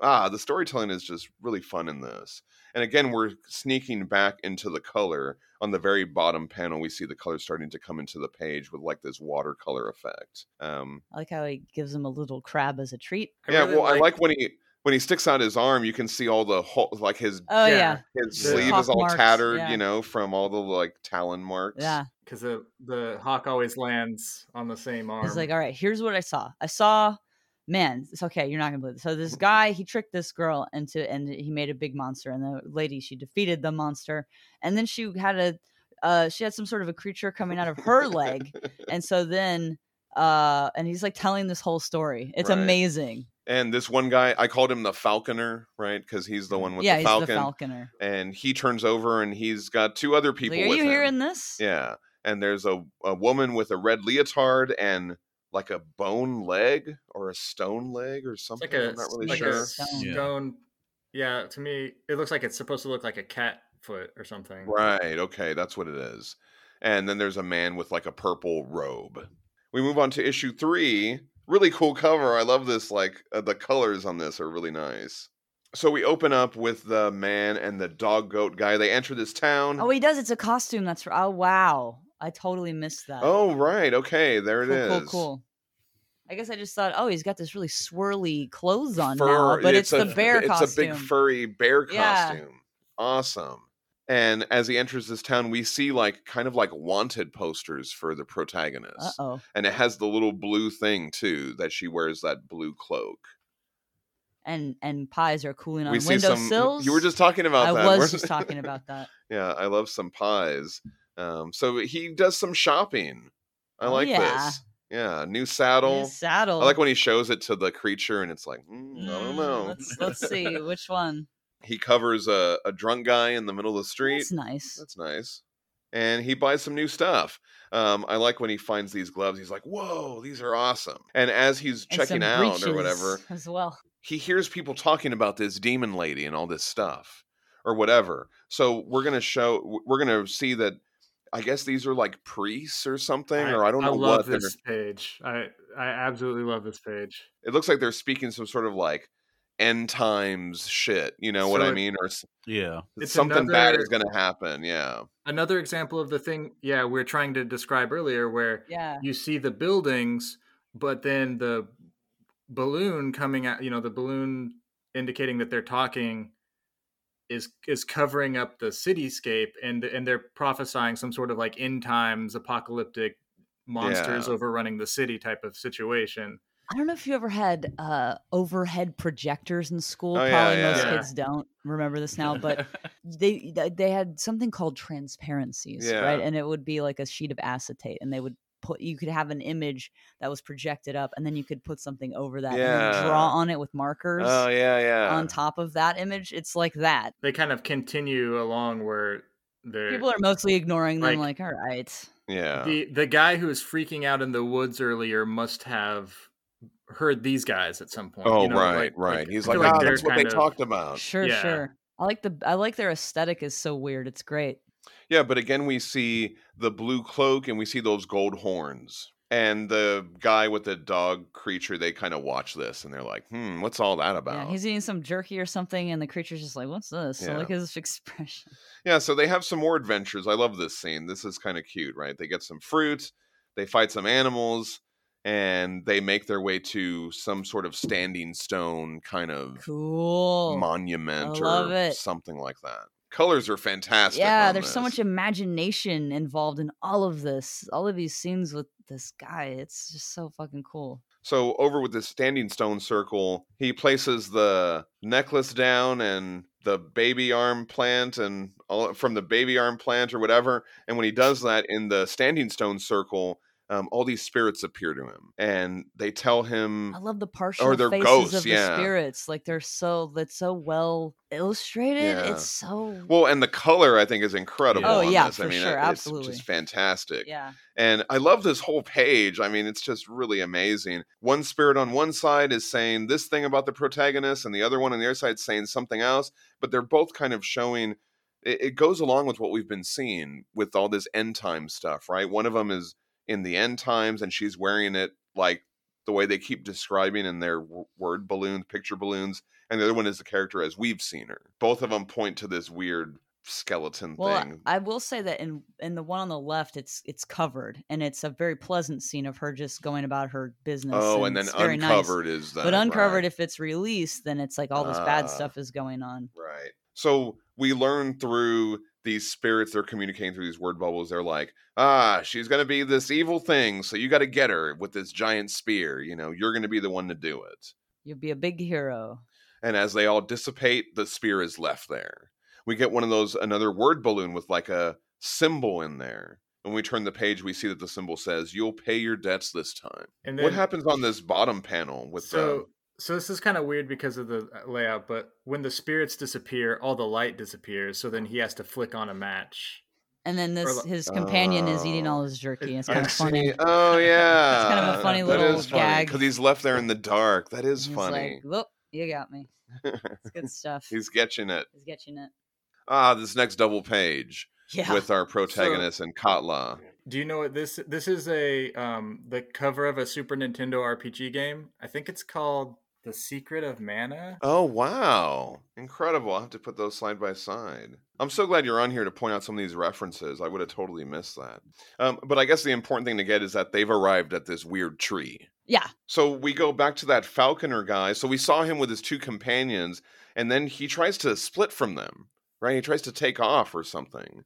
[SPEAKER 1] Ah, the storytelling is just really fun in this. And again, we're sneaking back into the color on the very bottom panel we see the colors starting to come into the page with like this watercolor effect um
[SPEAKER 2] I like how he gives him a little crab as a treat.
[SPEAKER 1] yeah
[SPEAKER 4] really
[SPEAKER 1] well i like when he when he sticks out his arm you can see all the whole like his
[SPEAKER 2] Oh
[SPEAKER 4] Yeah.
[SPEAKER 2] yeah,
[SPEAKER 1] his
[SPEAKER 4] the
[SPEAKER 1] sleeve
[SPEAKER 2] hawk
[SPEAKER 1] is all
[SPEAKER 2] marks,
[SPEAKER 1] tattered
[SPEAKER 2] yeah.
[SPEAKER 1] you know from all the like talon marks [laughs]
[SPEAKER 2] yeah.
[SPEAKER 4] because the the hawk always lands on the same arm.
[SPEAKER 2] He's like, all right, here's what I saw. I saw, man, it's okay. You're not gonna believe it. So
[SPEAKER 1] Mm-hmm.
[SPEAKER 2] this guy, he tricked this girl into, and he made a big monster. And the lady, she defeated the monster, and then she had a, uh, she had some sort of a creature coming out of her
[SPEAKER 1] [laughs]
[SPEAKER 2] leg, and so then, uh, and he's like telling this whole story. It's
[SPEAKER 1] Right.
[SPEAKER 2] amazing.
[SPEAKER 1] and this one guy i called him the falconer right because he's the one with
[SPEAKER 2] Mm, yeah,
[SPEAKER 1] the,
[SPEAKER 2] he's
[SPEAKER 1] falcon,
[SPEAKER 2] the falconer.
[SPEAKER 1] and he turns over and he's got two other
[SPEAKER 2] He's
[SPEAKER 1] people
[SPEAKER 2] Like, are
[SPEAKER 1] with
[SPEAKER 2] you
[SPEAKER 1] him.
[SPEAKER 2] hearing this?
[SPEAKER 1] yeah and there's a, a woman with a red leotard and like a bone leg or a stone leg or
[SPEAKER 4] It's
[SPEAKER 1] something
[SPEAKER 4] like a
[SPEAKER 1] i'm not really
[SPEAKER 4] like
[SPEAKER 1] sure
[SPEAKER 4] a stone. Yeah. to me, it looks like it's supposed to look like a cat foot or something.
[SPEAKER 1] Right. Okay. That's what it is. And then there's a man with like a purple robe. We move on to issue three. Really cool cover. I love this. Like uh, the colors on this are really nice. So we open up with the man and the dog goat guy. They enter this town.
[SPEAKER 2] Oh, he does. It's a costume. That's r- oh wow. I totally missed that.
[SPEAKER 1] Oh, right. Okay. There it
[SPEAKER 2] cool,
[SPEAKER 1] is.
[SPEAKER 2] cool, cool. I guess I just thought, oh, he's got this really swirly clothes on
[SPEAKER 1] Fur-
[SPEAKER 2] now, but it's,
[SPEAKER 1] a-
[SPEAKER 2] the bear
[SPEAKER 1] it's
[SPEAKER 2] costume.
[SPEAKER 1] a big furry bear
[SPEAKER 2] Yeah.
[SPEAKER 1] costume. Awesome. And as he enters this town, we see like kind of like wanted posters for the protagonist.
[SPEAKER 2] Uh oh.
[SPEAKER 1] and it has the little blue thing too that she wears that blue cloak.
[SPEAKER 2] And and pies are cooling on
[SPEAKER 1] we see
[SPEAKER 2] window
[SPEAKER 1] some.
[SPEAKER 2] sills.
[SPEAKER 1] You were just talking about
[SPEAKER 2] I
[SPEAKER 1] that.
[SPEAKER 2] was
[SPEAKER 1] weren't- [laughs]
[SPEAKER 2] just talking about that.
[SPEAKER 1] yeah, I love some pies. Um, so he does some shopping. I
[SPEAKER 2] Oh,
[SPEAKER 1] like
[SPEAKER 2] yeah.
[SPEAKER 1] this. Yeah, new saddle.
[SPEAKER 2] Saddle.
[SPEAKER 1] I
[SPEAKER 2] saddle.
[SPEAKER 1] like when he shows it to the creature, and it's like, mm, I don't
[SPEAKER 2] Mm,
[SPEAKER 1] know.
[SPEAKER 2] Let's,
[SPEAKER 1] [laughs]
[SPEAKER 2] let's see which one.
[SPEAKER 1] he covers a, a drunk guy in the middle of the street.
[SPEAKER 2] That's nice.
[SPEAKER 1] That's nice. And he buys some new stuff. Um, I like when he finds these gloves. He's like, "Whoa, these are awesome!" And as he's
[SPEAKER 2] And
[SPEAKER 1] checking
[SPEAKER 2] some
[SPEAKER 1] out or
[SPEAKER 2] breeches
[SPEAKER 1] whatever,
[SPEAKER 2] as well.
[SPEAKER 1] he hears people talking about this demon lady and all this stuff or whatever. So we're gonna show we're gonna see that I guess these are like priests or something, or I don't know
[SPEAKER 4] love
[SPEAKER 1] what they're
[SPEAKER 4] this page. I I absolutely love this page.
[SPEAKER 1] it looks like they're speaking some sort of like end times shit, you know what
[SPEAKER 4] So
[SPEAKER 1] I
[SPEAKER 4] it-
[SPEAKER 1] mean? Or s-
[SPEAKER 3] Yeah.
[SPEAKER 4] It's
[SPEAKER 1] something bad
[SPEAKER 4] another-
[SPEAKER 1] is gonna happen, yeah.
[SPEAKER 4] Another example of the thing, yeah, we are trying to describe earlier, where
[SPEAKER 2] Yeah.
[SPEAKER 4] you see the buildings, but then the balloon coming out, you know, the balloon indicating that they're talking is is covering up the cityscape and and they're prophesying some sort of like end times apocalyptic monsters
[SPEAKER 1] Yeah.
[SPEAKER 4] overrunning the city type of situation.
[SPEAKER 2] I don't know if you ever had uh, overhead projectors in school.
[SPEAKER 1] Oh, yeah,
[SPEAKER 2] Probably most
[SPEAKER 4] yeah.
[SPEAKER 2] kids don't remember this now, but they th- they had something called transparencies right
[SPEAKER 1] Yeah.
[SPEAKER 2] and it would be like a sheet of acetate and they would put you could have an image that was projected up and then you could put something over that and then draw
[SPEAKER 1] Yeah.
[SPEAKER 2] on it with markers
[SPEAKER 1] Oh yeah, yeah.
[SPEAKER 2] on top of that image it's like that
[SPEAKER 4] [laughs] They kind of continue along where they're
[SPEAKER 2] people are mostly ignoring them
[SPEAKER 4] Like-
[SPEAKER 2] like all right
[SPEAKER 1] yeah.
[SPEAKER 4] the the guy who was freaking out in the woods earlier must have heard these guys at some point.
[SPEAKER 1] oh
[SPEAKER 4] you know,
[SPEAKER 1] right,
[SPEAKER 4] like-
[SPEAKER 1] right. He's
[SPEAKER 4] I
[SPEAKER 1] like,
[SPEAKER 4] feel
[SPEAKER 1] ah,
[SPEAKER 4] they're
[SPEAKER 1] that's what they
[SPEAKER 4] kind of-
[SPEAKER 1] talked about.
[SPEAKER 2] sure
[SPEAKER 4] yeah.
[SPEAKER 2] sure i like the i like their aesthetic is so weird it's great
[SPEAKER 1] Yeah, but again, we see the blue cloak and we see those gold horns. And the guy with the dog creature, they kind of watch this and they're like, hmm, what's all that about?
[SPEAKER 2] yeah he's eating some jerky or something and the creature's just like what's this I
[SPEAKER 1] Yeah.
[SPEAKER 2] like his [laughs] expression
[SPEAKER 1] Yeah, so they have some more adventures. I love this scene. This is kind of cute, right? They get some fruit, they fight some animals, and they make their way to some sort of standing stone kind of
[SPEAKER 2] cool
[SPEAKER 1] monument
[SPEAKER 2] Oh, I love
[SPEAKER 1] or
[SPEAKER 2] it.
[SPEAKER 1] something like that. Colors are fantastic.
[SPEAKER 2] Yeah,
[SPEAKER 1] on
[SPEAKER 2] there's so
[SPEAKER 1] this.
[SPEAKER 2] much imagination involved in all of this, all of these scenes with this guy. It's just so fucking cool.
[SPEAKER 1] So over with this standing stone circle, he places the necklace down and the baby arm plant and all from the baby arm plant or whatever. And when he does that in the standing stone circle, um, all these spirits appear to him and they tell him
[SPEAKER 2] I love the partial
[SPEAKER 1] Mm. they're
[SPEAKER 2] faces
[SPEAKER 1] ghosts,
[SPEAKER 2] of the
[SPEAKER 1] yeah.
[SPEAKER 2] spirits. Like they're so that's so well illustrated.
[SPEAKER 1] Yeah.
[SPEAKER 2] It's so
[SPEAKER 1] well and the color i think is incredible
[SPEAKER 2] Oh,
[SPEAKER 1] on
[SPEAKER 2] yeah,
[SPEAKER 1] this. i
[SPEAKER 2] for
[SPEAKER 1] mean
[SPEAKER 2] sure,
[SPEAKER 1] it's
[SPEAKER 2] absolutely.
[SPEAKER 1] just fantastic
[SPEAKER 2] yeah.
[SPEAKER 1] And I love this whole page. I mean, it's just really amazing. One spirit on one side is saying this thing about the protagonist, and the other one on the other side is saying something else. But they're both kind of showing it, it goes along with what we've been seeing with all this end time stuff, right? One of them is in the end times, and she's wearing it like the way they keep describing in their w- word balloons, picture balloons. And the other one is the character as we've seen her. Both of them point to this weird skeleton
[SPEAKER 2] Well,
[SPEAKER 1] thing.
[SPEAKER 2] I will say that in in the one on the left, it's it's covered and it's a very pleasant scene of her just going about her business.
[SPEAKER 1] Oh, and, then
[SPEAKER 2] it's very nice.
[SPEAKER 1] uncovered is that.
[SPEAKER 2] But uncovered,
[SPEAKER 1] right.
[SPEAKER 2] if it's released, then it's like all this bad
[SPEAKER 1] Ah.
[SPEAKER 2] stuff is going on.
[SPEAKER 1] Right. So we learn through these spirits, they're communicating through these word bubbles. They're like, ah, she's going to be this evil thing. So you got to get her with this giant spear. You know, you're going to be the one to do it.
[SPEAKER 2] You'll be a big hero.
[SPEAKER 1] And as they all dissipate, the spear is left there. We get one of those, another word balloon with like a symbol in there. When we turn the page, we see that the symbol says, you'll pay your debts this time.
[SPEAKER 4] And
[SPEAKER 1] What happens on this bottom panel with
[SPEAKER 4] so
[SPEAKER 1] the.
[SPEAKER 4] so this is kind of weird because of the uh, layout, but when the spirits disappear, all the light disappears. So then he has to flick on a match.
[SPEAKER 2] And then this
[SPEAKER 4] like-
[SPEAKER 2] his companion is eating
[SPEAKER 1] Oh.
[SPEAKER 2] all his jerky. and [laughs] It's
[SPEAKER 4] I
[SPEAKER 2] kind of
[SPEAKER 1] see.
[SPEAKER 2] funny.
[SPEAKER 1] Oh yeah,
[SPEAKER 2] kind of a funny little gag.
[SPEAKER 1] because he's left there in the dark. That is
[SPEAKER 2] He's
[SPEAKER 1] funny.
[SPEAKER 2] Like, Look, you
[SPEAKER 1] [laughs]
[SPEAKER 2] got me. It's good stuff. he's,
[SPEAKER 1] he's catching it.
[SPEAKER 2] getting it.
[SPEAKER 1] Ah, this next double page
[SPEAKER 2] Yeah.
[SPEAKER 1] with our protagonist and Katla.
[SPEAKER 4] Do you know what this this is a um the cover of a Super Nintendo RPG game? I think it's called The Secret of Mana.
[SPEAKER 1] Oh wow, incredible! I'll have to put those side by side. I'm so glad you're on here to point out some of these references. I would have totally missed that. Um, but I guess the important thing to get is that they've arrived at this weird tree.
[SPEAKER 2] Yeah.
[SPEAKER 1] So we go back to that falconer guy. So we saw him with his two companions, and then he tries to split from them, right? He tries to take off or something.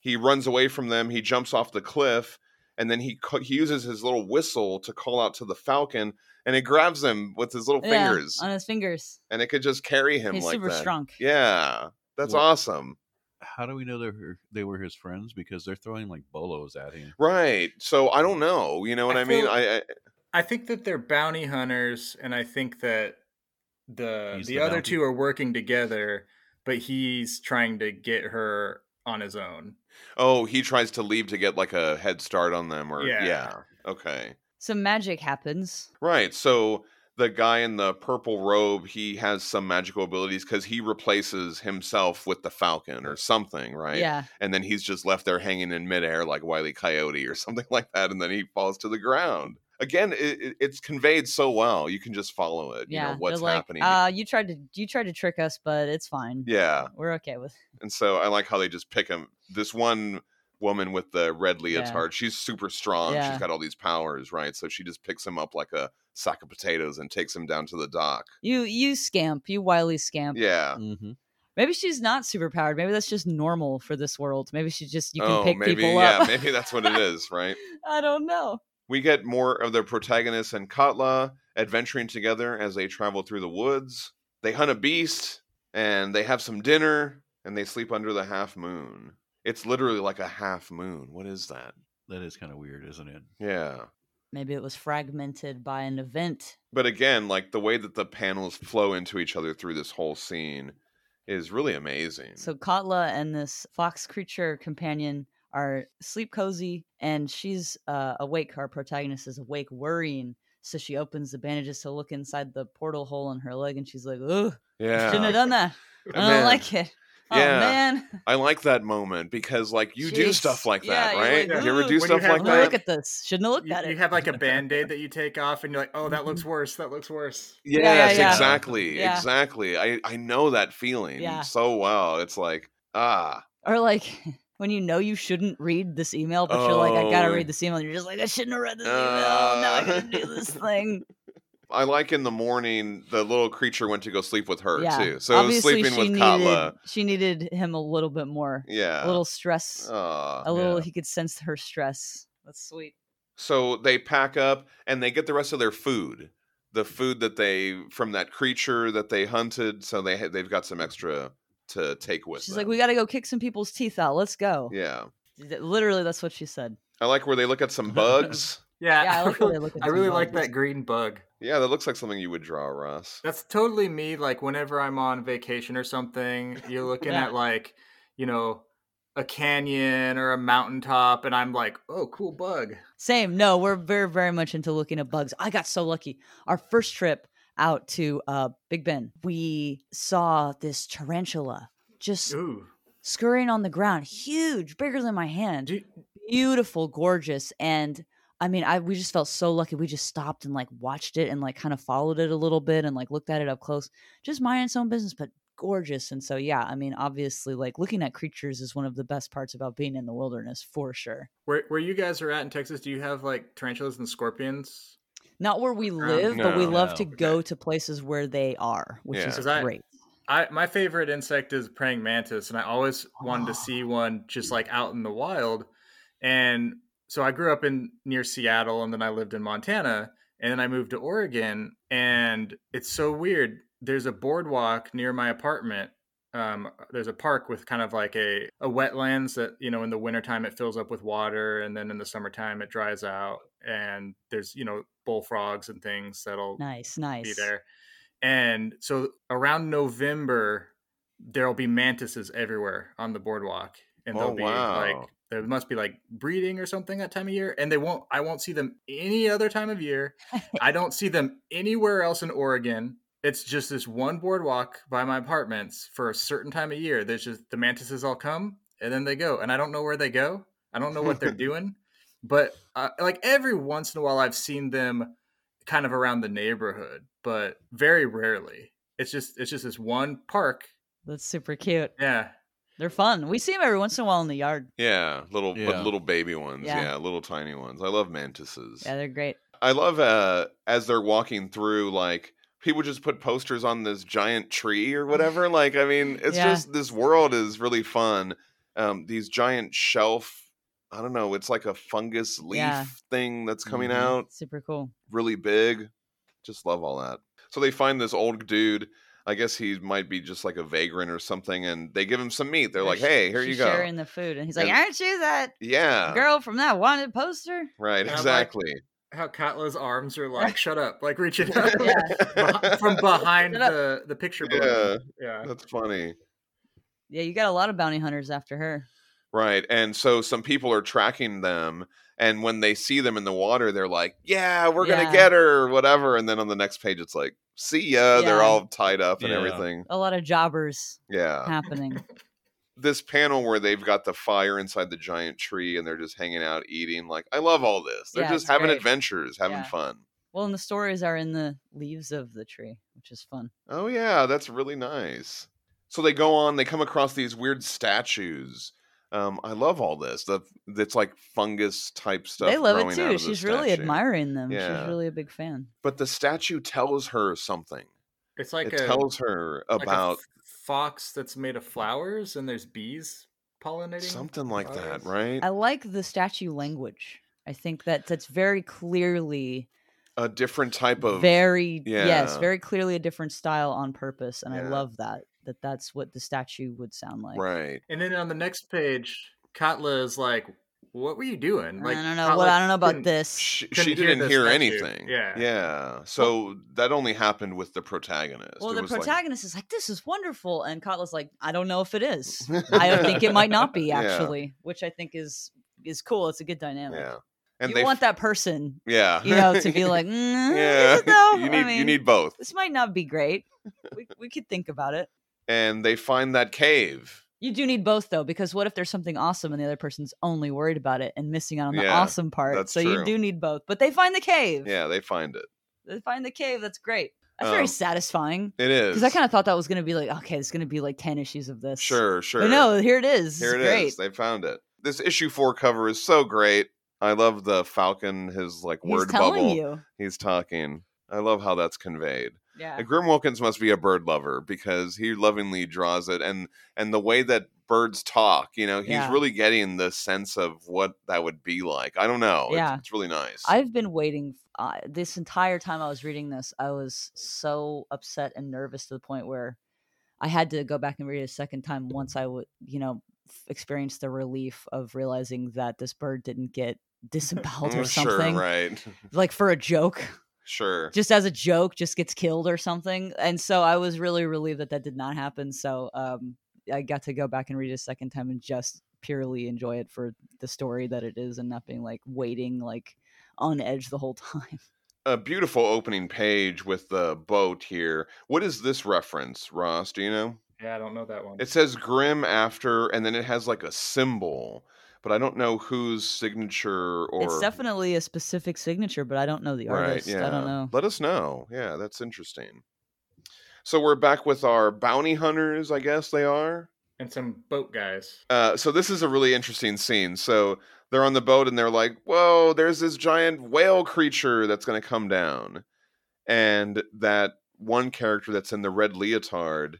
[SPEAKER 1] He runs away from them. He jumps off the cliff, and then he ca- he uses his little whistle to call out to the falcon, and it grabs him with his little
[SPEAKER 2] Yeah,
[SPEAKER 1] fingers,
[SPEAKER 2] on his fingers.
[SPEAKER 1] and it could just carry him
[SPEAKER 2] He's
[SPEAKER 1] like
[SPEAKER 2] super
[SPEAKER 1] that.
[SPEAKER 2] strong.
[SPEAKER 1] Yeah, that's
[SPEAKER 3] Well-
[SPEAKER 1] awesome.
[SPEAKER 3] How do we know they're her- they were his friends? Because they're throwing like bolos at him.
[SPEAKER 1] Right. So I don't know. You know what I,
[SPEAKER 4] I
[SPEAKER 1] mean?
[SPEAKER 4] feel-
[SPEAKER 1] I, I
[SPEAKER 4] I think that they're bounty hunters, and I think that the
[SPEAKER 3] He's
[SPEAKER 4] the,
[SPEAKER 3] the
[SPEAKER 4] other
[SPEAKER 3] bounty-
[SPEAKER 4] two are working together, but he's trying to get her on his own.
[SPEAKER 1] oh, he tries to leave to get like a head start on them, or
[SPEAKER 4] Yeah.
[SPEAKER 1] yeah. Okay.
[SPEAKER 2] Some magic happens.
[SPEAKER 1] Right. So the guy in the purple robe, he has some magical abilities because he replaces himself with the Falcon or something, right?
[SPEAKER 2] Yeah.
[SPEAKER 1] And then he's just left there hanging in midair like Wiley Coyote or [laughs] something like that, and then he falls to the ground. Again, it, it- it's conveyed so well. You can just follow it.
[SPEAKER 2] Yeah.
[SPEAKER 1] You know
[SPEAKER 2] They're
[SPEAKER 1] what's
[SPEAKER 2] like,
[SPEAKER 1] happening.
[SPEAKER 2] Uh, you tried to you tried to trick us, but it's fine.
[SPEAKER 1] yeah.
[SPEAKER 2] We're okay with
[SPEAKER 1] And so I like how they just pick him. This one woman with the red
[SPEAKER 2] Yeah.
[SPEAKER 1] leotard, she's super strong.
[SPEAKER 2] Yeah.
[SPEAKER 1] She's got all these powers, right? So she just picks him up like a sack of potatoes and takes him down to the dock.
[SPEAKER 2] you. You scamp. You wily scamp.
[SPEAKER 1] Yeah.
[SPEAKER 3] Mm-hmm.
[SPEAKER 2] Maybe she's not super powered. Maybe that's just normal for this world. Maybe she just you can
[SPEAKER 1] oh,
[SPEAKER 2] pick
[SPEAKER 1] maybe
[SPEAKER 2] people
[SPEAKER 1] yeah,
[SPEAKER 2] up.
[SPEAKER 1] maybe that's what it is, right?
[SPEAKER 2] [laughs] I don't know.
[SPEAKER 1] We get more of the protagonist and Katla adventuring together as they travel through the woods. They hunt a beast and they have some dinner and they sleep under the half moon. It's literally like a half moon. What is that?
[SPEAKER 3] That is kind of weird, isn't it?
[SPEAKER 1] Yeah.
[SPEAKER 2] Maybe it was fragmented by an event.
[SPEAKER 1] But again, like the way that the panels flow into each other through this whole scene is really amazing.
[SPEAKER 2] So Katla and this fox creature companion are sleep cozy, and she's uh, awake. Our protagonist is awake, worrying. So she opens the bandages to look inside the portal hole in her leg, and she's like, "Ugh,
[SPEAKER 1] yeah.
[SPEAKER 2] shouldn't have
[SPEAKER 1] [laughs]
[SPEAKER 2] done that. I don't
[SPEAKER 1] Man,
[SPEAKER 2] like it." Oh
[SPEAKER 1] Yeah.
[SPEAKER 2] man,
[SPEAKER 1] I like that moment because like you do stuff
[SPEAKER 2] Jeez.
[SPEAKER 1] like
[SPEAKER 2] Yeah,
[SPEAKER 1] that,
[SPEAKER 2] you're
[SPEAKER 1] right?
[SPEAKER 4] like,
[SPEAKER 1] you ever
[SPEAKER 4] "Ooh,
[SPEAKER 1] do
[SPEAKER 4] when you
[SPEAKER 1] stuff
[SPEAKER 4] have
[SPEAKER 1] like
[SPEAKER 2] Shouldn't
[SPEAKER 4] that-
[SPEAKER 2] look
[SPEAKER 1] that?
[SPEAKER 2] at this. Shouldn't have looked
[SPEAKER 4] You,
[SPEAKER 2] at it. Mm-hmm.
[SPEAKER 4] you have
[SPEAKER 2] [laughs]
[SPEAKER 4] like a band aid that you take off, and you're like, "Oh, that looks worse. That looks worse."
[SPEAKER 1] Yes,
[SPEAKER 2] yeah.
[SPEAKER 1] exactly.
[SPEAKER 2] Yeah.
[SPEAKER 1] Exactly. I I know that feeling
[SPEAKER 2] Yeah.
[SPEAKER 1] so well. It's like, ah,
[SPEAKER 2] or like when you know you shouldn't read this email, but you're like, "I gotta
[SPEAKER 1] Oh.
[SPEAKER 2] read this email." And you're just like, "I shouldn't have read this email. now I
[SPEAKER 1] Uh. [laughs]
[SPEAKER 2] gotta do this thing."
[SPEAKER 1] I like in the morning the little creature went to go sleep with her
[SPEAKER 2] yeah.
[SPEAKER 1] too. So it was
[SPEAKER 2] Obviously,
[SPEAKER 1] sleeping
[SPEAKER 2] she
[SPEAKER 1] with
[SPEAKER 2] needed,
[SPEAKER 1] Katla.
[SPEAKER 2] She needed him a little bit more.
[SPEAKER 1] Yeah. ah,
[SPEAKER 2] A little stress.
[SPEAKER 1] oh, Aw.
[SPEAKER 2] a little
[SPEAKER 3] Yeah.
[SPEAKER 2] he could sense her stress that's sweet
[SPEAKER 1] So they pack up and they get the rest of their food, the food that they from that creature that they hunted. So they ha- they've got some extra to take with.
[SPEAKER 2] she's
[SPEAKER 1] them.
[SPEAKER 2] like we gotta go kick some people's teeth out let's go
[SPEAKER 1] yeah.
[SPEAKER 2] Th- literally that's what she said
[SPEAKER 1] I like where they look at
[SPEAKER 2] [laughs]
[SPEAKER 1] some bugs.
[SPEAKER 4] Yeah,
[SPEAKER 2] Yeah, I like how
[SPEAKER 4] really,
[SPEAKER 2] they look at
[SPEAKER 4] I
[SPEAKER 2] some
[SPEAKER 4] really like
[SPEAKER 2] bugs.
[SPEAKER 4] that green bug.
[SPEAKER 1] yeah, that looks like something you would draw, Ross.
[SPEAKER 4] That's totally me. Like whenever I'm on vacation or something,
[SPEAKER 2] [laughs]
[SPEAKER 4] you're looking
[SPEAKER 2] Yeah.
[SPEAKER 4] at like, you know, a canyon or a mountaintop, and I'm like, oh, cool bug.
[SPEAKER 2] Same. No, we're very, very much into looking at bugs. I got so lucky. Our first trip out to uh, Big Ben, we saw this tarantula just
[SPEAKER 4] Ooh.
[SPEAKER 2] scurrying on the ground, huge, bigger than my hand,
[SPEAKER 4] Do you-
[SPEAKER 2] beautiful, gorgeous, and I mean, I we just felt so lucky. We just stopped and like watched it and like kind of followed it a little bit and like looked at it up close, just minding its own business, but gorgeous. And so, yeah, I mean, obviously, like looking at creatures is one of the best parts about being in the wilderness for sure.
[SPEAKER 4] Where where you guys are at in Texas, do you have like tarantulas and scorpions?
[SPEAKER 2] Not where we live, but we
[SPEAKER 1] Um, no,
[SPEAKER 2] love
[SPEAKER 3] no.
[SPEAKER 2] to go to places where they are, which
[SPEAKER 1] Yeah.
[SPEAKER 2] is
[SPEAKER 4] 'Cause I-
[SPEAKER 2] great.
[SPEAKER 4] I my favorite insect is praying mantis, and I always wanted to see one just like out in the wild. And so I grew up in near Seattle, and then I lived in Montana, and then I moved to Oregon. And it's so weird. There's a boardwalk near my apartment. Um, there's a park with kind of like a, a wetlands that you know in the wintertime it fills up with water and then in the summertime it dries out and there's you know bullfrogs and things that'll
[SPEAKER 2] nice, nice.
[SPEAKER 4] be there. And so around November, there'll be mantises everywhere on the boardwalk, and
[SPEAKER 1] Oh,
[SPEAKER 4] they'll be
[SPEAKER 1] wow.
[SPEAKER 4] like there must be like breeding or something that time of year. And they won't. I won't see them any other time of year. I don't see them anywhere else in Oregon. It's just this one boardwalk by my apartments for a certain time of year. There's just the mantises all come and then they go, and I don't know where they go. I don't know what they're doing, but uh, like every once in a while, I've seen them kind of around the neighborhood, but very rarely. It's just it's just this one park.
[SPEAKER 2] That's super cute.
[SPEAKER 4] Yeah,
[SPEAKER 2] They're fun. We see them every once in a while in the yard.
[SPEAKER 1] Yeah, little but
[SPEAKER 3] Yeah.
[SPEAKER 1] little baby ones.
[SPEAKER 2] Yeah.
[SPEAKER 1] Yeah. little tiny ones. I love mantises.
[SPEAKER 2] Yeah, they're great.
[SPEAKER 1] I love uh as they're walking through like people just put posters on this giant tree
[SPEAKER 2] [laughs]
[SPEAKER 1] or whatever like I mean it's
[SPEAKER 2] Yeah.
[SPEAKER 1] just this world is really fun. Um these giant shelf I don't know, it's like a fungus leaf
[SPEAKER 2] Yeah. Mm-hmm.
[SPEAKER 1] thing that's coming
[SPEAKER 3] Mhm.
[SPEAKER 1] out
[SPEAKER 2] Super cool.
[SPEAKER 1] really big. Just love all that. So they find this old dude. I guess he might be just like a vagrant or something, and they give him some meat. They're like,
[SPEAKER 2] sh-
[SPEAKER 1] "Hey, here you
[SPEAKER 2] she's
[SPEAKER 1] go."
[SPEAKER 2] Sharing the food, and he's like,
[SPEAKER 1] And-
[SPEAKER 2] "Aren't you that
[SPEAKER 1] yeah,
[SPEAKER 2] girl from that wanted poster?"
[SPEAKER 1] right,
[SPEAKER 4] And I'm like-
[SPEAKER 1] exactly.
[SPEAKER 4] how Katla's arms are like shut up, like reaching up
[SPEAKER 2] Yeah.
[SPEAKER 1] [laughs]
[SPEAKER 4] beh- from behind
[SPEAKER 2] Shut up.
[SPEAKER 4] the the picture.
[SPEAKER 1] yeah,
[SPEAKER 4] balloon. yeah.
[SPEAKER 1] that's funny.
[SPEAKER 2] Yeah, you got a lot of bounty hunters after her.
[SPEAKER 1] Right. And so some people are tracking them. And when they see them in the water, they're like, yeah, we're going
[SPEAKER 2] Yeah.
[SPEAKER 1] to get her, or whatever. And then on the next page, it's like, see ya. They're
[SPEAKER 2] Yeah.
[SPEAKER 1] all tied up and
[SPEAKER 3] Yeah.
[SPEAKER 1] everything.
[SPEAKER 2] A lot of jobbers
[SPEAKER 1] Yeah. [laughs]
[SPEAKER 2] happening.
[SPEAKER 1] This panel where they've got the fire inside the giant tree and they're just hanging out eating. Like, I love all this. They're
[SPEAKER 2] Yeah,
[SPEAKER 1] just
[SPEAKER 2] it's
[SPEAKER 1] having
[SPEAKER 2] great.
[SPEAKER 1] adventures, having
[SPEAKER 2] Yeah.
[SPEAKER 1] fun.
[SPEAKER 2] Well, and the stories are in the leaves of the tree, which is fun.
[SPEAKER 1] Oh, yeah. That's really nice. So they go on, they come across these weird statues. Um, I love all this. The that's like fungus type stuff.
[SPEAKER 2] they love it
[SPEAKER 1] growing out
[SPEAKER 2] too.
[SPEAKER 1] of the
[SPEAKER 2] She's really
[SPEAKER 1] statue.
[SPEAKER 2] admiring them.
[SPEAKER 1] Yeah.
[SPEAKER 2] She's really a big fan.
[SPEAKER 1] but the statue tells her something.
[SPEAKER 4] It's like
[SPEAKER 1] it
[SPEAKER 4] a
[SPEAKER 1] tells her
[SPEAKER 4] like a
[SPEAKER 1] about
[SPEAKER 4] f- fox that's made of flowers, and there's bees pollinating
[SPEAKER 1] something like that,
[SPEAKER 4] flowers.
[SPEAKER 1] right?
[SPEAKER 2] I like the statue language. I think that that's very clearly,
[SPEAKER 1] A different type of
[SPEAKER 2] very yes,
[SPEAKER 1] yeah.
[SPEAKER 2] very clearly a different style on purpose, and I
[SPEAKER 1] Yeah.
[SPEAKER 2] love that. That that's what the statue would sound like.
[SPEAKER 1] right.
[SPEAKER 4] And then on the next page, Katla is like, "What were you doing?" Like,
[SPEAKER 2] I don't know
[SPEAKER 4] Katla
[SPEAKER 2] what I don't know about
[SPEAKER 4] didn't-
[SPEAKER 2] this.
[SPEAKER 1] She,
[SPEAKER 4] couldn't
[SPEAKER 1] she
[SPEAKER 4] hear
[SPEAKER 1] didn't
[SPEAKER 4] the
[SPEAKER 1] hear
[SPEAKER 4] statue.
[SPEAKER 1] anything.
[SPEAKER 4] Yeah.
[SPEAKER 1] yeah. So that only happened with the protagonist.
[SPEAKER 2] Well,
[SPEAKER 1] It
[SPEAKER 2] the
[SPEAKER 1] was like-
[SPEAKER 2] protagonist is like, "This is wonderful," and Katla's like, "I don't know if it is.
[SPEAKER 1] [laughs]
[SPEAKER 2] I don't think it might not be
[SPEAKER 1] Yeah.
[SPEAKER 2] actually," which I think is is cool. It's a good dynamic.
[SPEAKER 1] yeah, and
[SPEAKER 2] you
[SPEAKER 1] they
[SPEAKER 2] want
[SPEAKER 1] f-
[SPEAKER 2] that person,
[SPEAKER 1] yeah,
[SPEAKER 2] you know,
[SPEAKER 1] [laughs]
[SPEAKER 2] to be like, [laughs] mm,
[SPEAKER 1] yeah. [laughs]
[SPEAKER 2] is it though?
[SPEAKER 1] you
[SPEAKER 2] I
[SPEAKER 1] need you
[SPEAKER 2] mean,
[SPEAKER 1] need both,
[SPEAKER 2] this might not be great. We we could think about it.
[SPEAKER 1] and they find that cave.
[SPEAKER 2] You do need both though, because what if there's something awesome and the other person's only worried about it and missing out on the
[SPEAKER 1] Yeah,
[SPEAKER 2] awesome part?
[SPEAKER 1] that's
[SPEAKER 2] so you
[SPEAKER 1] true.
[SPEAKER 2] do need both. But they find the cave.
[SPEAKER 1] Yeah, they find it.
[SPEAKER 2] They find the cave. That's great. That's very
[SPEAKER 1] Um,
[SPEAKER 2] satisfying.
[SPEAKER 1] It is
[SPEAKER 2] Because I kind of thought that was going to be like, okay, there's going to be like 10 issues of this.
[SPEAKER 1] sure, sure.
[SPEAKER 2] But no, here it is.
[SPEAKER 1] Here it
[SPEAKER 2] it's
[SPEAKER 1] is.
[SPEAKER 2] great.
[SPEAKER 1] They found it. This issue four cover is so great. I love the Falcon. His like
[SPEAKER 2] He's
[SPEAKER 1] word
[SPEAKER 2] telling
[SPEAKER 1] bubble.
[SPEAKER 2] you.
[SPEAKER 1] He's talking. I love how that's conveyed.
[SPEAKER 2] Yeah.
[SPEAKER 1] Uh, Grim Wilkins must be a bird lover because he lovingly draws it, and and the way that birds talk, you know, he's
[SPEAKER 2] Yeah.
[SPEAKER 1] really getting the sense of what that would be like. I don't know.
[SPEAKER 2] Yeah.
[SPEAKER 1] It's, it's really nice.
[SPEAKER 2] I've been waiting uh, this entire time I was reading this. I was so upset and nervous to the point where I had to go back and read it a
[SPEAKER 1] [laughs]
[SPEAKER 2] second time once I would, you know, f- experience the relief of realizing that this bird didn't get disemboweled or
[SPEAKER 1] Mm, sure,
[SPEAKER 2] something,
[SPEAKER 1] right? [laughs]
[SPEAKER 2] like for a joke,
[SPEAKER 1] Sure.
[SPEAKER 2] just as a joke, just gets killed or something. And so I was really relieved that that did not happen. So um, I got to go back and read it a second time and just purely enjoy it for the story that it is and not being like waiting like on edge the whole [laughs] time.
[SPEAKER 1] a beautiful opening page with the boat here. What is this reference, Ross? Do you know?
[SPEAKER 4] Yeah, I don't know that one.
[SPEAKER 1] It says Grim after, and then it has like a symbol, but I don't know whose signature or.
[SPEAKER 2] it's definitely a specific signature, but I don't know the
[SPEAKER 1] Right,
[SPEAKER 2] artist. I don't know.
[SPEAKER 1] Let us know. Yeah, that's interesting. So we're back with our bounty hunters, I guess they are.
[SPEAKER 4] and some boat guys.
[SPEAKER 1] Uh, so this is a really interesting scene. So they're on the boat and they're like, "Whoa, there's this giant whale creature that's going to come down," and that one character that's in the red leotard,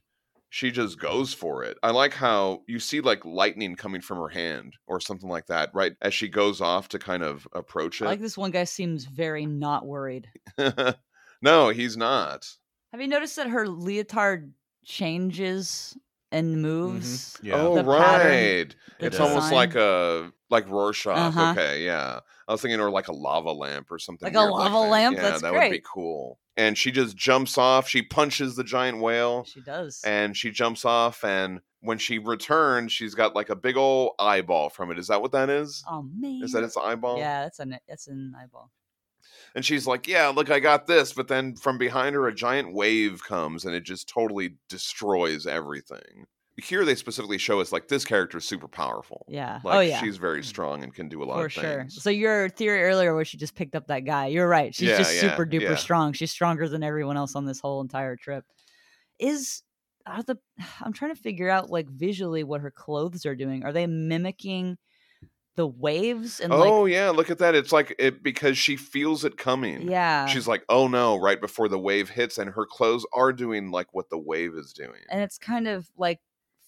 [SPEAKER 1] she just goes for it. I like how you see like lightning coming from her hand or something like that, right as she goes off to kind of approach
[SPEAKER 2] I
[SPEAKER 1] it.
[SPEAKER 2] like this one guy seems very not worried.
[SPEAKER 1] [laughs] no, he's not.
[SPEAKER 2] Have you noticed that her leotard changes and moves?
[SPEAKER 3] Yeah.
[SPEAKER 1] Oh
[SPEAKER 2] The pattern,
[SPEAKER 1] right,
[SPEAKER 2] the
[SPEAKER 1] Mm-hmm. it's almost
[SPEAKER 2] design?
[SPEAKER 1] like a like Rorschach.
[SPEAKER 2] Uh-huh.
[SPEAKER 1] Okay, yeah. I was thinking, or like a lava lamp or something.
[SPEAKER 2] Like a
[SPEAKER 1] weird
[SPEAKER 2] lava
[SPEAKER 1] that.
[SPEAKER 2] lamp?
[SPEAKER 1] Yeah,
[SPEAKER 2] That's
[SPEAKER 1] that would be
[SPEAKER 2] great.
[SPEAKER 1] cool. And she just jumps off. She punches the giant whale,
[SPEAKER 2] She does.
[SPEAKER 1] and she jumps off. And when she returns, she's got like a big old eyeball from it. Is that what that is?
[SPEAKER 2] oh man.
[SPEAKER 1] Is that its eyeball?
[SPEAKER 2] Yeah, that's an that's an eyeball.
[SPEAKER 1] And she's like, "Yeah, look, I got this." But then from behind her, a giant wave comes, and it just totally destroys everything. Here, they specifically show us like this character's super powerful.
[SPEAKER 2] Yeah.
[SPEAKER 1] Like
[SPEAKER 2] oh yeah.
[SPEAKER 1] she's very strong and can do a lot
[SPEAKER 2] for
[SPEAKER 1] of
[SPEAKER 2] sure.
[SPEAKER 1] things.
[SPEAKER 2] So your theory earlier where she just picked up that guy. You're right. She's
[SPEAKER 1] Yeah,
[SPEAKER 2] just
[SPEAKER 1] yeah,
[SPEAKER 2] super duper
[SPEAKER 1] yeah.
[SPEAKER 2] strong. She's stronger than everyone else on this whole entire trip. Is are the [sighs] I'm trying to figure out like visually what her clothes are doing. Are they mimicking the waves and
[SPEAKER 1] oh
[SPEAKER 2] like
[SPEAKER 1] yeah, look at that. It's like it because she feels it coming.
[SPEAKER 2] yeah.
[SPEAKER 1] She's like, "Oh no!" Right before the wave hits, and her clothes are doing like what the wave is doing.
[SPEAKER 2] and it's kind of like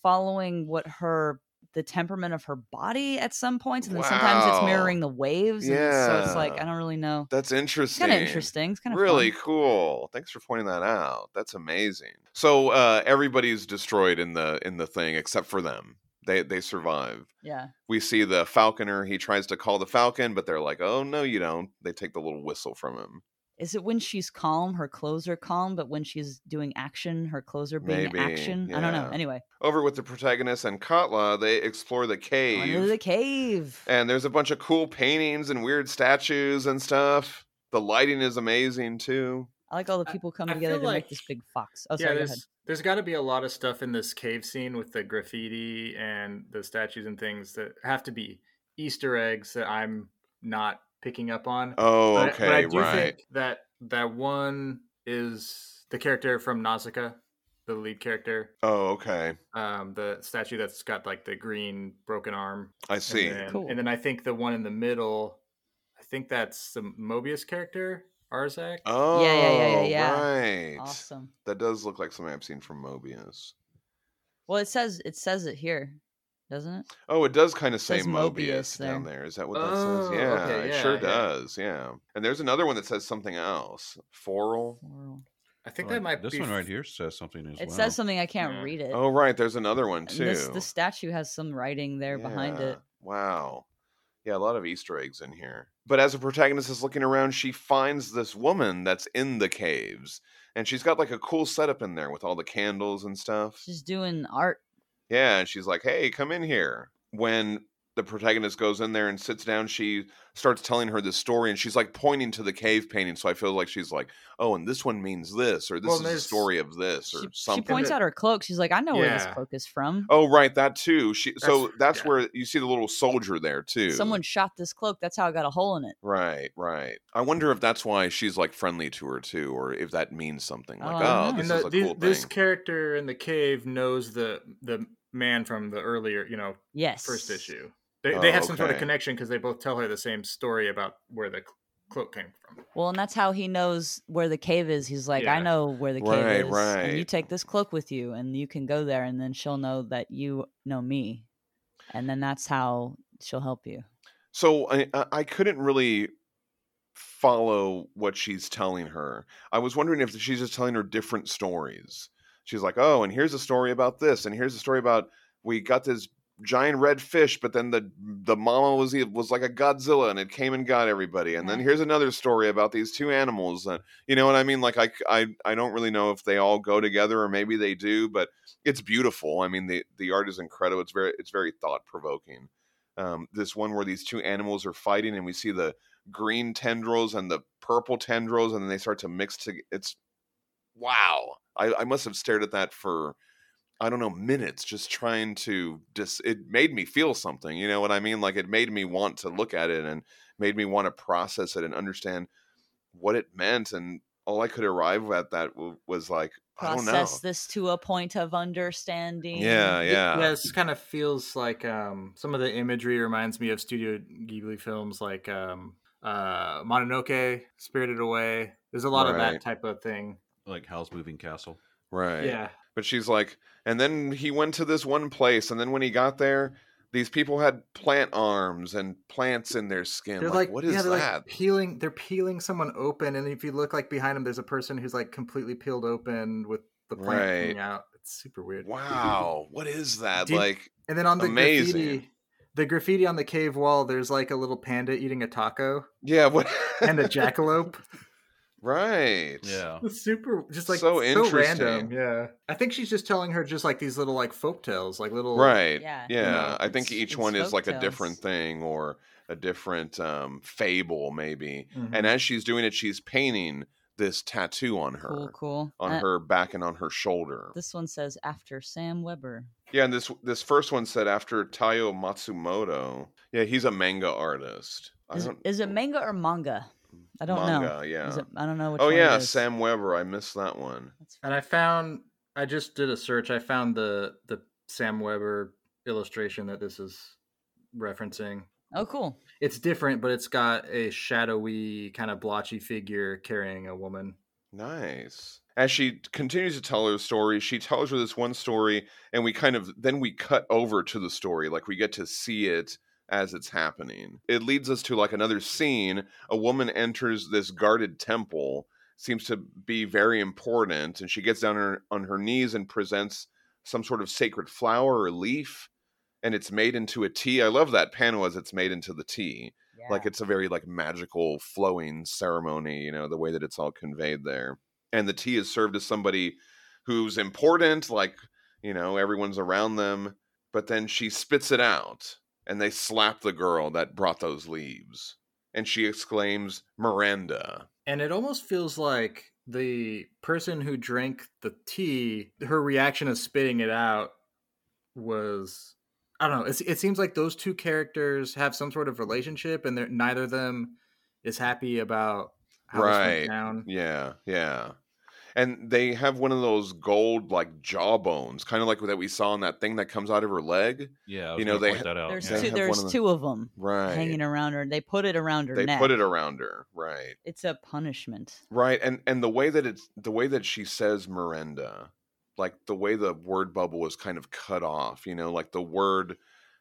[SPEAKER 2] following what her the temperament of her body at some points and then sometimes it's
[SPEAKER 1] Wow.
[SPEAKER 2] mirroring the waves and so it's like
[SPEAKER 1] Yeah.
[SPEAKER 2] i don't really know
[SPEAKER 1] That's
[SPEAKER 2] it's
[SPEAKER 1] interesting.
[SPEAKER 2] kind of interesting it's kind of
[SPEAKER 1] Really cool. Thanks for pointing that out. That's amazing. So uh, everybody's destroyed in the in the thing except for them. They they survive.
[SPEAKER 2] yeah
[SPEAKER 1] We see the falconer. He tries to call the falcon, but they're like, "Oh no, you don't." They take the little whistle from him.
[SPEAKER 2] is it when she's calm her clothes are calm but when she's doing action her clothes are being
[SPEAKER 1] Maybe,
[SPEAKER 2] action i don't know
[SPEAKER 1] yeah.
[SPEAKER 2] anyway
[SPEAKER 1] Over with the protagonist and Katla, they explore the
[SPEAKER 2] going into
[SPEAKER 1] cave. Eh,
[SPEAKER 2] the cave
[SPEAKER 1] and there's a bunch of cool paintings and weird statues and stuff. The lighting is amazing too.
[SPEAKER 2] i like all the
[SPEAKER 4] I-
[SPEAKER 2] people come
[SPEAKER 4] I
[SPEAKER 2] together
[SPEAKER 4] feel
[SPEAKER 2] to
[SPEAKER 4] like-
[SPEAKER 2] make this big fox oh sorry go ahead
[SPEAKER 4] there's there's got to be a lot of stuff in this cave scene with the graffiti and the statues and things that have to be Easter eggs that I'm not picking up on.
[SPEAKER 1] Oh,
[SPEAKER 4] But- but I
[SPEAKER 1] okay,
[SPEAKER 4] do
[SPEAKER 1] right.
[SPEAKER 4] think that that one is the character from Nausicaa, the lead character.
[SPEAKER 1] Oh, okay.
[SPEAKER 4] Um, the statue that's got like the green broken arm.
[SPEAKER 1] I see.
[SPEAKER 4] And then,
[SPEAKER 2] Cool.
[SPEAKER 4] and then I think the one in the middle, I think that's the Mobius character, Arzak.
[SPEAKER 1] Oh,
[SPEAKER 2] yeah, yeah, yeah, yeah.
[SPEAKER 1] Right.
[SPEAKER 2] awesome
[SPEAKER 1] That does look like something I've seen from Mobius.
[SPEAKER 2] well it says it says it here doesn't it
[SPEAKER 1] Oh, it does kind of say
[SPEAKER 2] says
[SPEAKER 1] Mobius,
[SPEAKER 2] Mobius
[SPEAKER 1] down
[SPEAKER 2] there.
[SPEAKER 1] there. Is that what that
[SPEAKER 4] Oh,
[SPEAKER 1] says? Yeah,
[SPEAKER 4] okay,
[SPEAKER 1] it
[SPEAKER 4] yeah,
[SPEAKER 1] sure
[SPEAKER 4] yeah.
[SPEAKER 1] does. Yeah. And there's another one that says something else. Foral.
[SPEAKER 2] Floral.
[SPEAKER 4] I think
[SPEAKER 3] Well,
[SPEAKER 4] that might
[SPEAKER 3] this
[SPEAKER 4] be
[SPEAKER 3] one
[SPEAKER 4] f-
[SPEAKER 3] right here says something as
[SPEAKER 2] it
[SPEAKER 3] well.
[SPEAKER 2] says something i can't
[SPEAKER 4] Yeah.
[SPEAKER 2] read it
[SPEAKER 1] Oh, right. There's another one
[SPEAKER 2] And
[SPEAKER 1] too.
[SPEAKER 2] This, the statue has some writing there behind
[SPEAKER 1] Yeah,
[SPEAKER 2] it.
[SPEAKER 1] Wow. Yeah, a lot of Easter eggs in here. But as the protagonist is looking around, she finds this woman that's in the caves. And she's got like a cool setup in there with all the candles and stuff.
[SPEAKER 2] She's doing art.
[SPEAKER 1] Yeah, and she's like, hey, come in here. When the protagonist goes in there and sits down, she starts telling her the story and she's like pointing to the cave painting. So I feel like she's like, oh, and this one means this, or this
[SPEAKER 4] Well,
[SPEAKER 1] is the
[SPEAKER 4] there's-
[SPEAKER 1] story of this, or
[SPEAKER 2] She, she
[SPEAKER 1] something.
[SPEAKER 2] points out her cloak. She's like, I know where this
[SPEAKER 4] Yeah.
[SPEAKER 2] cloak is from.
[SPEAKER 1] Oh, right, that too. She so
[SPEAKER 4] That's-
[SPEAKER 1] that's
[SPEAKER 4] yeah.
[SPEAKER 1] where you see the little soldier there too.
[SPEAKER 2] Someone shot this cloak. That's how I got a hole in it.
[SPEAKER 1] Right, right. I wonder if that's why she's like friendly to her too, or if that means something.
[SPEAKER 2] Oh,
[SPEAKER 1] Like,
[SPEAKER 2] I don't
[SPEAKER 1] oh,
[SPEAKER 2] know.
[SPEAKER 1] this
[SPEAKER 4] and the,
[SPEAKER 1] is a
[SPEAKER 4] the-
[SPEAKER 1] cool
[SPEAKER 4] this
[SPEAKER 1] thing.
[SPEAKER 4] character in the cave knows the the man from the earlier, you know,
[SPEAKER 2] Yes.
[SPEAKER 4] first issue. They, they
[SPEAKER 1] Oh,
[SPEAKER 4] have some sort of
[SPEAKER 1] okay.
[SPEAKER 4] connection because they both tell her the same story about where the cl- cloak came from.
[SPEAKER 2] Well, and that's how he knows where the cave is. He's like, I
[SPEAKER 4] Yeah.
[SPEAKER 2] know where the cave
[SPEAKER 1] Right,
[SPEAKER 2] is. And you
[SPEAKER 1] right.
[SPEAKER 2] take this cloak with you, and you can go there, and then she'll know that you know me, and then that's how she'll help you.
[SPEAKER 1] so I, I I couldn't really follow what she's telling her. I was wondering if she's just telling her different stories. She's like, oh, and here's a story about this, and here's a story about we got this giant red fish, but then the the mama was e- was like a Godzilla and it came and got everybody. And then
[SPEAKER 2] Right.
[SPEAKER 1] here's another story about these two animals that you know what I mean. Like I, c- I I don't really know if they all go together or maybe they do, but it's beautiful. I mean the the art is incredible. It's very it's very thought provoking. Um, this one where these two animals are fighting and we see the green tendrils and the purple tendrils and then they start to mix together. It's wow. I, I must have stared at that for I don't know minutes, just trying to dis. It made me feel something. You know what I mean? Like it made me want to look at it and made me want to process it and understand what it meant. And all I could arrive at that w- was like I don't know.
[SPEAKER 2] process this to a point of understanding.
[SPEAKER 1] Yeah, yeah.
[SPEAKER 4] Yeah, this kind of feels like um, some of the imagery reminds me of Studio Ghibli films like um, uh, Mononoke, Spirited Away. There's a lot of
[SPEAKER 1] Right.
[SPEAKER 4] that type of thing.
[SPEAKER 3] like Howl's Moving Castle.
[SPEAKER 1] right.
[SPEAKER 4] Yeah,
[SPEAKER 1] But she's like, and then he went to this one place, and then when he got there, these people had plant arms and plants in their skin.
[SPEAKER 4] they're
[SPEAKER 1] Like,
[SPEAKER 4] like,
[SPEAKER 1] what is
[SPEAKER 4] yeah, they're
[SPEAKER 1] that?
[SPEAKER 4] like peeling. They're peeling someone open, and if you look like behind them, there's a person who's like completely peeled open with the plant coming
[SPEAKER 1] Right.
[SPEAKER 4] out. It's super weird.
[SPEAKER 1] wow, what is that?
[SPEAKER 4] Did-
[SPEAKER 1] like,
[SPEAKER 4] And then on the
[SPEAKER 1] Amazing.
[SPEAKER 4] graffiti, the graffiti on the cave wall, there's like a little panda eating a taco
[SPEAKER 1] yeah, what?
[SPEAKER 4] and a jackalope.
[SPEAKER 1] [laughs] right.
[SPEAKER 3] Yeah.
[SPEAKER 4] It's super, just like
[SPEAKER 1] So
[SPEAKER 4] so,
[SPEAKER 1] interesting.
[SPEAKER 4] random. Yeah, I think she's just telling her just like these little like folk tales, like little
[SPEAKER 1] right yeah,
[SPEAKER 2] Yeah.
[SPEAKER 4] know,
[SPEAKER 1] i think
[SPEAKER 4] it's-
[SPEAKER 1] each
[SPEAKER 2] it's
[SPEAKER 1] one is like a
[SPEAKER 2] folktales.
[SPEAKER 1] different thing or a different um fable maybe
[SPEAKER 4] Mhm.
[SPEAKER 1] and as she's doing it she's painting this tattoo on her
[SPEAKER 2] Cool, cool.
[SPEAKER 1] on
[SPEAKER 2] Uh,
[SPEAKER 1] her back and on her shoulder
[SPEAKER 2] This one says after Sam Weber.
[SPEAKER 1] yeah and this this first one said after tayo matsumoto yeah he's a manga artist i
[SPEAKER 2] Is,
[SPEAKER 1] don't
[SPEAKER 2] is it manga or manga? I don't know.
[SPEAKER 1] manga
[SPEAKER 2] Is
[SPEAKER 1] yeah
[SPEAKER 2] it- I don't know which
[SPEAKER 1] oh
[SPEAKER 2] one it
[SPEAKER 1] yeah
[SPEAKER 2] is.
[SPEAKER 1] sam weber i missed that one
[SPEAKER 2] That's
[SPEAKER 4] And I found, I just did a search. I found the the Sam Weber illustration that this is referencing.
[SPEAKER 2] Oh, cool.
[SPEAKER 4] It's different, but it's got a shadowy kind of blotchy figure carrying a woman.
[SPEAKER 1] Nice. As she continues to tell her story, she tells her this one story, and we kind of then we cut over to the story, like we get to see it as it's happening. It leads us to like another scene. A woman enters this guarded temple, seems to be very important, and she gets down on her, on her knees and presents some sort of sacred flower or leaf, and it's made into a tea. I love that panel as it's made into the tea
[SPEAKER 2] Yeah.
[SPEAKER 1] like it's a very like magical flowing ceremony you know the way that it's all conveyed there and the tea is served to somebody who's important like you know everyone's around them but then she spits it out and they slap the girl that brought those leaves and she exclaims miranda
[SPEAKER 4] And it almost feels like the person who drank the tea, her reaction of spitting it out was I don't know. It's, it seems like those two characters have some sort of relationship, and they're, neither of them is happy about how this
[SPEAKER 1] Right.
[SPEAKER 4] went down.
[SPEAKER 1] yeah yeah and they have one of those gold like jawbones kind of like that we saw in that thing that comes out of her leg
[SPEAKER 3] Yeah. I
[SPEAKER 1] You
[SPEAKER 3] was
[SPEAKER 1] know,
[SPEAKER 3] gonna
[SPEAKER 1] they-
[SPEAKER 3] point that out.
[SPEAKER 2] there's
[SPEAKER 1] yeah. They
[SPEAKER 2] two.
[SPEAKER 1] have one
[SPEAKER 2] There's
[SPEAKER 1] of the-
[SPEAKER 2] two of them
[SPEAKER 1] right
[SPEAKER 2] hanging around her. They put it around her
[SPEAKER 1] they
[SPEAKER 2] neck.
[SPEAKER 1] put it around her right
[SPEAKER 2] It's a punishment.
[SPEAKER 1] Right, and and the way that it's the way that she says Miranda, like the way the word bubble was kind of cut off, you know, like the word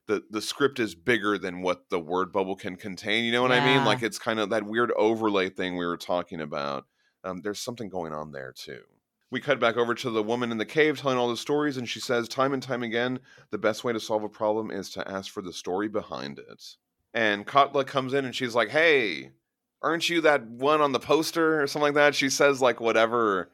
[SPEAKER 1] the the script is bigger than what the word bubble can contain, you know what I mean?
[SPEAKER 2] Yeah.
[SPEAKER 1] Like it's kind of that weird overlay thing we were talking about. Um there's something going on there too. We cut back over to the woman in the cave telling all the stories and she says time and time again, the best way to solve a problem is to ask for the story behind it. And Kotla comes in and she's like, "Hey, aren't you that one on the poster or something like that? She says like whatever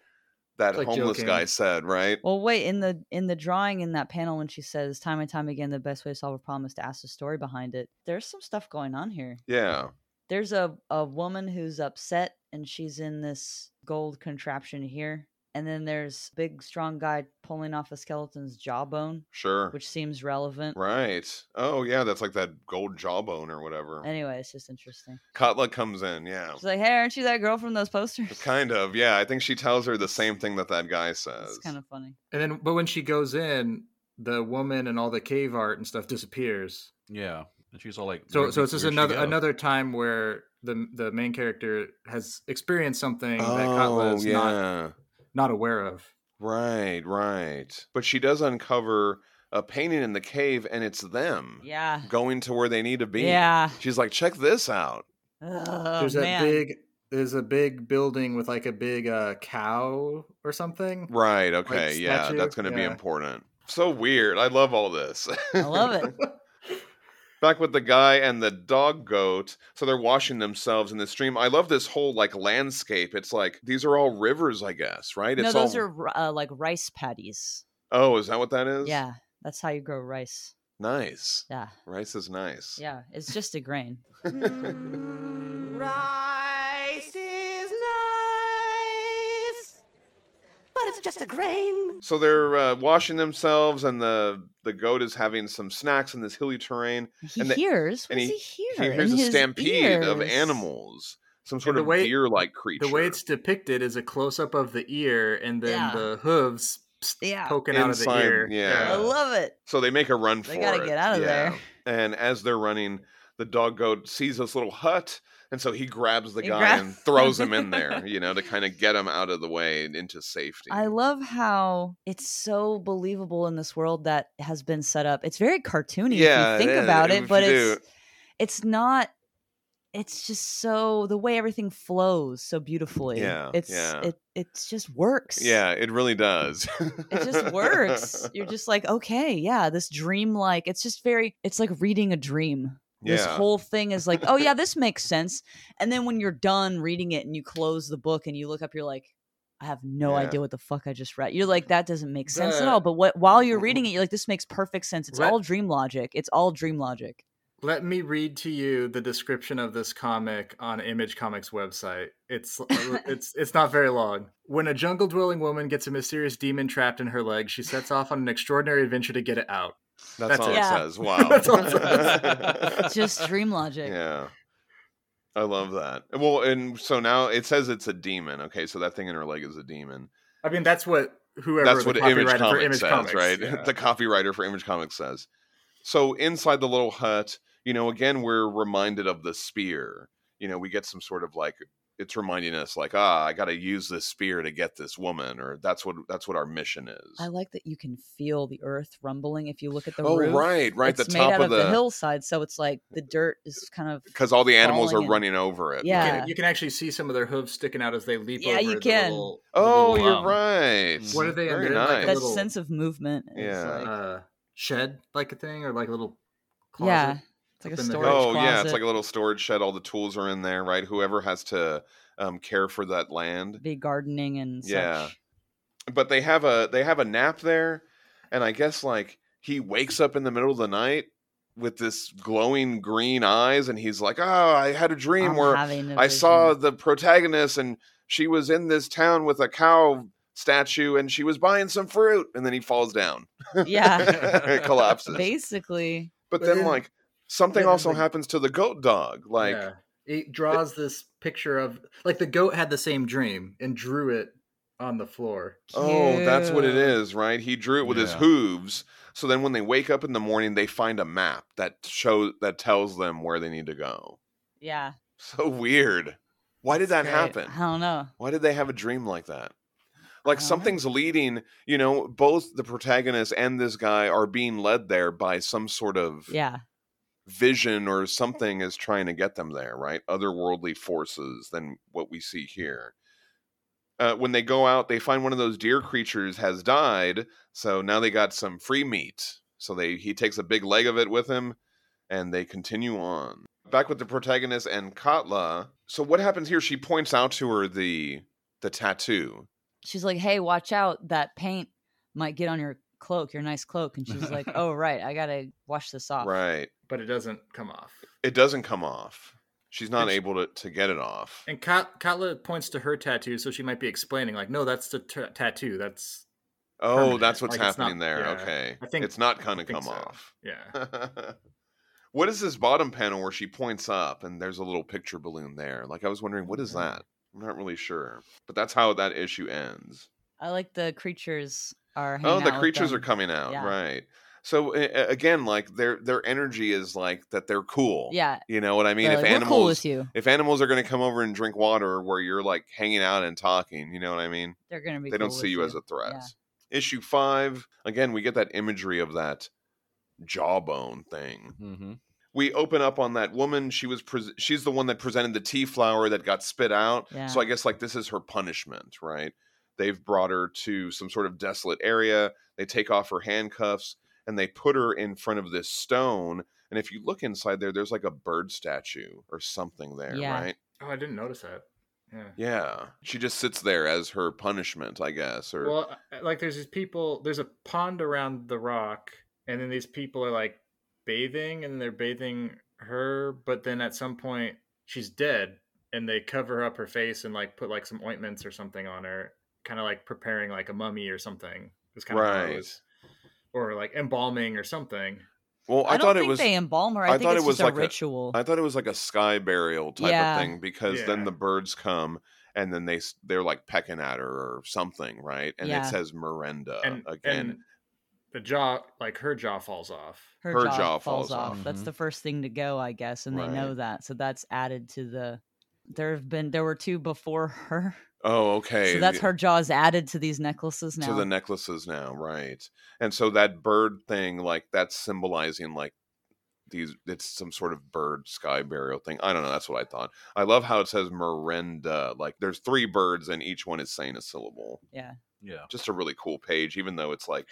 [SPEAKER 1] that
[SPEAKER 4] It's like
[SPEAKER 1] homeless
[SPEAKER 4] joking.
[SPEAKER 1] guy said, right?
[SPEAKER 2] Well, wait in the in the drawing in that panel when she says time and time again the best way to solve a problem is to ask the story behind it. There's some stuff going on here.
[SPEAKER 1] Yeah.
[SPEAKER 2] There's a a woman who's upset and she's in this gold contraption here, and then there's big strong guy pulling off a skeleton's jawbone,
[SPEAKER 1] Sure.
[SPEAKER 2] which seems relevant.
[SPEAKER 1] right. Oh yeah, that's like that gold jawbone or whatever.
[SPEAKER 2] Anyway, it's just interesting.
[SPEAKER 1] Katla comes in, yeah.
[SPEAKER 2] She's like, "Hey, aren't you that girl from those posters?"
[SPEAKER 1] Kind of, yeah. I think she tells her the same thing that that guy says.
[SPEAKER 2] [laughs] It's kind of funny.
[SPEAKER 4] And then, but when she goes in, the woman and all the cave art and stuff disappears.
[SPEAKER 3] Yeah. And she's all like,
[SPEAKER 4] So,
[SPEAKER 3] "Where'd
[SPEAKER 4] so
[SPEAKER 3] we-
[SPEAKER 4] it's just
[SPEAKER 3] where'd she
[SPEAKER 4] another
[SPEAKER 3] go?"
[SPEAKER 4] another time where the the main character has experienced something that
[SPEAKER 1] oh,
[SPEAKER 4] Katla is
[SPEAKER 1] yeah.
[SPEAKER 4] not not aware of.
[SPEAKER 1] Right, right. But she does uncover a painting in the cave and it's them
[SPEAKER 2] Yeah.
[SPEAKER 1] going to where they need to be.
[SPEAKER 2] Yeah.
[SPEAKER 1] She's like, check this out.
[SPEAKER 2] Oh,
[SPEAKER 4] there's
[SPEAKER 2] man.
[SPEAKER 4] that big there's a big building with like a big uh, cow or something.
[SPEAKER 1] Right, okay, yeah.
[SPEAKER 4] statue,
[SPEAKER 1] That's gonna be
[SPEAKER 4] yeah.
[SPEAKER 1] important. so weird. I love all this.
[SPEAKER 2] I love it.
[SPEAKER 1] [laughs] Back with the guy and the dog goat. So they're washing themselves in the stream. I love this whole like landscape. It's like these are all rivers, I guess, right?
[SPEAKER 2] no,
[SPEAKER 1] It's
[SPEAKER 2] those
[SPEAKER 1] all...
[SPEAKER 2] are uh, like rice paddies.
[SPEAKER 1] Oh, is that what that is?
[SPEAKER 2] Yeah, that's how you grow rice.
[SPEAKER 1] Nice.
[SPEAKER 2] Yeah,
[SPEAKER 1] Rice is nice.
[SPEAKER 2] yeah, it's just a grain.
[SPEAKER 7] Rice is nice, but it's just a grain.
[SPEAKER 1] So they're uh, washing themselves, and the the goat is having some snacks in this hilly terrain.
[SPEAKER 2] He
[SPEAKER 1] And the-
[SPEAKER 2] hears. What
[SPEAKER 1] and
[SPEAKER 2] does
[SPEAKER 1] he-
[SPEAKER 2] he hear?
[SPEAKER 1] He
[SPEAKER 2] in
[SPEAKER 1] hears a
[SPEAKER 2] his
[SPEAKER 1] stampede of
[SPEAKER 2] ears?
[SPEAKER 1] animals, some sort
[SPEAKER 4] the
[SPEAKER 1] of
[SPEAKER 4] way-
[SPEAKER 1] deer-like creature.
[SPEAKER 4] The way it's depicted is a close up of the ear and then
[SPEAKER 2] Yeah.
[SPEAKER 4] the hooves
[SPEAKER 2] Yeah,
[SPEAKER 4] poking out of the
[SPEAKER 1] Inside,
[SPEAKER 4] ear.
[SPEAKER 1] yeah.
[SPEAKER 2] I love it.
[SPEAKER 1] so they make a run for
[SPEAKER 2] They
[SPEAKER 1] it.
[SPEAKER 2] gotta get out of there.
[SPEAKER 1] And as they're running, the dog goat sees this little hut, and so he grabs the
[SPEAKER 2] He
[SPEAKER 1] guy
[SPEAKER 2] grab-
[SPEAKER 1] and throws him
[SPEAKER 2] [laughs]
[SPEAKER 1] in there, you know, to kind of get him out of the way and into safety.
[SPEAKER 2] I love how it's so believable in this world that has been set up. It's very cartoony
[SPEAKER 1] Yeah,
[SPEAKER 2] if you
[SPEAKER 1] it
[SPEAKER 2] think
[SPEAKER 1] is,
[SPEAKER 2] about
[SPEAKER 1] if you
[SPEAKER 2] it, but
[SPEAKER 1] do.
[SPEAKER 2] it's it's not. It's just so the way everything flows so beautifully.
[SPEAKER 1] Yeah,
[SPEAKER 2] it's
[SPEAKER 1] yeah.
[SPEAKER 2] it it just works.
[SPEAKER 1] yeah, it really does.
[SPEAKER 2] it
[SPEAKER 1] [laughs]
[SPEAKER 2] just works. You're just like, okay, yeah, this dream like it's just very it's like reading a dream. This
[SPEAKER 1] Yeah.
[SPEAKER 2] whole thing is like, oh
[SPEAKER 1] [laughs]
[SPEAKER 2] yeah, this makes sense. And then when you're done reading it and you close the book and you look up, you're like, I have no
[SPEAKER 1] Yeah.
[SPEAKER 2] idea what the fuck I just read. You're like, that doesn't make sense at
[SPEAKER 4] The-
[SPEAKER 2] all. But what while you're reading it,
[SPEAKER 1] [laughs]
[SPEAKER 2] you're like, this makes perfect sense. It's
[SPEAKER 4] Let-
[SPEAKER 2] all dream logic. It's all dream logic.
[SPEAKER 4] Let me read to you the description of this comic on Image Comics website. It's uh,
[SPEAKER 2] [laughs]
[SPEAKER 4] it's it's not very long. When a jungle-dwelling woman gets a mysterious demon trapped in her leg, she sets off on an extraordinary adventure to get it out.
[SPEAKER 1] That's,
[SPEAKER 4] That's
[SPEAKER 1] all
[SPEAKER 4] it.
[SPEAKER 1] it
[SPEAKER 2] Yeah.
[SPEAKER 1] says. Wow.
[SPEAKER 4] That's all it
[SPEAKER 2] [laughs]
[SPEAKER 1] [laughs]
[SPEAKER 2] It's just dream logic.
[SPEAKER 1] Yeah. I love that. Well, and so now it says it's a demon. Okay, so that thing in her leg is a demon.
[SPEAKER 4] I mean, that's what whoever
[SPEAKER 1] That's
[SPEAKER 4] the
[SPEAKER 1] what
[SPEAKER 4] copywriter
[SPEAKER 1] Image
[SPEAKER 4] for
[SPEAKER 1] Comics
[SPEAKER 4] Image
[SPEAKER 1] says,
[SPEAKER 4] Comics,
[SPEAKER 1] right? [laughs]
[SPEAKER 4] yeah.
[SPEAKER 1] The copywriter for Image Comics says. So inside the little hut, you know, again we're reminded of the spear. You know, we get some sort of like it's reminding us like, ah, I got to use this spear to get this woman or that's what that's what our mission is.
[SPEAKER 2] I like that you can feel the earth rumbling if you look at the
[SPEAKER 1] oh,
[SPEAKER 2] roof.
[SPEAKER 1] right, right,
[SPEAKER 2] It's
[SPEAKER 1] the
[SPEAKER 2] made
[SPEAKER 1] top
[SPEAKER 2] out
[SPEAKER 1] of the
[SPEAKER 2] hillside, so it's like the dirt is kind of
[SPEAKER 1] cuz all the animals
[SPEAKER 2] falling
[SPEAKER 1] are
[SPEAKER 2] in.
[SPEAKER 1] running over it.
[SPEAKER 4] You
[SPEAKER 2] Yeah.
[SPEAKER 4] can- You can actually see some of their hooves sticking out as they leap.
[SPEAKER 2] Yeah,
[SPEAKER 4] over
[SPEAKER 2] you
[SPEAKER 4] the
[SPEAKER 2] can.
[SPEAKER 4] little- the
[SPEAKER 1] Oh,
[SPEAKER 4] little,
[SPEAKER 1] you're
[SPEAKER 4] um,
[SPEAKER 1] right.
[SPEAKER 4] What are they
[SPEAKER 1] Very
[SPEAKER 4] under? Like a
[SPEAKER 1] nice.
[SPEAKER 2] Mm-hmm. that
[SPEAKER 4] little-
[SPEAKER 2] sense of movement. is
[SPEAKER 1] Yeah.
[SPEAKER 2] like-
[SPEAKER 4] uh, shed like a thing or like a little closet.
[SPEAKER 2] yeah, it's like a
[SPEAKER 4] up in the
[SPEAKER 2] storage.
[SPEAKER 4] storage
[SPEAKER 1] oh yeah it's like a little storage shed all the tools are in there right whoever has to um, care for that land
[SPEAKER 2] be gardening and
[SPEAKER 1] Yeah.
[SPEAKER 2] such.
[SPEAKER 1] but they have a they have a nap there and i guess like he wakes up in the middle of the night with this glowing green eyes and he's like oh i had a dream
[SPEAKER 2] I'm
[SPEAKER 1] where
[SPEAKER 2] having a
[SPEAKER 1] i saw [laughs]
[SPEAKER 2] vision.
[SPEAKER 1] the protagonist and she was in this town with a cow statue and she was buying some fruit and then he falls [laughs] down
[SPEAKER 2] yeah,
[SPEAKER 1] collapses
[SPEAKER 2] basically.
[SPEAKER 1] but
[SPEAKER 4] But
[SPEAKER 1] then
[SPEAKER 4] then-
[SPEAKER 1] like something
[SPEAKER 4] then,
[SPEAKER 1] also
[SPEAKER 4] like-
[SPEAKER 1] happens to the goat dog like
[SPEAKER 4] Yeah. it draws this picture of like the goat had the same dream and drew it on the floor.
[SPEAKER 1] Oh, that's what it
[SPEAKER 2] cute.
[SPEAKER 1] is, right? He drew it with his
[SPEAKER 3] Yeah.
[SPEAKER 1] hooves. So then when they wake up in the morning, they find a map that shows that tells them where they need to go. [laughs]
[SPEAKER 2] Yeah,
[SPEAKER 1] So weird. Why did that
[SPEAKER 2] great.
[SPEAKER 1] happen?
[SPEAKER 2] I don't know.
[SPEAKER 1] Why did they have a dream like that?
[SPEAKER 2] I don't
[SPEAKER 1] Like
[SPEAKER 2] know.
[SPEAKER 1] something's leading, you know, both the protagonist and this guy are being led there by some sort of
[SPEAKER 2] Yeah,
[SPEAKER 1] vision or something is trying to get them there, right? Otherworldly forces than what we see here. Uh, when they go out, they find one of those deer creatures has died, so now they got some free meat. So they he takes a big leg of it with him, and they continue on. Back with the protagonist and Katla. So what happens here? She points out to her the the tattoo.
[SPEAKER 2] she's like, "Hey, watch out! That paint might get on your cloak, your nice cloak." And she's
[SPEAKER 1] [laughs]
[SPEAKER 2] like, "Oh right, I gotta wash this off."
[SPEAKER 1] Right.
[SPEAKER 4] But it doesn't come off.
[SPEAKER 1] It doesn't come off. She's not
[SPEAKER 4] And she-
[SPEAKER 1] able to, to get it off.
[SPEAKER 4] And Kat- Katla points to her tattoo, so she might be explaining, like, no, that's the t- tattoo. That's
[SPEAKER 1] Oh,
[SPEAKER 4] permanent.
[SPEAKER 1] that's what's
[SPEAKER 4] Like, it's not-
[SPEAKER 1] happening there.
[SPEAKER 4] yeah.
[SPEAKER 1] Okay.
[SPEAKER 4] I think-
[SPEAKER 1] it's not
[SPEAKER 4] I
[SPEAKER 1] gonna
[SPEAKER 4] think
[SPEAKER 1] come
[SPEAKER 4] so.
[SPEAKER 1] off. [laughs]
[SPEAKER 4] yeah.
[SPEAKER 1] what is this bottom panel where she points up and there's a little picture balloon there? Like I was wondering, what is
[SPEAKER 4] Mm-hmm.
[SPEAKER 1] that? I'm not really sure. But that's how that issue ends.
[SPEAKER 2] I like the creatures are.
[SPEAKER 1] oh,
[SPEAKER 2] hanging
[SPEAKER 1] the
[SPEAKER 2] out with
[SPEAKER 1] creatures are
[SPEAKER 2] them.
[SPEAKER 1] coming out,
[SPEAKER 2] Yeah.
[SPEAKER 1] right? So a- a- again, like their their energy is like that they're cool.
[SPEAKER 2] Yeah,
[SPEAKER 1] You know what I mean?
[SPEAKER 2] they're
[SPEAKER 1] if
[SPEAKER 2] like,
[SPEAKER 1] animals
[SPEAKER 2] we're cool with you,
[SPEAKER 1] if animals are going to come over and drink water where you're like hanging out and talking, you know what I mean?
[SPEAKER 2] they're gonna be.
[SPEAKER 1] they don't
[SPEAKER 2] cool
[SPEAKER 1] see
[SPEAKER 2] with
[SPEAKER 1] you as a threat.
[SPEAKER 2] Yeah.
[SPEAKER 1] Issue five, again, we get that imagery of that jawbone thing.
[SPEAKER 2] Mm-hmm.
[SPEAKER 3] hmm
[SPEAKER 1] We open up on that woman. She was pres she's the one that presented the tea flower that got spit out.
[SPEAKER 2] Yeah.
[SPEAKER 1] So I guess like this is her punishment, right? They've brought her to some sort of desolate area. They take off her handcuffs and they put her in front of this stone. And if you look inside there, there's like a bird statue or something there,
[SPEAKER 2] Yeah.
[SPEAKER 1] right?
[SPEAKER 4] Oh, I didn't notice that. Yeah.
[SPEAKER 1] Yeah. She just sits there as her punishment, I guess. Or
[SPEAKER 4] Well, I- like there's these people. There's a pond around the rock, and then these people are like bathing, and they're bathing her. But then at some point, she's dead, and they cover up her face and like put like some ointments or something on her, kind of like preparing like a mummy or something. It's kind of
[SPEAKER 1] Right.
[SPEAKER 4] or like embalming or something.
[SPEAKER 1] well, I,
[SPEAKER 2] I, don't
[SPEAKER 1] thought
[SPEAKER 2] think
[SPEAKER 1] it was
[SPEAKER 2] they embalm her. I,
[SPEAKER 1] I
[SPEAKER 2] think
[SPEAKER 1] thought
[SPEAKER 2] it's
[SPEAKER 1] it was
[SPEAKER 2] just
[SPEAKER 1] like
[SPEAKER 2] a
[SPEAKER 1] a-
[SPEAKER 2] ritual.
[SPEAKER 1] I thought it was like a sky burial type
[SPEAKER 2] Yeah.
[SPEAKER 1] of thing because then
[SPEAKER 4] Yeah.
[SPEAKER 1] the birds come and then they s- they're like pecking at her or something, right? And
[SPEAKER 2] Yeah.
[SPEAKER 1] it says Miranda
[SPEAKER 4] and
[SPEAKER 1] Uh, again.
[SPEAKER 4] and the jaw, like her jaw, falls off.
[SPEAKER 1] her jaw falls
[SPEAKER 3] off.
[SPEAKER 2] That's
[SPEAKER 3] Mhm.
[SPEAKER 2] the first thing to go, I guess, and they know
[SPEAKER 1] Right.
[SPEAKER 2] that. So that's added to the. There have been there were two before [laughs] her,
[SPEAKER 1] oh, okay.
[SPEAKER 2] so that's
[SPEAKER 1] the-
[SPEAKER 2] her jaws added to these necklaces now.
[SPEAKER 1] to the necklaces now, right? And so that bird thing, like that's symbolizing like these it's some sort of bird sky burial thing. I don't know, that's what I thought. I love how it says Miranda. Like there's three birds and each one is saying a syllable.
[SPEAKER 3] Yeah.
[SPEAKER 1] Just a really cool page, even though it's like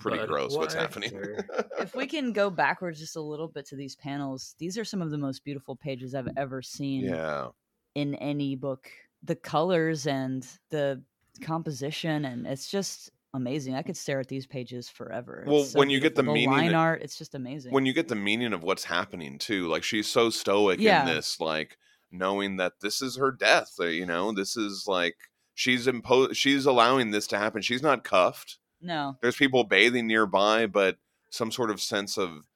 [SPEAKER 1] pretty
[SPEAKER 4] But
[SPEAKER 1] gross what's
[SPEAKER 4] why,
[SPEAKER 1] happening.
[SPEAKER 4] sir?
[SPEAKER 2] if
[SPEAKER 4] [laughs]
[SPEAKER 2] we can go backwards just a little bit to these panels, these are some of the most beautiful pages I've ever seen
[SPEAKER 1] yeah.
[SPEAKER 2] in any book. The colors and the composition, and it's just amazing. I could stare at these pages forever. It's
[SPEAKER 1] Well,
[SPEAKER 2] so
[SPEAKER 1] when you get the
[SPEAKER 2] beautiful.
[SPEAKER 1] meaning
[SPEAKER 2] line
[SPEAKER 1] that-
[SPEAKER 2] art, it's just amazing.
[SPEAKER 1] when you get the meaning of what's happening too like she's so stoic
[SPEAKER 2] Yeah.
[SPEAKER 1] in this like knowing that this is her death uh, you know this is like she's imposed she's allowing this to happen she's not cuffed
[SPEAKER 2] no,
[SPEAKER 1] there's people bathing nearby but some sort of sense of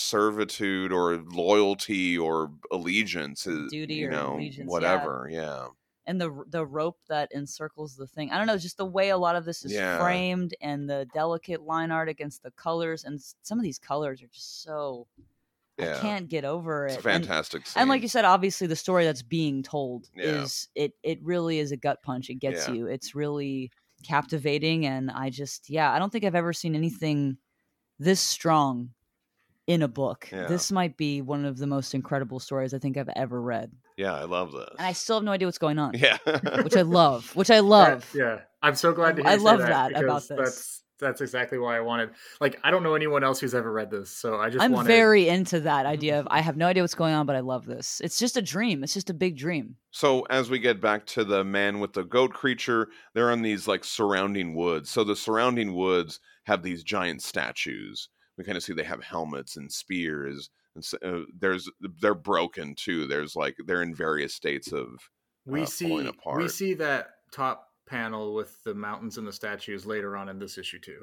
[SPEAKER 1] servitude or loyalty or allegiance is
[SPEAKER 2] Duty
[SPEAKER 1] you
[SPEAKER 2] or
[SPEAKER 1] know
[SPEAKER 2] allegiance, yeah.
[SPEAKER 1] whatever yeah.
[SPEAKER 2] and the r- the rope that encircles the thing. I don't know, just the way a lot of this is
[SPEAKER 1] Yeah.
[SPEAKER 2] framed and the delicate line art against the colors, and s- some of these colors are just so
[SPEAKER 1] Yeah.
[SPEAKER 2] I can't get over it.
[SPEAKER 1] it's a
[SPEAKER 2] And-
[SPEAKER 1] fantastic
[SPEAKER 2] And, like
[SPEAKER 1] scene.
[SPEAKER 2] you said, obviously the story that's being told
[SPEAKER 1] Yeah.
[SPEAKER 2] is it it really is a gut punch. It gets
[SPEAKER 1] Yeah.
[SPEAKER 2] you. It's really captivating, and I just yeah, I don't think I've ever seen anything this strong in a book.
[SPEAKER 1] Yeah.
[SPEAKER 2] This might be one of the most incredible stories I think I've ever read,
[SPEAKER 1] yeah i love this
[SPEAKER 2] and I still have no idea what's going on
[SPEAKER 1] [laughs] yeah
[SPEAKER 2] [laughs] which I love, which I love.
[SPEAKER 4] That- yeah, I'm so glad to hear.
[SPEAKER 2] I
[SPEAKER 4] you say
[SPEAKER 2] love
[SPEAKER 4] that,
[SPEAKER 2] that about
[SPEAKER 4] because
[SPEAKER 2] this.
[SPEAKER 4] That's that's exactly why I wanted. Like, I don't know anyone else who's ever read this, so I just
[SPEAKER 2] I'm
[SPEAKER 4] wanted, Mm-hmm.
[SPEAKER 2] very into that idea of I have no idea what's going on, but I love this. It's just a dream. It's just a big dream.
[SPEAKER 1] So as we get back to the man with the goat creature, they're in these like surrounding woods. So the surrounding woods have these giant statues. We kind of see they have helmets and spears, and so, uh, there's they're broken too. There's like they're in various states of
[SPEAKER 4] We
[SPEAKER 1] uh, pulling
[SPEAKER 4] see we
[SPEAKER 1] apart.
[SPEAKER 4] see that top panel with the mountains and the statues later on in this issue too.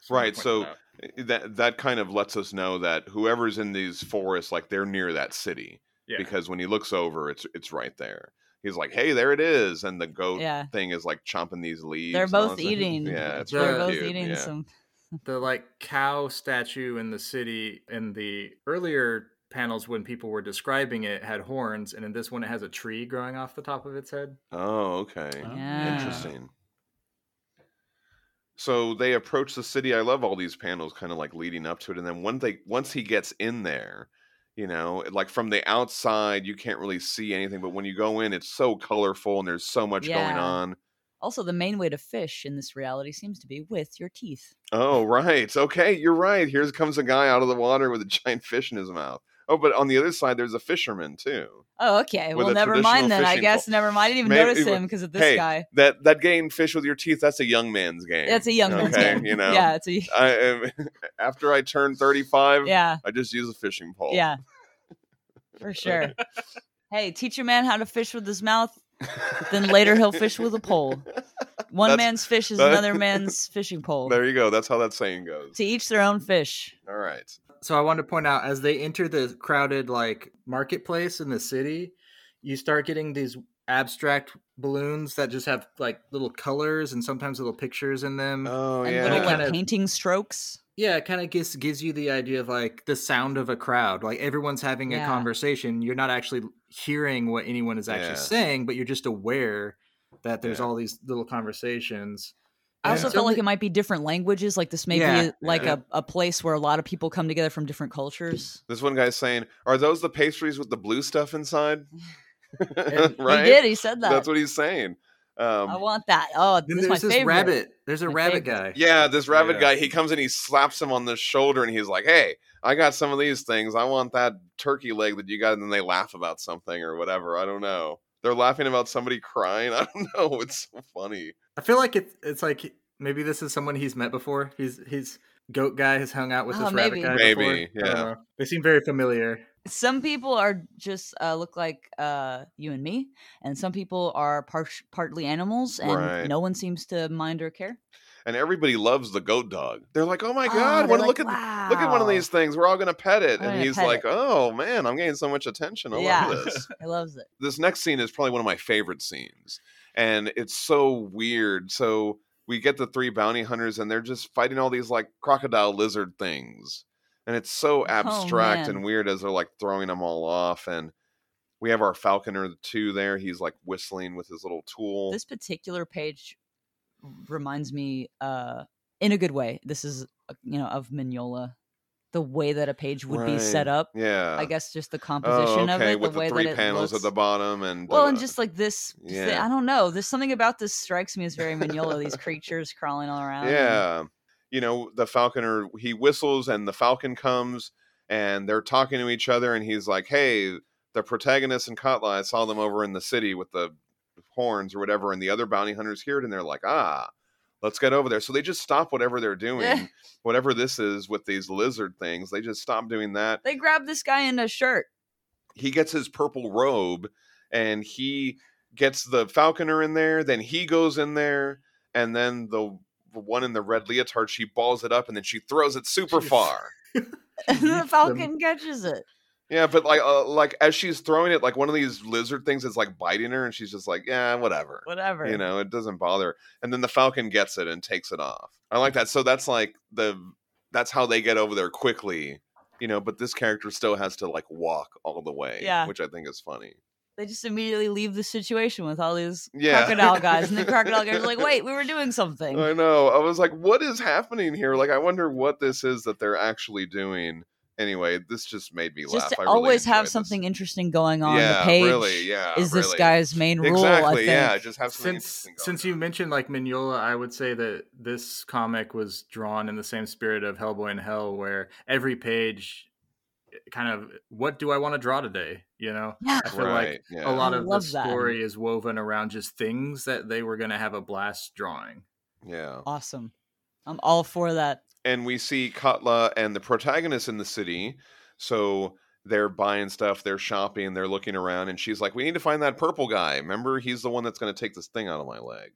[SPEAKER 4] So I'm
[SPEAKER 1] Right,
[SPEAKER 4] pointing
[SPEAKER 1] so-
[SPEAKER 4] that out.
[SPEAKER 1] eh, that. That kind of lets us know that whoever's in these forests, like they're near that city,
[SPEAKER 4] yeah.
[SPEAKER 1] because when he looks over, it's it's right there. He's like, "Hey, there it is," and the goat
[SPEAKER 2] Yeah.
[SPEAKER 1] thing is like chomping these leaves.
[SPEAKER 2] They're
[SPEAKER 1] and all
[SPEAKER 2] both
[SPEAKER 1] that stuff.
[SPEAKER 2] eating.
[SPEAKER 1] Yeah, it's
[SPEAKER 4] They're
[SPEAKER 1] really
[SPEAKER 2] We're both
[SPEAKER 1] cute,
[SPEAKER 2] eating
[SPEAKER 1] yeah.
[SPEAKER 2] some.
[SPEAKER 4] the like cow statue in the city in the earlier panels when people were describing it had horns, and in this one it has a tree growing off the top of its head.
[SPEAKER 1] Oh, okay.
[SPEAKER 2] Yeah.
[SPEAKER 1] Interesting. So they approach the city. I love all these panels kind of like leading up to it. And then when they once he gets in there, you know, it- like from the outside, you can't really see anything. But when you go in, it's so colorful and there's so much going
[SPEAKER 2] Yeah.
[SPEAKER 1] on.
[SPEAKER 2] Also, the main way to fish in this reality seems to be with your teeth.
[SPEAKER 1] Oh, right. Okay, you're right. Here comes a guy out of the water with a [laughs] giant fish in his mouth. Oh, but on the other side, there's a fisherman too.
[SPEAKER 2] Oh, okay.
[SPEAKER 1] With
[SPEAKER 2] well,
[SPEAKER 1] a
[SPEAKER 2] never mind
[SPEAKER 1] traditional
[SPEAKER 2] then. I
[SPEAKER 1] fishing
[SPEAKER 2] guess
[SPEAKER 1] pole.
[SPEAKER 2] never mind. I didn't even
[SPEAKER 1] Maybe-
[SPEAKER 2] notice him because of this
[SPEAKER 1] hey,
[SPEAKER 2] guy.
[SPEAKER 1] That that game, fish with your teeth, that's a young man's game.
[SPEAKER 2] That's a young man's
[SPEAKER 1] okay,
[SPEAKER 2] game.
[SPEAKER 1] You know,
[SPEAKER 2] Yeah, it's a
[SPEAKER 1] [laughs] I, um, after I turn 35,
[SPEAKER 2] yeah,
[SPEAKER 1] I just use a fishing pole. [laughs]
[SPEAKER 2] yeah, for sure. hey, teach a man how to fish with his mouth. Then later he'll fish with a pole. One
[SPEAKER 1] That's-
[SPEAKER 2] man's fish is
[SPEAKER 1] that- [laughs]
[SPEAKER 2] another man's fishing pole.
[SPEAKER 1] There you go. That's how that saying goes.
[SPEAKER 2] to each their own fish.
[SPEAKER 1] All right.
[SPEAKER 4] So I want to point out as they enter the crowded like marketplace in the city, you start getting these abstract balloons that just have like little colors and sometimes little pictures in them.
[SPEAKER 1] Oh
[SPEAKER 2] and
[SPEAKER 1] yeah.
[SPEAKER 2] little like
[SPEAKER 4] Kinda-
[SPEAKER 2] painting strokes.
[SPEAKER 4] yeah, it kind of gives gives you the idea of like the sound of a crowd. Like everyone's having
[SPEAKER 2] Yeah.
[SPEAKER 4] a conversation. You're not actually hearing what anyone is actually
[SPEAKER 1] Yeah.
[SPEAKER 4] saying, but you're just aware that there's
[SPEAKER 1] Yeah.
[SPEAKER 4] all these little conversations.
[SPEAKER 2] I also
[SPEAKER 4] Yeah.
[SPEAKER 2] felt like it might be different languages. Like this may
[SPEAKER 4] Yeah,
[SPEAKER 2] be like
[SPEAKER 1] yeah.
[SPEAKER 2] a, a place where a lot of people come together from different cultures.
[SPEAKER 1] This one guy's saying, "Are those the
[SPEAKER 2] [laughs]
[SPEAKER 1] pastries with the blue stuff inside?"
[SPEAKER 4] And
[SPEAKER 1] right. [laughs]
[SPEAKER 2] He did. He said that.
[SPEAKER 1] That's what he's saying. Um,
[SPEAKER 2] I want that. Oh,
[SPEAKER 4] Then
[SPEAKER 2] this is my
[SPEAKER 4] there's this
[SPEAKER 2] favorite.
[SPEAKER 4] rabbit. There's a
[SPEAKER 2] My
[SPEAKER 4] rabbit
[SPEAKER 2] favorite.
[SPEAKER 4] guy.
[SPEAKER 1] yeah, this rabbit
[SPEAKER 4] Yeah.
[SPEAKER 1] guy, he comes and he slaps him on the shoulder and he's like, Hey, I got some of these things. I want that turkey leg that you got. And then they laugh about something or whatever. I don't know. They're laughing about somebody crying. [laughs] I don't know. It's so funny.
[SPEAKER 4] I feel like it, it's like maybe this is someone he's met before. He's he's goat guy has hung out with this
[SPEAKER 2] Oh, maybe.
[SPEAKER 4] rabbit guy.
[SPEAKER 1] Maybe,
[SPEAKER 4] before. I don't
[SPEAKER 1] yeah.
[SPEAKER 4] know. They seem very familiar.
[SPEAKER 2] Some people are just uh, look like uh, you and me, and some people are par- partly animals, and
[SPEAKER 1] Right.
[SPEAKER 2] no one seems to mind or care.
[SPEAKER 1] And everybody loves the goat dog. They're like, Oh my
[SPEAKER 2] Oh,
[SPEAKER 1] God,
[SPEAKER 2] they're
[SPEAKER 1] wanna
[SPEAKER 2] like,
[SPEAKER 1] look at look at one of
[SPEAKER 2] "Wow."
[SPEAKER 1] these things. We're all gonna pet it.
[SPEAKER 2] I'm
[SPEAKER 1] And
[SPEAKER 2] gonna
[SPEAKER 1] he's
[SPEAKER 2] pet
[SPEAKER 1] like,
[SPEAKER 2] it.
[SPEAKER 1] Oh man, I'm getting so much attention. I
[SPEAKER 2] Yeah.
[SPEAKER 1] love this.
[SPEAKER 2] I loves it.
[SPEAKER 1] this next scene is probably one of my favorite scenes and it's so weird so we get the three bounty hunters and they're just fighting all these like crocodile lizard things and it's so abstract and
[SPEAKER 2] Oh, man.
[SPEAKER 1] weird as they're like throwing them all off and we have our falconer too there he's like whistling with his little tool
[SPEAKER 2] This particular page reminds me, uh, in a good way. This is uh, you know of Mignola, the way that a page would be set
[SPEAKER 1] Right.
[SPEAKER 2] up.
[SPEAKER 1] yeah
[SPEAKER 2] I guess just the
[SPEAKER 1] oh,
[SPEAKER 2] composition
[SPEAKER 1] okay
[SPEAKER 2] of it,
[SPEAKER 1] with
[SPEAKER 2] the way
[SPEAKER 1] the three
[SPEAKER 2] that it
[SPEAKER 1] panels
[SPEAKER 2] looks.
[SPEAKER 1] at the bottom and
[SPEAKER 2] Well, and
[SPEAKER 1] da-da.
[SPEAKER 2] just like this, just the-
[SPEAKER 1] Yeah.
[SPEAKER 2] I don't know. There's something about this strikes me as very Mignola. these creatures crawling all around. and-
[SPEAKER 1] Yeah. You know, the falconer, he whistles and the falcon comes and they're talking to each other. And he's like, hey, the protagonist and Kotla, I saw them over in the city with the horns or whatever. And the other bounty hunters hear it and they're like, ah, let's get over there. So they just stop whatever
[SPEAKER 2] [laughs]
[SPEAKER 1] they're doing, whatever this is with these lizard things. They just stop doing that
[SPEAKER 2] They grab this guy in a shirt. [laughs]
[SPEAKER 1] he gets his purple robe and he gets the falconer in there then he goes in there and then the one in the red leotard she balls it up and then she throws it super
[SPEAKER 4] Jeez.
[SPEAKER 1] far
[SPEAKER 2] And [laughs]
[SPEAKER 1] [laughs]
[SPEAKER 2] the
[SPEAKER 4] Yeets them.
[SPEAKER 2] falcon catches it.
[SPEAKER 1] yeah but like uh, like as she's throwing it like one of these lizard things is like biting her and she's just like yeah whatever
[SPEAKER 2] Whatever.
[SPEAKER 1] you know it doesn't bother and then the falcon gets it and takes it off i like that so that's like the that's how they get over there quickly you know but this character still has to like walk all the way
[SPEAKER 2] Yeah.
[SPEAKER 1] which i think is funny
[SPEAKER 2] They just immediately leave the situation with all these
[SPEAKER 1] Yeah. [laughs] Oh,
[SPEAKER 2] crocodile guys. And the crocodile guys are like, wait, we were doing something.
[SPEAKER 1] I know. I was like, what is happening here? Like, I wonder what this is that they're actually doing. Anyway, this just made me laugh.
[SPEAKER 2] Just to
[SPEAKER 1] I really
[SPEAKER 2] always
[SPEAKER 1] enjoyed
[SPEAKER 2] have
[SPEAKER 1] this.
[SPEAKER 2] something interesting going on.
[SPEAKER 1] yeah,
[SPEAKER 2] the page
[SPEAKER 1] really, yeah,
[SPEAKER 2] is this
[SPEAKER 1] really.
[SPEAKER 2] guy's main rule, I
[SPEAKER 1] exactly?
[SPEAKER 2] think.
[SPEAKER 1] yeah, just have something
[SPEAKER 4] Since
[SPEAKER 1] interesting going
[SPEAKER 4] since
[SPEAKER 1] on.
[SPEAKER 4] you mentioned like Mignola, I would say that this comic was drawn in the same spirit of Hellboy in Hell, where every page eh, kind of what do I want to draw today? You know?
[SPEAKER 2] Yeah.
[SPEAKER 4] I feel
[SPEAKER 1] right,
[SPEAKER 4] like
[SPEAKER 1] yeah.
[SPEAKER 4] a lot
[SPEAKER 2] I
[SPEAKER 4] of the
[SPEAKER 2] love that.
[SPEAKER 4] story is woven around just things that they were gonna have a blast drawing.
[SPEAKER 1] yeah.
[SPEAKER 2] Awesome. I'm all for that.
[SPEAKER 1] and we see Katla and the protagonist in the city. So they're buying stuff, they're shopping, they're looking around, and she's like, "We need to find that purple guy. Remember, he's the one that's going to take this thing out of my leg."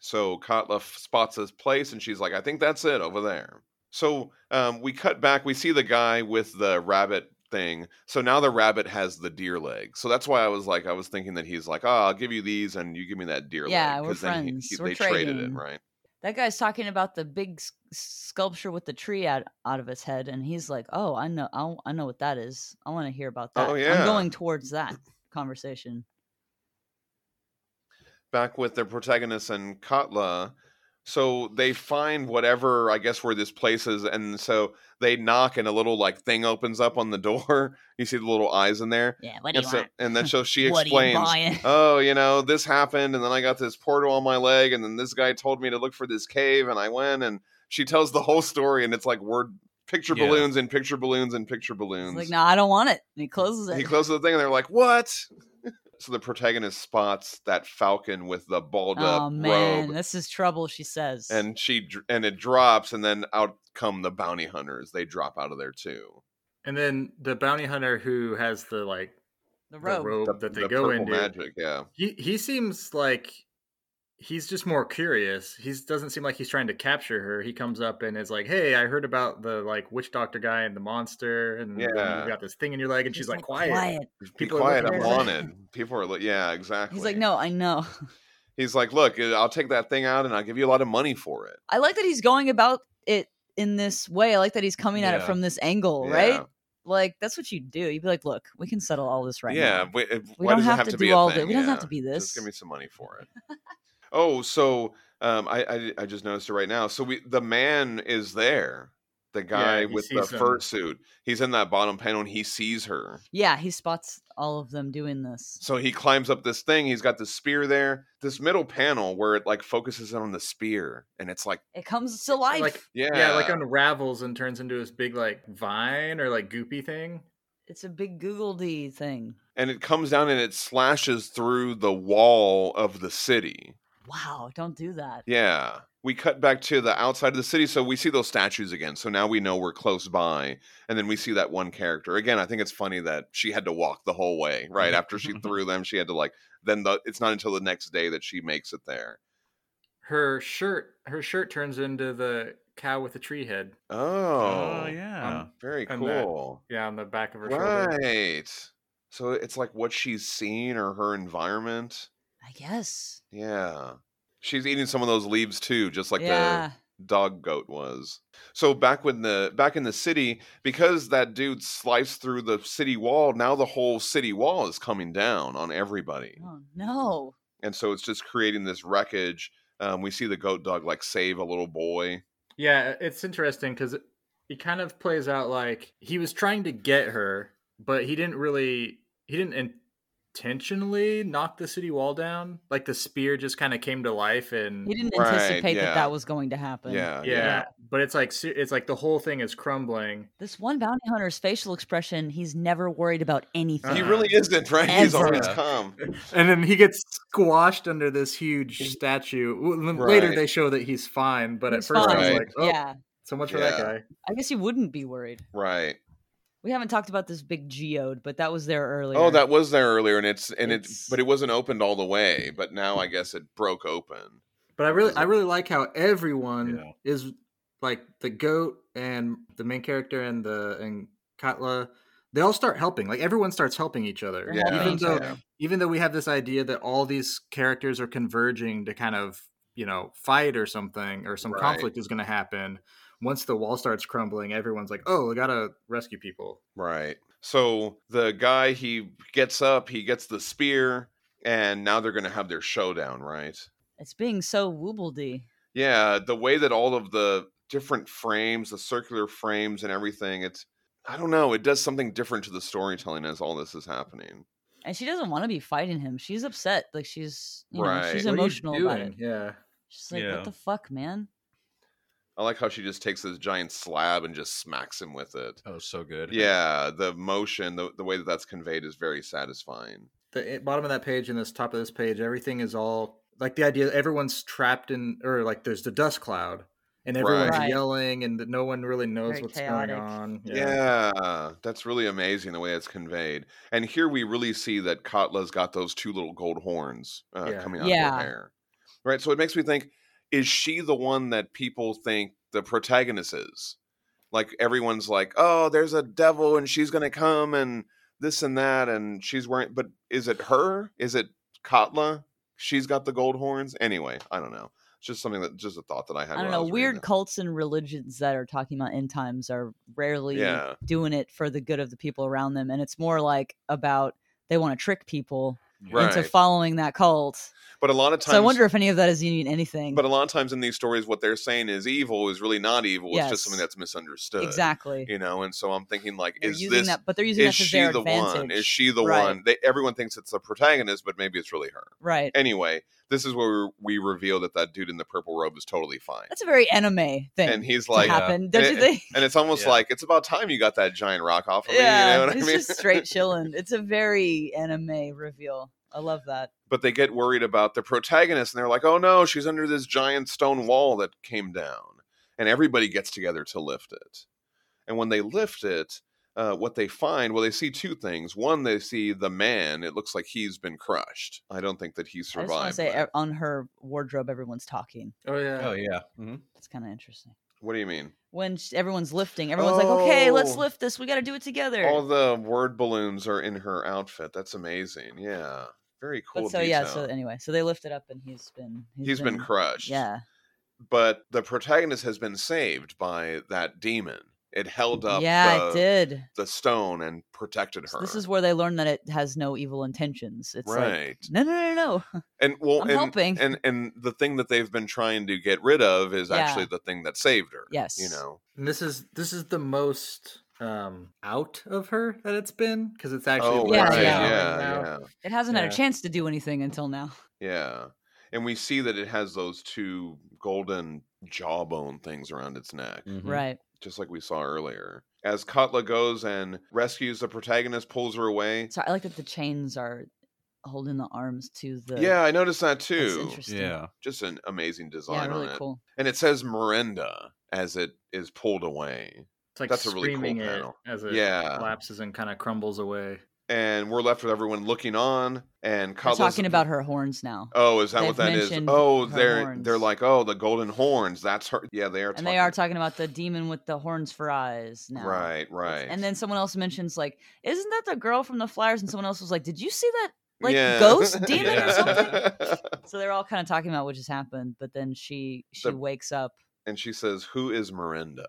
[SPEAKER 1] So Katla f- spots this place, and she's like, "I think that's it over there." So um, we cut back. We see the guy with the rabbit thing. So now the rabbit has the deer leg. So that's why I was like, I was thinking that he's like, "Oh, I'll give you these, and you give me that deer
[SPEAKER 2] Yeah,
[SPEAKER 1] leg."
[SPEAKER 2] we're
[SPEAKER 1] 'cause then
[SPEAKER 2] friends. We're
[SPEAKER 1] they traded it,
[SPEAKER 2] trading.
[SPEAKER 1] right?
[SPEAKER 2] That guy's talking about the big s- sculpture with the tree out, out of his head, and he's like, "Oh, I know, I, I know what that is. I want to hear about that.
[SPEAKER 1] Oh, yeah.
[SPEAKER 2] I'm going towards that conversation."
[SPEAKER 1] back with the protagonist and Katla. So they find whatever I guess where this place is, and so they knock, and a little like thing opens up on the [laughs] door. You see the little eyes in there,
[SPEAKER 2] Yeah, what do
[SPEAKER 1] and
[SPEAKER 2] you
[SPEAKER 1] so
[SPEAKER 2] want?
[SPEAKER 1] and
[SPEAKER 2] [laughs]
[SPEAKER 1] then so she
[SPEAKER 2] what are you
[SPEAKER 1] explains,
[SPEAKER 2] buying?
[SPEAKER 1] "Oh, you know, this happened, and then I got this portal on my leg, and then this guy told me to look for this cave, and I went." And she tells the whole story, and it's like word picture
[SPEAKER 3] Yeah.
[SPEAKER 1] balloons and picture balloons and picture balloons.
[SPEAKER 2] He's like, "No, I don't want it." And he closes it.
[SPEAKER 1] He closes the thing, and they're like, "What?" [laughs] so the protagonist spots that falcon with the balled up
[SPEAKER 2] oh man,
[SPEAKER 1] robe,
[SPEAKER 2] this is trouble. She says,
[SPEAKER 1] and she dr- and it drops, and then out come the bounty hunters. They drop out of there too.
[SPEAKER 4] And then the bounty hunter who has the like
[SPEAKER 2] the
[SPEAKER 4] the
[SPEAKER 2] robe.
[SPEAKER 4] robe,
[SPEAKER 1] The-
[SPEAKER 4] that they
[SPEAKER 1] the
[SPEAKER 4] go
[SPEAKER 1] purple
[SPEAKER 4] into.
[SPEAKER 1] magic, yeah,
[SPEAKER 4] He he seems like he's just more curious. He doesn't seem like he's trying to capture her. He comes up and is like, "Hey, I heard about the like witch doctor guy and the monster, and you
[SPEAKER 1] Yeah.
[SPEAKER 4] got this thing in your leg." And she's,
[SPEAKER 2] He's
[SPEAKER 4] like, "Quiet."
[SPEAKER 1] be
[SPEAKER 4] People are
[SPEAKER 1] quiet.
[SPEAKER 4] looking
[SPEAKER 1] I'm
[SPEAKER 4] for us."
[SPEAKER 2] [laughs]
[SPEAKER 1] wanted. People are, li- yeah, exactly.
[SPEAKER 2] He's like, "No, I know." [laughs]
[SPEAKER 1] He's like, look, I'll take that thing out, and I'll give you a lot of money for it.
[SPEAKER 2] I like that he's going about it in this way. I like that he's coming at it
[SPEAKER 3] Yeah.
[SPEAKER 2] from this angle,
[SPEAKER 1] Yeah.
[SPEAKER 2] right? Like that's what you do. You'd be like, "Look, we can settle all this right now."
[SPEAKER 1] yeah, we, it-
[SPEAKER 2] We
[SPEAKER 1] why
[SPEAKER 2] don't
[SPEAKER 1] does it
[SPEAKER 2] have
[SPEAKER 1] have
[SPEAKER 2] to
[SPEAKER 1] to be
[SPEAKER 2] do
[SPEAKER 1] a
[SPEAKER 2] all
[SPEAKER 1] thing?
[SPEAKER 2] that. We don't have
[SPEAKER 1] Yeah.
[SPEAKER 2] to be
[SPEAKER 1] Just
[SPEAKER 2] this.
[SPEAKER 1] give me some money for it. oh, so um, I, I I just noticed it right now. So we the man is there. the guy
[SPEAKER 4] he
[SPEAKER 1] with the
[SPEAKER 4] sees them.
[SPEAKER 1] fursuit. He's in that bottom panel and he sees her.
[SPEAKER 2] Yeah, he spots all of them doing this.
[SPEAKER 1] So he climbs up this thing. He's got the spear there. This middle panel where it like focuses on the spear, and it's like,
[SPEAKER 2] It comes to life.
[SPEAKER 4] Like
[SPEAKER 1] yeah,
[SPEAKER 4] yeah, like um unravels and turns into this big like vine or like goopy thing.
[SPEAKER 2] it's a big Google D thing.
[SPEAKER 1] and it comes down and it slashes through the wall of the city.
[SPEAKER 2] Wow, don't do that.
[SPEAKER 1] Yeah. We cut back to the outside of the city, so we see those statues again. So now we know we're close by, and then we see that one character again. I think it's funny that she had to walk the whole way. Right after she threw them, she had to like. Then the it's not until the next day that she makes it there.
[SPEAKER 4] Her shirt, her shirt turns into the cow with the tree head.
[SPEAKER 1] Oh,
[SPEAKER 3] oh yeah.
[SPEAKER 1] very
[SPEAKER 4] and that-
[SPEAKER 1] cool.
[SPEAKER 4] Yeah, on the back of her shoulder.
[SPEAKER 1] Right. So it's like what she's seen or her environment.
[SPEAKER 2] I guess.
[SPEAKER 1] Yeah. She's eating some of those leaves too, just like the
[SPEAKER 2] yeah.
[SPEAKER 1] dog goat was. So back when the back in the city, because that dude sliced through the city wall, now the whole city wall is coming down on everybody,
[SPEAKER 2] Oh no.
[SPEAKER 1] and so it's just creating this wreckage. Um, we see the goat dog like save a little boy.
[SPEAKER 4] Yeah, it's interesting because it, it kind of plays out like he was trying to get her, but he didn't really, he didn't intentionally knock the city wall down. Like the spear just kind of came to life and
[SPEAKER 2] He didn't
[SPEAKER 1] Mm, Right,
[SPEAKER 2] anticipate
[SPEAKER 1] yeah.
[SPEAKER 2] that that was going to happen.
[SPEAKER 1] Yeah,
[SPEAKER 4] yeah, but it's like se- it's like the whole thing is crumbling.
[SPEAKER 2] This one bounty hunter's facial expression, he's never worried about anything.
[SPEAKER 1] He really
[SPEAKER 4] Uh-huh.
[SPEAKER 1] isn't right. He's
[SPEAKER 2] Ever.
[SPEAKER 1] always calm.
[SPEAKER 4] [laughs] And then he gets squashed under this huge statue. Well, l- Later
[SPEAKER 1] Right.
[SPEAKER 4] they show that he's fine, but
[SPEAKER 2] He's
[SPEAKER 4] at first I was
[SPEAKER 1] fine.
[SPEAKER 4] like, oh,
[SPEAKER 2] yeah.
[SPEAKER 4] so much for that
[SPEAKER 1] Yeah.
[SPEAKER 4] guy.
[SPEAKER 2] I guess he wouldn't be worried.
[SPEAKER 1] Right.
[SPEAKER 2] We haven't talked about this big geode, but that was there earlier.
[SPEAKER 1] Oh, that was there earlier, and it's and it,
[SPEAKER 2] It's-
[SPEAKER 1] but it wasn't opened all the way. But now I guess it broke open.
[SPEAKER 4] But I really, I really like how everyone
[SPEAKER 3] Yeah.
[SPEAKER 4] is like the goat and the main character and the and Katla. They all start helping. Like everyone starts helping each other.
[SPEAKER 2] They're helping
[SPEAKER 4] even
[SPEAKER 2] each
[SPEAKER 4] though,
[SPEAKER 2] other.
[SPEAKER 4] even though we have this idea that all these characters are converging to kind of you know fight or something or some
[SPEAKER 1] Right.
[SPEAKER 4] conflict is going to happen. Once the wall starts crumbling, everyone's like, "Oh, we gotta rescue people."
[SPEAKER 1] Right. So the guy he gets up, he gets the spear, and now they're gonna have their showdown, right?
[SPEAKER 2] It's being so woobledy.
[SPEAKER 1] Yeah, the way that all of the different frames, the circular frames and everything, it's I don't know, it does something different to the storytelling as all this is happening.
[SPEAKER 2] And she doesn't want to be fighting him. She's upset. Like she's you know, she's
[SPEAKER 1] Right.
[SPEAKER 4] What are you
[SPEAKER 2] emotional about it.
[SPEAKER 4] doing? Yeah.
[SPEAKER 2] She's like,
[SPEAKER 3] Yeah.
[SPEAKER 2] What the fuck, man?
[SPEAKER 1] I like how she just takes this giant slab and just smacks him with it.
[SPEAKER 3] Oh, so good.
[SPEAKER 1] Yeah, the motion, the, the way that that's conveyed is very satisfying.
[SPEAKER 4] the i- bottom of that page and this top of this page, everything is all like the idea everyone's trapped in, or like there's the dust cloud and everyone's
[SPEAKER 2] Right. Right.
[SPEAKER 4] yelling and no one really knows
[SPEAKER 2] Very
[SPEAKER 4] what's
[SPEAKER 2] chaotic.
[SPEAKER 4] going on.
[SPEAKER 1] Yeah. that's really amazing the way it's conveyed. And here we really see that Katla's got those two little gold horns uh,
[SPEAKER 4] Yeah.
[SPEAKER 1] coming out of
[SPEAKER 2] Yeah.
[SPEAKER 1] her hair. Right, so it makes me think: Is she the one that people think the protagonist is? Like everyone's like, "Oh, there's a devil, and she's going to come, and this and that, and she's wearing." But is it her? Is it Katla? She's got the gold horns. Anyway, I don't know. It's just something that just a thought that I had.
[SPEAKER 2] I don't
[SPEAKER 1] while
[SPEAKER 2] know.
[SPEAKER 1] was reading
[SPEAKER 2] Weird
[SPEAKER 1] that.
[SPEAKER 2] cults and religions that are talking about end times are rarely
[SPEAKER 1] Yeah.
[SPEAKER 2] doing it for the good of the people around them. And it's more like about they want to trick people
[SPEAKER 1] Right.
[SPEAKER 2] into following that cult.
[SPEAKER 1] But a lot of times,
[SPEAKER 2] So I wonder if any of that is union anything.
[SPEAKER 1] But a lot of times in these stories, what they're saying is evil is really not evil. It's just something
[SPEAKER 2] Yes.
[SPEAKER 1] that's misunderstood.
[SPEAKER 2] exactly.
[SPEAKER 1] You know, and so I'm thinking like,
[SPEAKER 2] They're
[SPEAKER 1] uh, is
[SPEAKER 2] using
[SPEAKER 1] this
[SPEAKER 2] that, but they're using
[SPEAKER 1] is
[SPEAKER 2] that to
[SPEAKER 1] she
[SPEAKER 2] their
[SPEAKER 1] the
[SPEAKER 2] advantage.
[SPEAKER 1] one? Is she the
[SPEAKER 2] Right.
[SPEAKER 1] one? They, everyone thinks it's the protagonist, but maybe it's really her.
[SPEAKER 2] right.
[SPEAKER 1] Anyway, this is where we, we reveal that that dude in the purple robe is totally fine,
[SPEAKER 2] That's a very anime thing.
[SPEAKER 1] and he's
[SPEAKER 2] to
[SPEAKER 1] like,
[SPEAKER 3] Yeah.
[SPEAKER 2] happen, don't
[SPEAKER 1] and
[SPEAKER 2] you
[SPEAKER 1] it-
[SPEAKER 2] think?
[SPEAKER 1] and it's almost
[SPEAKER 3] Yeah.
[SPEAKER 1] like it's about time you got that giant rock off of me. You know what
[SPEAKER 2] it's
[SPEAKER 1] I mean?
[SPEAKER 2] just straight chilling. It's a very anime reveal. I love
[SPEAKER 1] [laughs]
[SPEAKER 2] that.
[SPEAKER 1] but they get worried about the protagonist and they're like, oh no, she's under this giant stone wall that came down. And everybody gets together to lift it. And when they lift it, uh, what they find, well, they see two things. One, they see the man. It looks like he's been crushed. I don't think that he survived.
[SPEAKER 2] I just want to say
[SPEAKER 1] that.
[SPEAKER 2] e- on her wardrobe, everyone's talking.
[SPEAKER 4] Oh yeah.
[SPEAKER 3] Oh yeah. Mhm.
[SPEAKER 2] It's kind of interesting.
[SPEAKER 1] what do you mean?
[SPEAKER 2] When sh- everyone's lifting, everyone's like, "Okay, let's
[SPEAKER 1] Oh.
[SPEAKER 2] lift this. We got to do it together."
[SPEAKER 1] All the word balloons are in her outfit. That's amazing. Yeah. Very cool.
[SPEAKER 2] but so yeah. So anyway, so they lift it up, and he's been
[SPEAKER 1] he's been crushed.
[SPEAKER 2] Yeah,
[SPEAKER 1] but the protagonist has been saved by that demon. It held up
[SPEAKER 2] yeah,
[SPEAKER 1] the,
[SPEAKER 2] it did.
[SPEAKER 1] the stone and protected
[SPEAKER 2] So
[SPEAKER 1] her.
[SPEAKER 2] this is where they learn that it has no evil intentions. It's like
[SPEAKER 1] right.
[SPEAKER 2] no, no, no, no. [laughs]
[SPEAKER 1] and well,
[SPEAKER 2] I'm
[SPEAKER 1] and,
[SPEAKER 2] helping.
[SPEAKER 1] and and the thing that they've been trying to get rid of is
[SPEAKER 2] Yeah.
[SPEAKER 1] actually the thing that saved her.
[SPEAKER 2] Yes.
[SPEAKER 1] you know,
[SPEAKER 4] And this is this is the most um out of her that it's been because it's actually
[SPEAKER 1] oh,
[SPEAKER 4] laid
[SPEAKER 2] Yeah,
[SPEAKER 1] right,
[SPEAKER 4] down
[SPEAKER 2] yeah.
[SPEAKER 1] yeah,
[SPEAKER 4] now.
[SPEAKER 1] yeah.
[SPEAKER 2] It hasn't had
[SPEAKER 4] Yeah.
[SPEAKER 2] a chance to do anything until now.
[SPEAKER 1] Yeah. And we see that it has those two golden jawbone things around its neck,
[SPEAKER 2] Right.
[SPEAKER 1] just like we saw earlier. As Katla goes and rescues the protagonist, pulls her away.
[SPEAKER 2] So I like that the chains are holding the arms to the.
[SPEAKER 1] yeah, I noticed that
[SPEAKER 2] That's
[SPEAKER 1] too.
[SPEAKER 2] interesting.
[SPEAKER 3] Yeah.
[SPEAKER 1] Just an amazing design
[SPEAKER 2] Yeah, really
[SPEAKER 1] on it.
[SPEAKER 2] cool.
[SPEAKER 1] And it says Miranda as it is pulled away.
[SPEAKER 4] It's like
[SPEAKER 1] That's a really cool
[SPEAKER 4] screaming it
[SPEAKER 1] panel.
[SPEAKER 4] as it
[SPEAKER 1] Yeah.
[SPEAKER 4] collapses and kind of crumbles away.
[SPEAKER 1] And we're left with everyone looking on. And
[SPEAKER 2] We're
[SPEAKER 1] Katla's
[SPEAKER 2] talking about her horns now.
[SPEAKER 1] Oh, is that
[SPEAKER 2] They've
[SPEAKER 1] what that is?
[SPEAKER 2] mentioned
[SPEAKER 1] Oh,
[SPEAKER 2] her
[SPEAKER 1] they're they're
[SPEAKER 2] horns.
[SPEAKER 1] like, oh, the golden horns. That's her. Yeah, they are.
[SPEAKER 2] and they are talking about the demon with the horns for eyes now.
[SPEAKER 1] Right, right.
[SPEAKER 2] And then someone else mentions like, "Isn't that the girl from the Flyers?" And someone else was like, "Did you see
[SPEAKER 1] [laughs]
[SPEAKER 2] that?" like, ghost demon
[SPEAKER 3] or
[SPEAKER 2] [laughs]
[SPEAKER 1] something.
[SPEAKER 2] So they're all kind of talking about what just happened. But then she she
[SPEAKER 1] The-
[SPEAKER 2] wakes up.
[SPEAKER 1] and she says, "Who is Miranda?"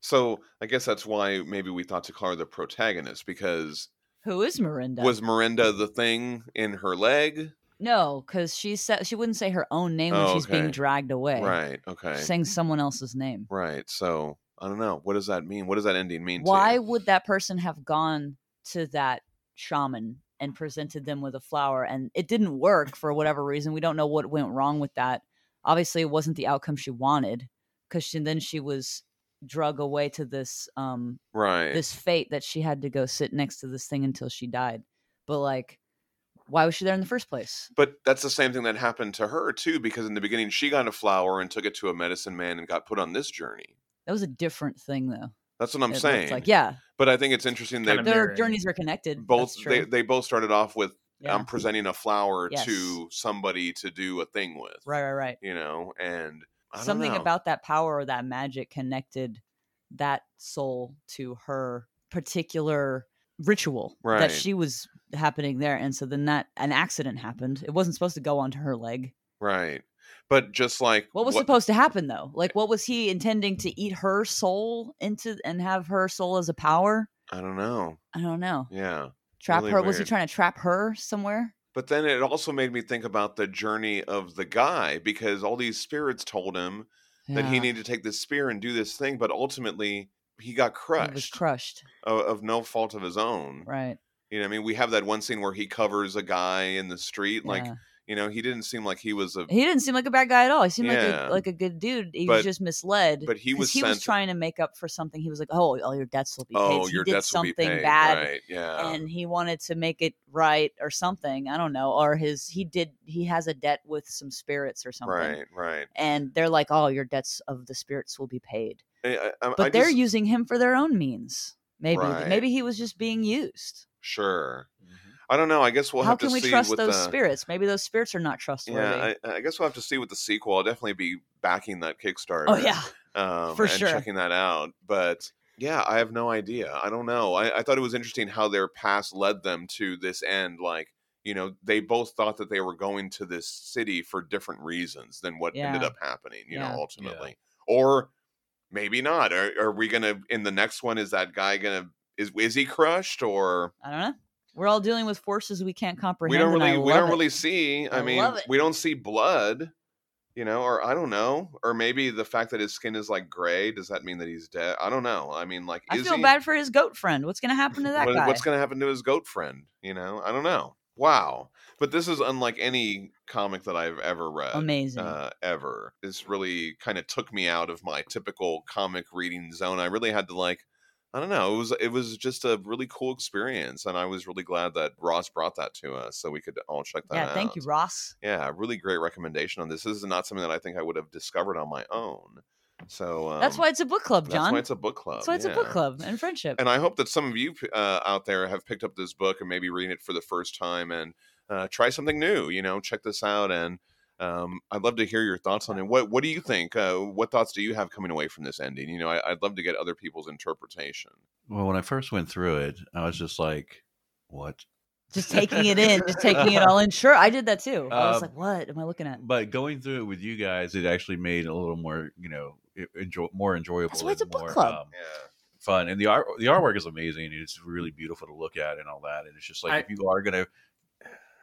[SPEAKER 1] So I guess that's why maybe we thought to call her the protagonist because
[SPEAKER 2] Who is Miranda?
[SPEAKER 1] was Miranda the thing in her leg?
[SPEAKER 2] no, because she said she wouldn't say her own name
[SPEAKER 1] Oh,
[SPEAKER 2] when she's being
[SPEAKER 1] okay.
[SPEAKER 2] dragged away.
[SPEAKER 1] Right. Okay.
[SPEAKER 2] She's saying someone else's name.
[SPEAKER 1] Right. So I don't know. What does that mean? What does that ending mean? to
[SPEAKER 2] Why
[SPEAKER 1] you?
[SPEAKER 2] would that person have gone to that shaman and presented them with a flower and it didn't work for whatever reason? We don't know what went wrong with that. Obviously, it wasn't the outcome she wanted because she, then she was drug away to this um
[SPEAKER 1] Right.
[SPEAKER 2] this fate that she had to go sit next to this thing until she died. But like, why was she there in the first place?
[SPEAKER 1] But that's the same thing that happened to her too, because in the beginning she got a flower and took it to a medicine man and got put on this journey.
[SPEAKER 2] That was a different thing, though.
[SPEAKER 1] That's what I'm
[SPEAKER 2] it looked
[SPEAKER 1] saying.
[SPEAKER 2] like yeah,
[SPEAKER 1] But I think it's interesting they
[SPEAKER 4] Kinda
[SPEAKER 2] their
[SPEAKER 4] mirroring.
[SPEAKER 2] journeys are connected.
[SPEAKER 1] both
[SPEAKER 2] That's
[SPEAKER 1] they, um
[SPEAKER 2] true.
[SPEAKER 1] they both started off with
[SPEAKER 2] yeah.
[SPEAKER 1] I'm presenting a flower
[SPEAKER 2] Yes.
[SPEAKER 1] to somebody to do a thing with.
[SPEAKER 2] right, right, right.
[SPEAKER 1] You know, and I don't
[SPEAKER 2] something
[SPEAKER 1] know.
[SPEAKER 2] about that power or that magic connected that soul to her particular ritual
[SPEAKER 1] Right.
[SPEAKER 2] that she was happening there and so then that an accident happened it wasn't supposed to go onto her leg
[SPEAKER 1] right. But just like
[SPEAKER 2] what was supposed to happen
[SPEAKER 1] Eh
[SPEAKER 2] though like what was he intending to eat her soul into and have her soul as a power
[SPEAKER 1] I don't know.
[SPEAKER 2] i don't know
[SPEAKER 1] Yeah.
[SPEAKER 2] trap
[SPEAKER 1] Really
[SPEAKER 2] her was he
[SPEAKER 1] weird.
[SPEAKER 2] trying to trap her somewhere
[SPEAKER 1] But then it also made me think about the journey of the guy because all these spirits told him that he
[SPEAKER 2] Yeah,
[SPEAKER 1] needed to take this spear and do this thing, but ultimately he got
[SPEAKER 2] he was
[SPEAKER 1] crushed
[SPEAKER 2] crushed
[SPEAKER 1] o- of, no fault of his own.
[SPEAKER 2] right
[SPEAKER 1] You know, what I mean, we have that one scene where he covers a guy in the street. Like,
[SPEAKER 2] yeah.
[SPEAKER 1] you know, he didn't seem like he was a.
[SPEAKER 2] he didn't seem like a bad guy at all he seemed
[SPEAKER 1] Yeah.
[SPEAKER 2] like a, like a good dude he
[SPEAKER 1] But-
[SPEAKER 2] was just misled
[SPEAKER 1] But he
[SPEAKER 2] 'Cause
[SPEAKER 1] was
[SPEAKER 2] he was
[SPEAKER 1] sent-
[SPEAKER 2] trying to make up for something. He was like, "Oh, all your debts will be paid."
[SPEAKER 1] Oh,
[SPEAKER 2] So he
[SPEAKER 1] your
[SPEAKER 2] did
[SPEAKER 1] debts will
[SPEAKER 2] something
[SPEAKER 1] be paid.
[SPEAKER 2] bad,
[SPEAKER 1] Right. Uh. Yeah.
[SPEAKER 2] and he wanted to make it right or something. I don't know. Or his he did he has a debt with some spirits or something,
[SPEAKER 1] Right, right.
[SPEAKER 2] and they're like, "Oh, your debts of the spirits will be paid,"
[SPEAKER 1] Eh, I, I, I-
[SPEAKER 2] but
[SPEAKER 1] I
[SPEAKER 2] they're
[SPEAKER 1] just-
[SPEAKER 2] using him for their own means. Maybe
[SPEAKER 1] Right.
[SPEAKER 2] maybe he was just being used.
[SPEAKER 1] sure. I don't know. I guess we'll
[SPEAKER 2] Mm-hmm. How
[SPEAKER 1] have to
[SPEAKER 2] can we
[SPEAKER 1] see
[SPEAKER 2] trust
[SPEAKER 1] what
[SPEAKER 2] those
[SPEAKER 1] the,
[SPEAKER 2] spirits? Maybe those spirits are not trustworthy.
[SPEAKER 1] Yeah, I, I guess we'll have to see what the sequel. I'll definitely be backing that Kickstarter.
[SPEAKER 2] oh yeah,
[SPEAKER 1] um,
[SPEAKER 2] for
[SPEAKER 1] and
[SPEAKER 2] sure.
[SPEAKER 1] checking that out. But yeah, I have no idea. I don't know. I, I thought it was interesting how their past led them to this end. Like you know, they both thought that they were going to this city for different reasons than what ended
[SPEAKER 2] Yeah.
[SPEAKER 1] up happening. You
[SPEAKER 2] Yeah.
[SPEAKER 1] know, ultimately, or maybe not. Are, are we gonna in the next one? Is that guy gonna? Is, is he crushed or
[SPEAKER 2] I don't know. We're all dealing with forces we can't comprehend.
[SPEAKER 1] we don't
[SPEAKER 2] and I
[SPEAKER 1] really we
[SPEAKER 2] love
[SPEAKER 1] don't
[SPEAKER 2] it.
[SPEAKER 1] really see i,
[SPEAKER 2] I
[SPEAKER 1] mean
[SPEAKER 2] love it.
[SPEAKER 1] we don't see blood you know or i don't know or maybe the fact that his skin is like gray does that mean that he's dead i don't know i mean like
[SPEAKER 2] I
[SPEAKER 1] is
[SPEAKER 2] feel
[SPEAKER 1] he,
[SPEAKER 2] bad for his goat friend. What's going to happen to that
[SPEAKER 1] what-
[SPEAKER 2] guy?
[SPEAKER 1] what's going to happen to his goat friend you know i don't know wow but this is unlike any comic that i've ever read
[SPEAKER 2] Amazing.
[SPEAKER 1] uh, ever this really kind of took me out of my typical comic reading zone i really had to like i don't know it was it was just a really cool experience and i was really glad that ross brought that to us so we could all check that
[SPEAKER 2] yeah,
[SPEAKER 1] out
[SPEAKER 2] thank
[SPEAKER 4] uh,
[SPEAKER 2] you, Ross.
[SPEAKER 1] yeah really great recommendation on this this is not something that i think i would have discovered on my own so um,
[SPEAKER 2] that's why it's a book club,
[SPEAKER 1] that's
[SPEAKER 2] John.
[SPEAKER 1] why it's a book club
[SPEAKER 2] That's why it's a book
[SPEAKER 1] yeah.
[SPEAKER 2] club and friendship.
[SPEAKER 1] And I hope that some of you uh, out there have picked up this book and maybe reading it for the first time and uh, try something new. You know, check this out, and um, I'd love to hear your thoughts on it. What What do you think? Uh, what thoughts do you have coming away from this ending? You know, I, I'd love to get other people's interpretation.
[SPEAKER 3] Well, when I first went through it, I was just like, what?
[SPEAKER 2] just taking it in, just taking
[SPEAKER 4] [laughs]
[SPEAKER 2] it all in. Sure, I did that too. I
[SPEAKER 3] Um,
[SPEAKER 4] Uh,
[SPEAKER 2] was like, what am I looking at?
[SPEAKER 3] But going through it with you guys, it actually made it a little more, you know, e-, enjoy, more enjoyable.
[SPEAKER 2] That's why it's
[SPEAKER 3] and
[SPEAKER 2] a book
[SPEAKER 3] more,
[SPEAKER 2] club.
[SPEAKER 3] um,
[SPEAKER 1] Yeah,
[SPEAKER 3] fun. And the art, the artwork is amazing. It's really beautiful to look at and all that. And it's just like
[SPEAKER 4] I-
[SPEAKER 3] if you are gonna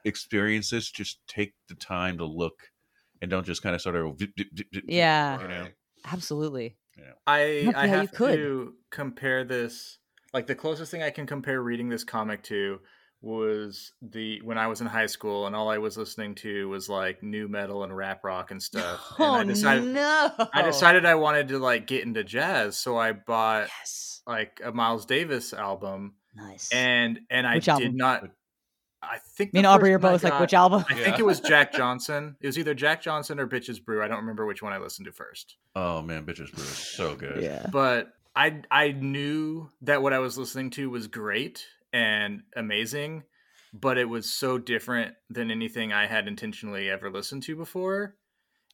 [SPEAKER 3] experience this, just take the time to look and don't just kind of sort of dip, dip, dip, dip, dip.
[SPEAKER 2] Yeah,
[SPEAKER 3] You know.
[SPEAKER 1] Right.
[SPEAKER 2] absolutely.
[SPEAKER 4] I
[SPEAKER 2] Yeah,
[SPEAKER 4] I
[SPEAKER 2] you
[SPEAKER 4] have
[SPEAKER 2] could.
[SPEAKER 4] to compare this. Like the closest thing I can compare reading this comic to was the when I was in high school and all I was listening to was like new metal and rap
[SPEAKER 2] [laughs]
[SPEAKER 4] rock [laughs] and stuff. and I decided
[SPEAKER 2] Oh, no!
[SPEAKER 4] I decided I wanted to like get into jazz, so I bought
[SPEAKER 2] Yes,
[SPEAKER 4] like a Miles Davis album
[SPEAKER 2] nice.
[SPEAKER 4] and and I
[SPEAKER 2] Which
[SPEAKER 4] did
[SPEAKER 2] album?
[SPEAKER 4] not I think
[SPEAKER 2] me and
[SPEAKER 4] the
[SPEAKER 2] Aubrey
[SPEAKER 4] first
[SPEAKER 2] are
[SPEAKER 4] one I
[SPEAKER 2] both like,
[SPEAKER 4] got-
[SPEAKER 2] which album?
[SPEAKER 4] I think it
[SPEAKER 2] [laughs]
[SPEAKER 4] was Jack Johnson. It was either Jack Johnson or Bitches Brew. I don't remember which one I listened to first.
[SPEAKER 3] Oh man, bitches brew is so good.
[SPEAKER 2] Yeah.
[SPEAKER 4] but I I knew that what I was listening to was great and amazing, but it was so different than anything I had intentionally ever listened to before.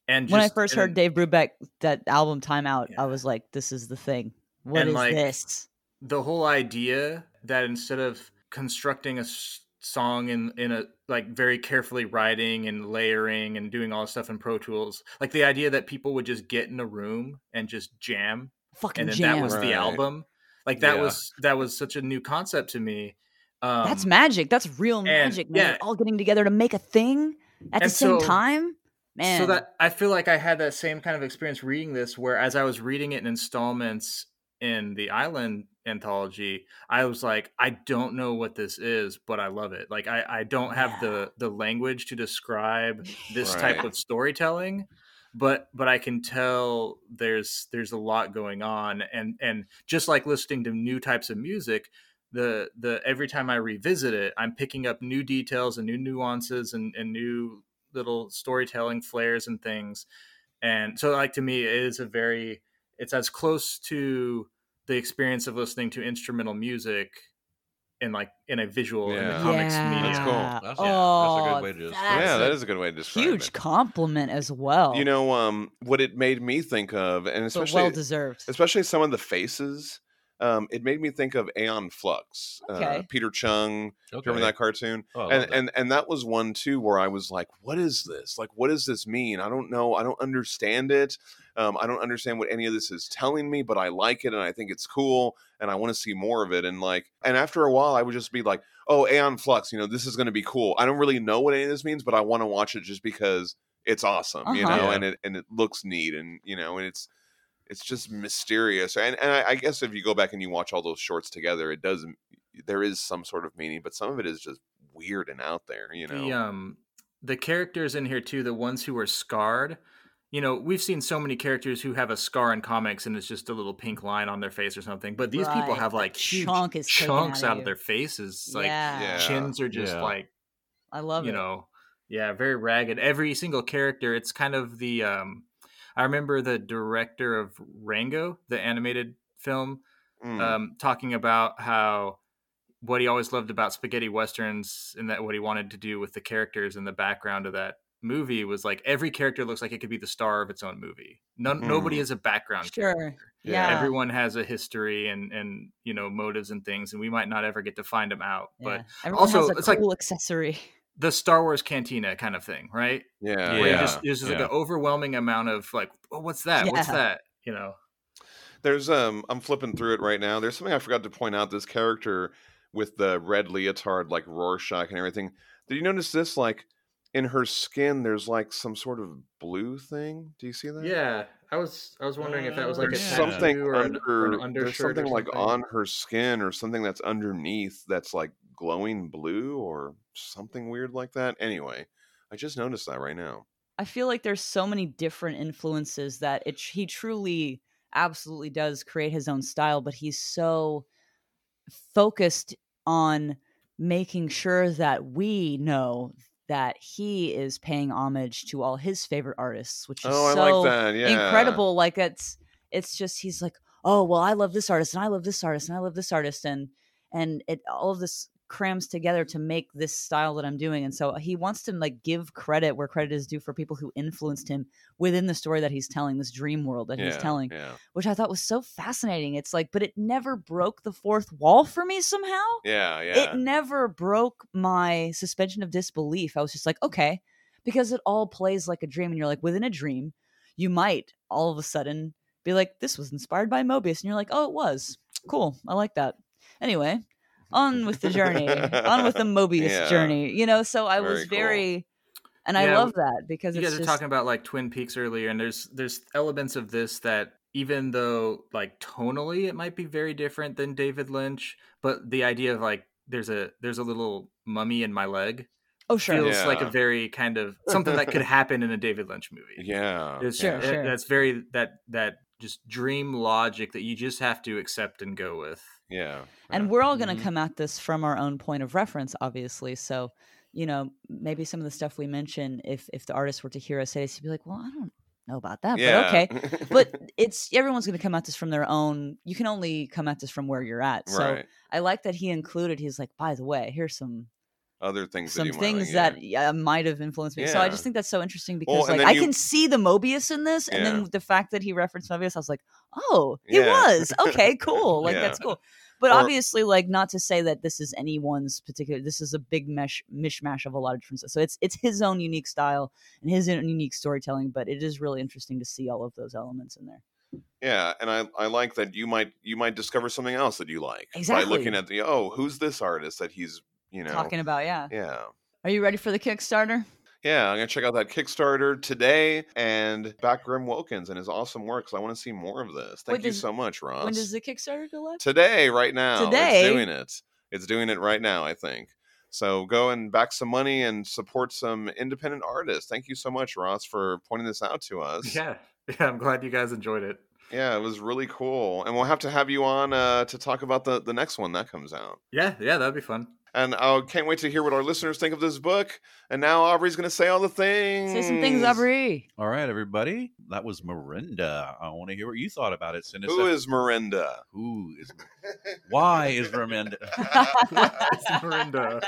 [SPEAKER 4] And
[SPEAKER 2] when I
[SPEAKER 4] just-
[SPEAKER 2] first
[SPEAKER 4] and-
[SPEAKER 2] heard Dave Brubeck that album Time Out,
[SPEAKER 4] Yeah.
[SPEAKER 2] I was like, "This is the thing. What is
[SPEAKER 4] And, like,
[SPEAKER 2] this?"
[SPEAKER 4] the whole idea that instead of constructing a s- song in in a like very carefully writing and layering and doing all this stuff in pro tools like the idea that people would just get in a room and just jam
[SPEAKER 2] Fucking
[SPEAKER 4] and then
[SPEAKER 2] jam.
[SPEAKER 4] that was
[SPEAKER 1] Right.
[SPEAKER 4] the album like that
[SPEAKER 3] Yeah.
[SPEAKER 4] was that was such a new concept to me um,
[SPEAKER 2] That's magic. That's real magic. Man.
[SPEAKER 4] yeah.
[SPEAKER 2] All getting together to make a thing at the
[SPEAKER 4] And
[SPEAKER 2] same
[SPEAKER 4] so-
[SPEAKER 2] time. Man,
[SPEAKER 4] so that i feel like i had that same kind of experience reading this where as i was reading it in installments in the island anthology i was like i don't know what this is but i love it like i, I don't have the the language to describe this type
[SPEAKER 1] Right.
[SPEAKER 4] of storytelling but but i can tell there's there's a lot going on and and just like listening to new types of music the the every time i revisit it i'm picking up new details and new nuances and and new little storytelling flares and things and so like to me it is a very it's as close to the experience of listening to instrumental music in like in a visual in the
[SPEAKER 1] Yeah.
[SPEAKER 4] comics
[SPEAKER 2] yeah.
[SPEAKER 4] media
[SPEAKER 1] That's cool.
[SPEAKER 3] That's-
[SPEAKER 2] oh,
[SPEAKER 3] yeah, that's a good way to describe
[SPEAKER 2] that's
[SPEAKER 1] yeah,
[SPEAKER 2] a
[SPEAKER 1] that is a good way to describe
[SPEAKER 2] huge
[SPEAKER 1] it.
[SPEAKER 2] compliment as well.
[SPEAKER 1] You know, um, what it made me think of, and
[SPEAKER 2] but
[SPEAKER 1] especially
[SPEAKER 2] well deserved.
[SPEAKER 1] especially some of the faces. Um, it made me think of Aeon Flux, uh,
[SPEAKER 2] Okay.
[SPEAKER 1] Peter Chung.
[SPEAKER 3] Okay.
[SPEAKER 1] Remember that cartoon?
[SPEAKER 3] Oh, I love
[SPEAKER 1] and
[SPEAKER 3] that.
[SPEAKER 1] and and that was one too where I was like, "What is this? Like, what does this mean? I don't know. I don't understand it. Um, I don't understand what any of this is telling me, but I like it and I think it's cool and I want to see more of it." And like, and after a while, I would just be like, "Oh, Aeon Flux, you know, this is going to be cool. I don't really know what any of this means, but I want to watch it just because it's awesome, you
[SPEAKER 2] Uh-huh.
[SPEAKER 1] know,
[SPEAKER 3] Yeah.
[SPEAKER 1] and it and it looks neat and you know, and it's." It's just mysterious, and and I, I guess if you go back and you watch all those shorts together, it does there is some sort of meaning, but some of it is just weird and out there, you know.
[SPEAKER 4] the um the characters in here too the ones who are scarred you know we've seen so many characters who have a scar in comics and it's just a little pink line on their face or something but these people
[SPEAKER 2] Right,
[SPEAKER 4] have
[SPEAKER 2] the
[SPEAKER 4] like huge
[SPEAKER 2] chunk is taken
[SPEAKER 4] chunks
[SPEAKER 2] out of
[SPEAKER 4] out of,
[SPEAKER 2] you.
[SPEAKER 4] their faces like
[SPEAKER 2] yeah.
[SPEAKER 1] Yeah.
[SPEAKER 4] chins are just
[SPEAKER 3] Yeah.
[SPEAKER 4] like
[SPEAKER 2] I love
[SPEAKER 4] you
[SPEAKER 2] it.
[SPEAKER 4] know yeah very ragged every single character it's kind of the um i remember the director of rango the animated film
[SPEAKER 1] Mm,
[SPEAKER 4] um, talking about how what he always loved about spaghetti westerns and that what he wanted to do with the characters in the background of that movie was like every character looks like it could be the star of its own movie. None, Nobody
[SPEAKER 1] Mhm.
[SPEAKER 4] is a background
[SPEAKER 2] Sure.
[SPEAKER 4] character.
[SPEAKER 2] Yeah. Yeah.
[SPEAKER 4] Everyone has a history and and you know motives and things, and we might not ever get to find them out.
[SPEAKER 2] Yeah.
[SPEAKER 4] But
[SPEAKER 2] Everyone
[SPEAKER 4] also,
[SPEAKER 2] has a
[SPEAKER 4] it's like-
[SPEAKER 2] cool accessory.
[SPEAKER 4] the Star Wars cantina kind of thing, right?
[SPEAKER 1] yeah.
[SPEAKER 4] Where you
[SPEAKER 3] Yeah.
[SPEAKER 4] just there's just
[SPEAKER 3] yeah.
[SPEAKER 4] like an overwhelming amount of like, oh, what's that? What's
[SPEAKER 2] Yeah.
[SPEAKER 4] that? You know.
[SPEAKER 1] There's um I'm flipping through it right now. There's something I forgot to point out this character with the red leotard like Rorschach and everything. Did you notice this like in her skin there's like some sort of blue thing? Do you see that?
[SPEAKER 4] Yeah, I was I was wondering if that was like
[SPEAKER 1] There's
[SPEAKER 4] a
[SPEAKER 3] Yeah.
[SPEAKER 1] something
[SPEAKER 4] tattoo or an-
[SPEAKER 1] under
[SPEAKER 4] or an
[SPEAKER 1] there's
[SPEAKER 4] undershirt or
[SPEAKER 1] something like on her skin or something that's underneath that's like glowing blue or something weird like that. Anyway, I just noticed that right now.
[SPEAKER 2] I feel like there's so many different influences that it he truly absolutely does create his own style, but he's so focused on making sure that we know that he is paying homage to all his favorite artists, which is
[SPEAKER 1] Oh, I
[SPEAKER 2] so
[SPEAKER 1] like that. Yeah.
[SPEAKER 2] incredible. Like it's it's just he's like, oh well, I love this artist and I love this artist and I love this artist and and it all of this crams together to make this style that I'm doing. And so he wants to like give credit where credit is due for people who influenced him within the story that he's telling, this dream world that he's
[SPEAKER 1] Yeah,
[SPEAKER 2] telling,
[SPEAKER 1] Yeah.
[SPEAKER 2] which I thought was so fascinating. It's like, but it never broke the fourth wall for me somehow
[SPEAKER 1] Yeah, yeah.
[SPEAKER 2] it never broke my suspension of disbelief. I was just like, okay, because it all plays like a dream, and you're like, within a dream, you might all of a sudden be like, this was inspired by Mobius, and you're like, oh, it was. cool. I like that. Anyway, on with the journey,
[SPEAKER 1] [laughs]
[SPEAKER 2] on with the Mobius
[SPEAKER 1] Yeah.
[SPEAKER 2] journey. You know, so I
[SPEAKER 1] Very
[SPEAKER 2] was
[SPEAKER 1] cool.
[SPEAKER 2] very, and I
[SPEAKER 4] Yeah,
[SPEAKER 2] love that because
[SPEAKER 4] you
[SPEAKER 2] it's
[SPEAKER 4] guys are
[SPEAKER 2] just,
[SPEAKER 4] talking about like Twin Peaks earlier, and there's there's elements of this that even though like tonally it might be very different than David Lynch, but the idea of like there's a there's a little mummy in my leg
[SPEAKER 2] oh sure,
[SPEAKER 4] feels like a
[SPEAKER 1] Yeah.
[SPEAKER 4] very kind of
[SPEAKER 2] [laughs]
[SPEAKER 4] something that could happen in a David Lynch movie.
[SPEAKER 1] yeah.
[SPEAKER 4] It's-
[SPEAKER 2] Sure,
[SPEAKER 1] yeah.
[SPEAKER 4] that-
[SPEAKER 2] sure.
[SPEAKER 4] That's very that that just dream logic that you just have to accept and go with.
[SPEAKER 1] Yeah.
[SPEAKER 2] and we're all going to
[SPEAKER 4] Mhm.
[SPEAKER 2] come at this from our own point of reference obviously so you know maybe some of the stuff we mention if if the artists were to hear us say this you'd be like well i don't know about that but okay
[SPEAKER 1] [laughs]
[SPEAKER 2] but it's everyone's going to come at this from their own you can only come at this from where you're at so
[SPEAKER 1] right.
[SPEAKER 2] i like that he included he's like by the way here's some
[SPEAKER 1] Other things.
[SPEAKER 2] some
[SPEAKER 1] that you
[SPEAKER 2] things
[SPEAKER 1] might, like,
[SPEAKER 2] that yeah, might have influenced me so i
[SPEAKER 1] Yeah.
[SPEAKER 2] just think that's so interesting
[SPEAKER 1] Well,
[SPEAKER 2] because
[SPEAKER 1] and
[SPEAKER 2] like
[SPEAKER 1] then
[SPEAKER 2] i
[SPEAKER 1] you-
[SPEAKER 2] can see the mobius in this and
[SPEAKER 1] Yeah.
[SPEAKER 2] then the fact that he referenced mobius i was like oh he
[SPEAKER 1] Yeah.
[SPEAKER 2] was
[SPEAKER 1] [laughs]
[SPEAKER 2] okay cool like
[SPEAKER 1] Yeah.
[SPEAKER 2] that's cool but
[SPEAKER 1] Or-
[SPEAKER 2] obviously like not to say that this is anyone's particular this is a big mesh mishmash of a lot of different stuff so it's it's his own unique style and his own unique storytelling but it is really interesting to see all of those elements in there
[SPEAKER 1] Yeah, and I, I like that you might you might discover something else that you like by looking
[SPEAKER 2] Exactly.
[SPEAKER 1] at the oh who's this artist that he's you know
[SPEAKER 2] talking about yeah
[SPEAKER 1] yeah
[SPEAKER 2] are you ready for the kickstarter
[SPEAKER 1] yeah I'm gonna check out that Kickstarter today and back Grim Wilkins and his awesome works I want to see more of this thank
[SPEAKER 2] When
[SPEAKER 1] you
[SPEAKER 2] does-
[SPEAKER 1] so much Ross
[SPEAKER 2] when does the kickstarter go live
[SPEAKER 1] today right now
[SPEAKER 2] Today?
[SPEAKER 1] it's doing it it's doing it right now I think so go and back some money and support some independent artists thank you so much Ross for pointing this out to us
[SPEAKER 4] Yeah, yeah. I'm glad you guys enjoyed it.
[SPEAKER 1] yeah it was really cool and we'll have to have you on uh, to talk about the the next one that comes out.
[SPEAKER 4] Yeah, yeah, that'd be
[SPEAKER 2] [laughs]
[SPEAKER 4] fun. [laughs]
[SPEAKER 1] And I can't wait to hear what our listeners think of this book. And now Aubrey's going to say all the things.
[SPEAKER 2] say some things aubrey
[SPEAKER 3] All right, everybody. That was Miranda. I want to hear what you thought about it. Send us
[SPEAKER 1] Who
[SPEAKER 3] a-
[SPEAKER 1] is Miranda?
[SPEAKER 2] [laughs]
[SPEAKER 1] [laughs]
[SPEAKER 3] who is why is Miranda?
[SPEAKER 2] Oh,
[SPEAKER 4] Miranda.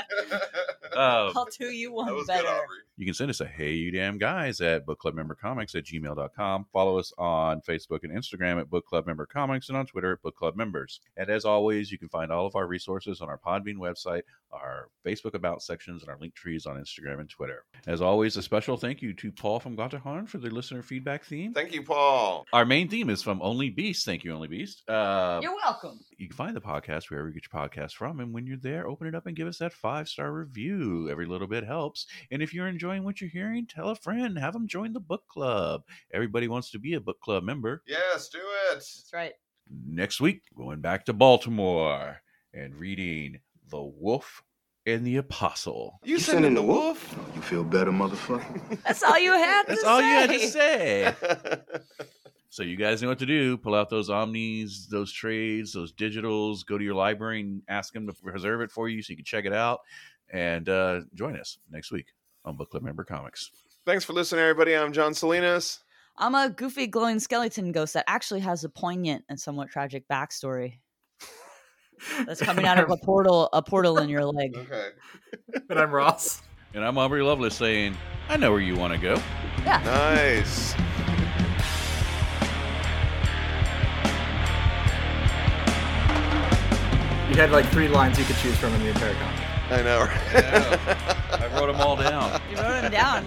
[SPEAKER 3] Um,
[SPEAKER 2] I'll do you
[SPEAKER 1] That
[SPEAKER 2] one
[SPEAKER 1] Oh, was
[SPEAKER 2] better.
[SPEAKER 1] good, Aubrey.
[SPEAKER 3] you can send us a hey you damn guys at book club member comics at gmail.com follow us on facebook and instagram at book club member comics and on twitter at book club members and as always you can find all of our resources on our podbean website our facebook about sections and our link trees on instagram and twitter as always a special thank you to paul from gotterhorn for the listener feedback theme
[SPEAKER 1] Thank you, Paul.
[SPEAKER 3] our main theme is from only beast thank you only beast uh,
[SPEAKER 2] You're welcome.
[SPEAKER 3] you can find the podcast wherever you get your podcast from. And when you're there, open it up and give us that five star review. Every little bit helps. And if you're enjoying what you're hearing, tell a friend, have them join the book club. Everybody wants to be a book club member.
[SPEAKER 1] Yes, do it.
[SPEAKER 2] That's right.
[SPEAKER 3] Next week, going back to Baltimore and reading The Wolf and the Apostle.
[SPEAKER 1] You,
[SPEAKER 5] send in the wolf? You feel better, motherfucker.
[SPEAKER 2] That's all you had to
[SPEAKER 3] That's
[SPEAKER 2] say.
[SPEAKER 3] all you had to say.
[SPEAKER 1] wolf?
[SPEAKER 3] So you guys know what to do. Pull out those omnis, those trades, those digitals. Go to your library and ask them to reserve it for you so you can check it out. And uh, join us next week on Book Club Member Comics.
[SPEAKER 1] Thanks for listening, everybody. I'm John Salinas.
[SPEAKER 2] I'm a goofy glowing skeleton ghost that actually has a poignant and somewhat tragic backstory that's coming out
[SPEAKER 4] [laughs]
[SPEAKER 2] of a portal, a portal in your
[SPEAKER 1] [laughs]
[SPEAKER 2] leg.
[SPEAKER 1] Okay.
[SPEAKER 4] and I'm Ross.
[SPEAKER 3] And I'm Aubrey Lovelace saying, I know where you want to go.
[SPEAKER 1] Nice.
[SPEAKER 4] You had like three lines you could choose from in the entire comic.
[SPEAKER 1] I know. right?
[SPEAKER 3] I wrote them all down.
[SPEAKER 2] You wrote him down.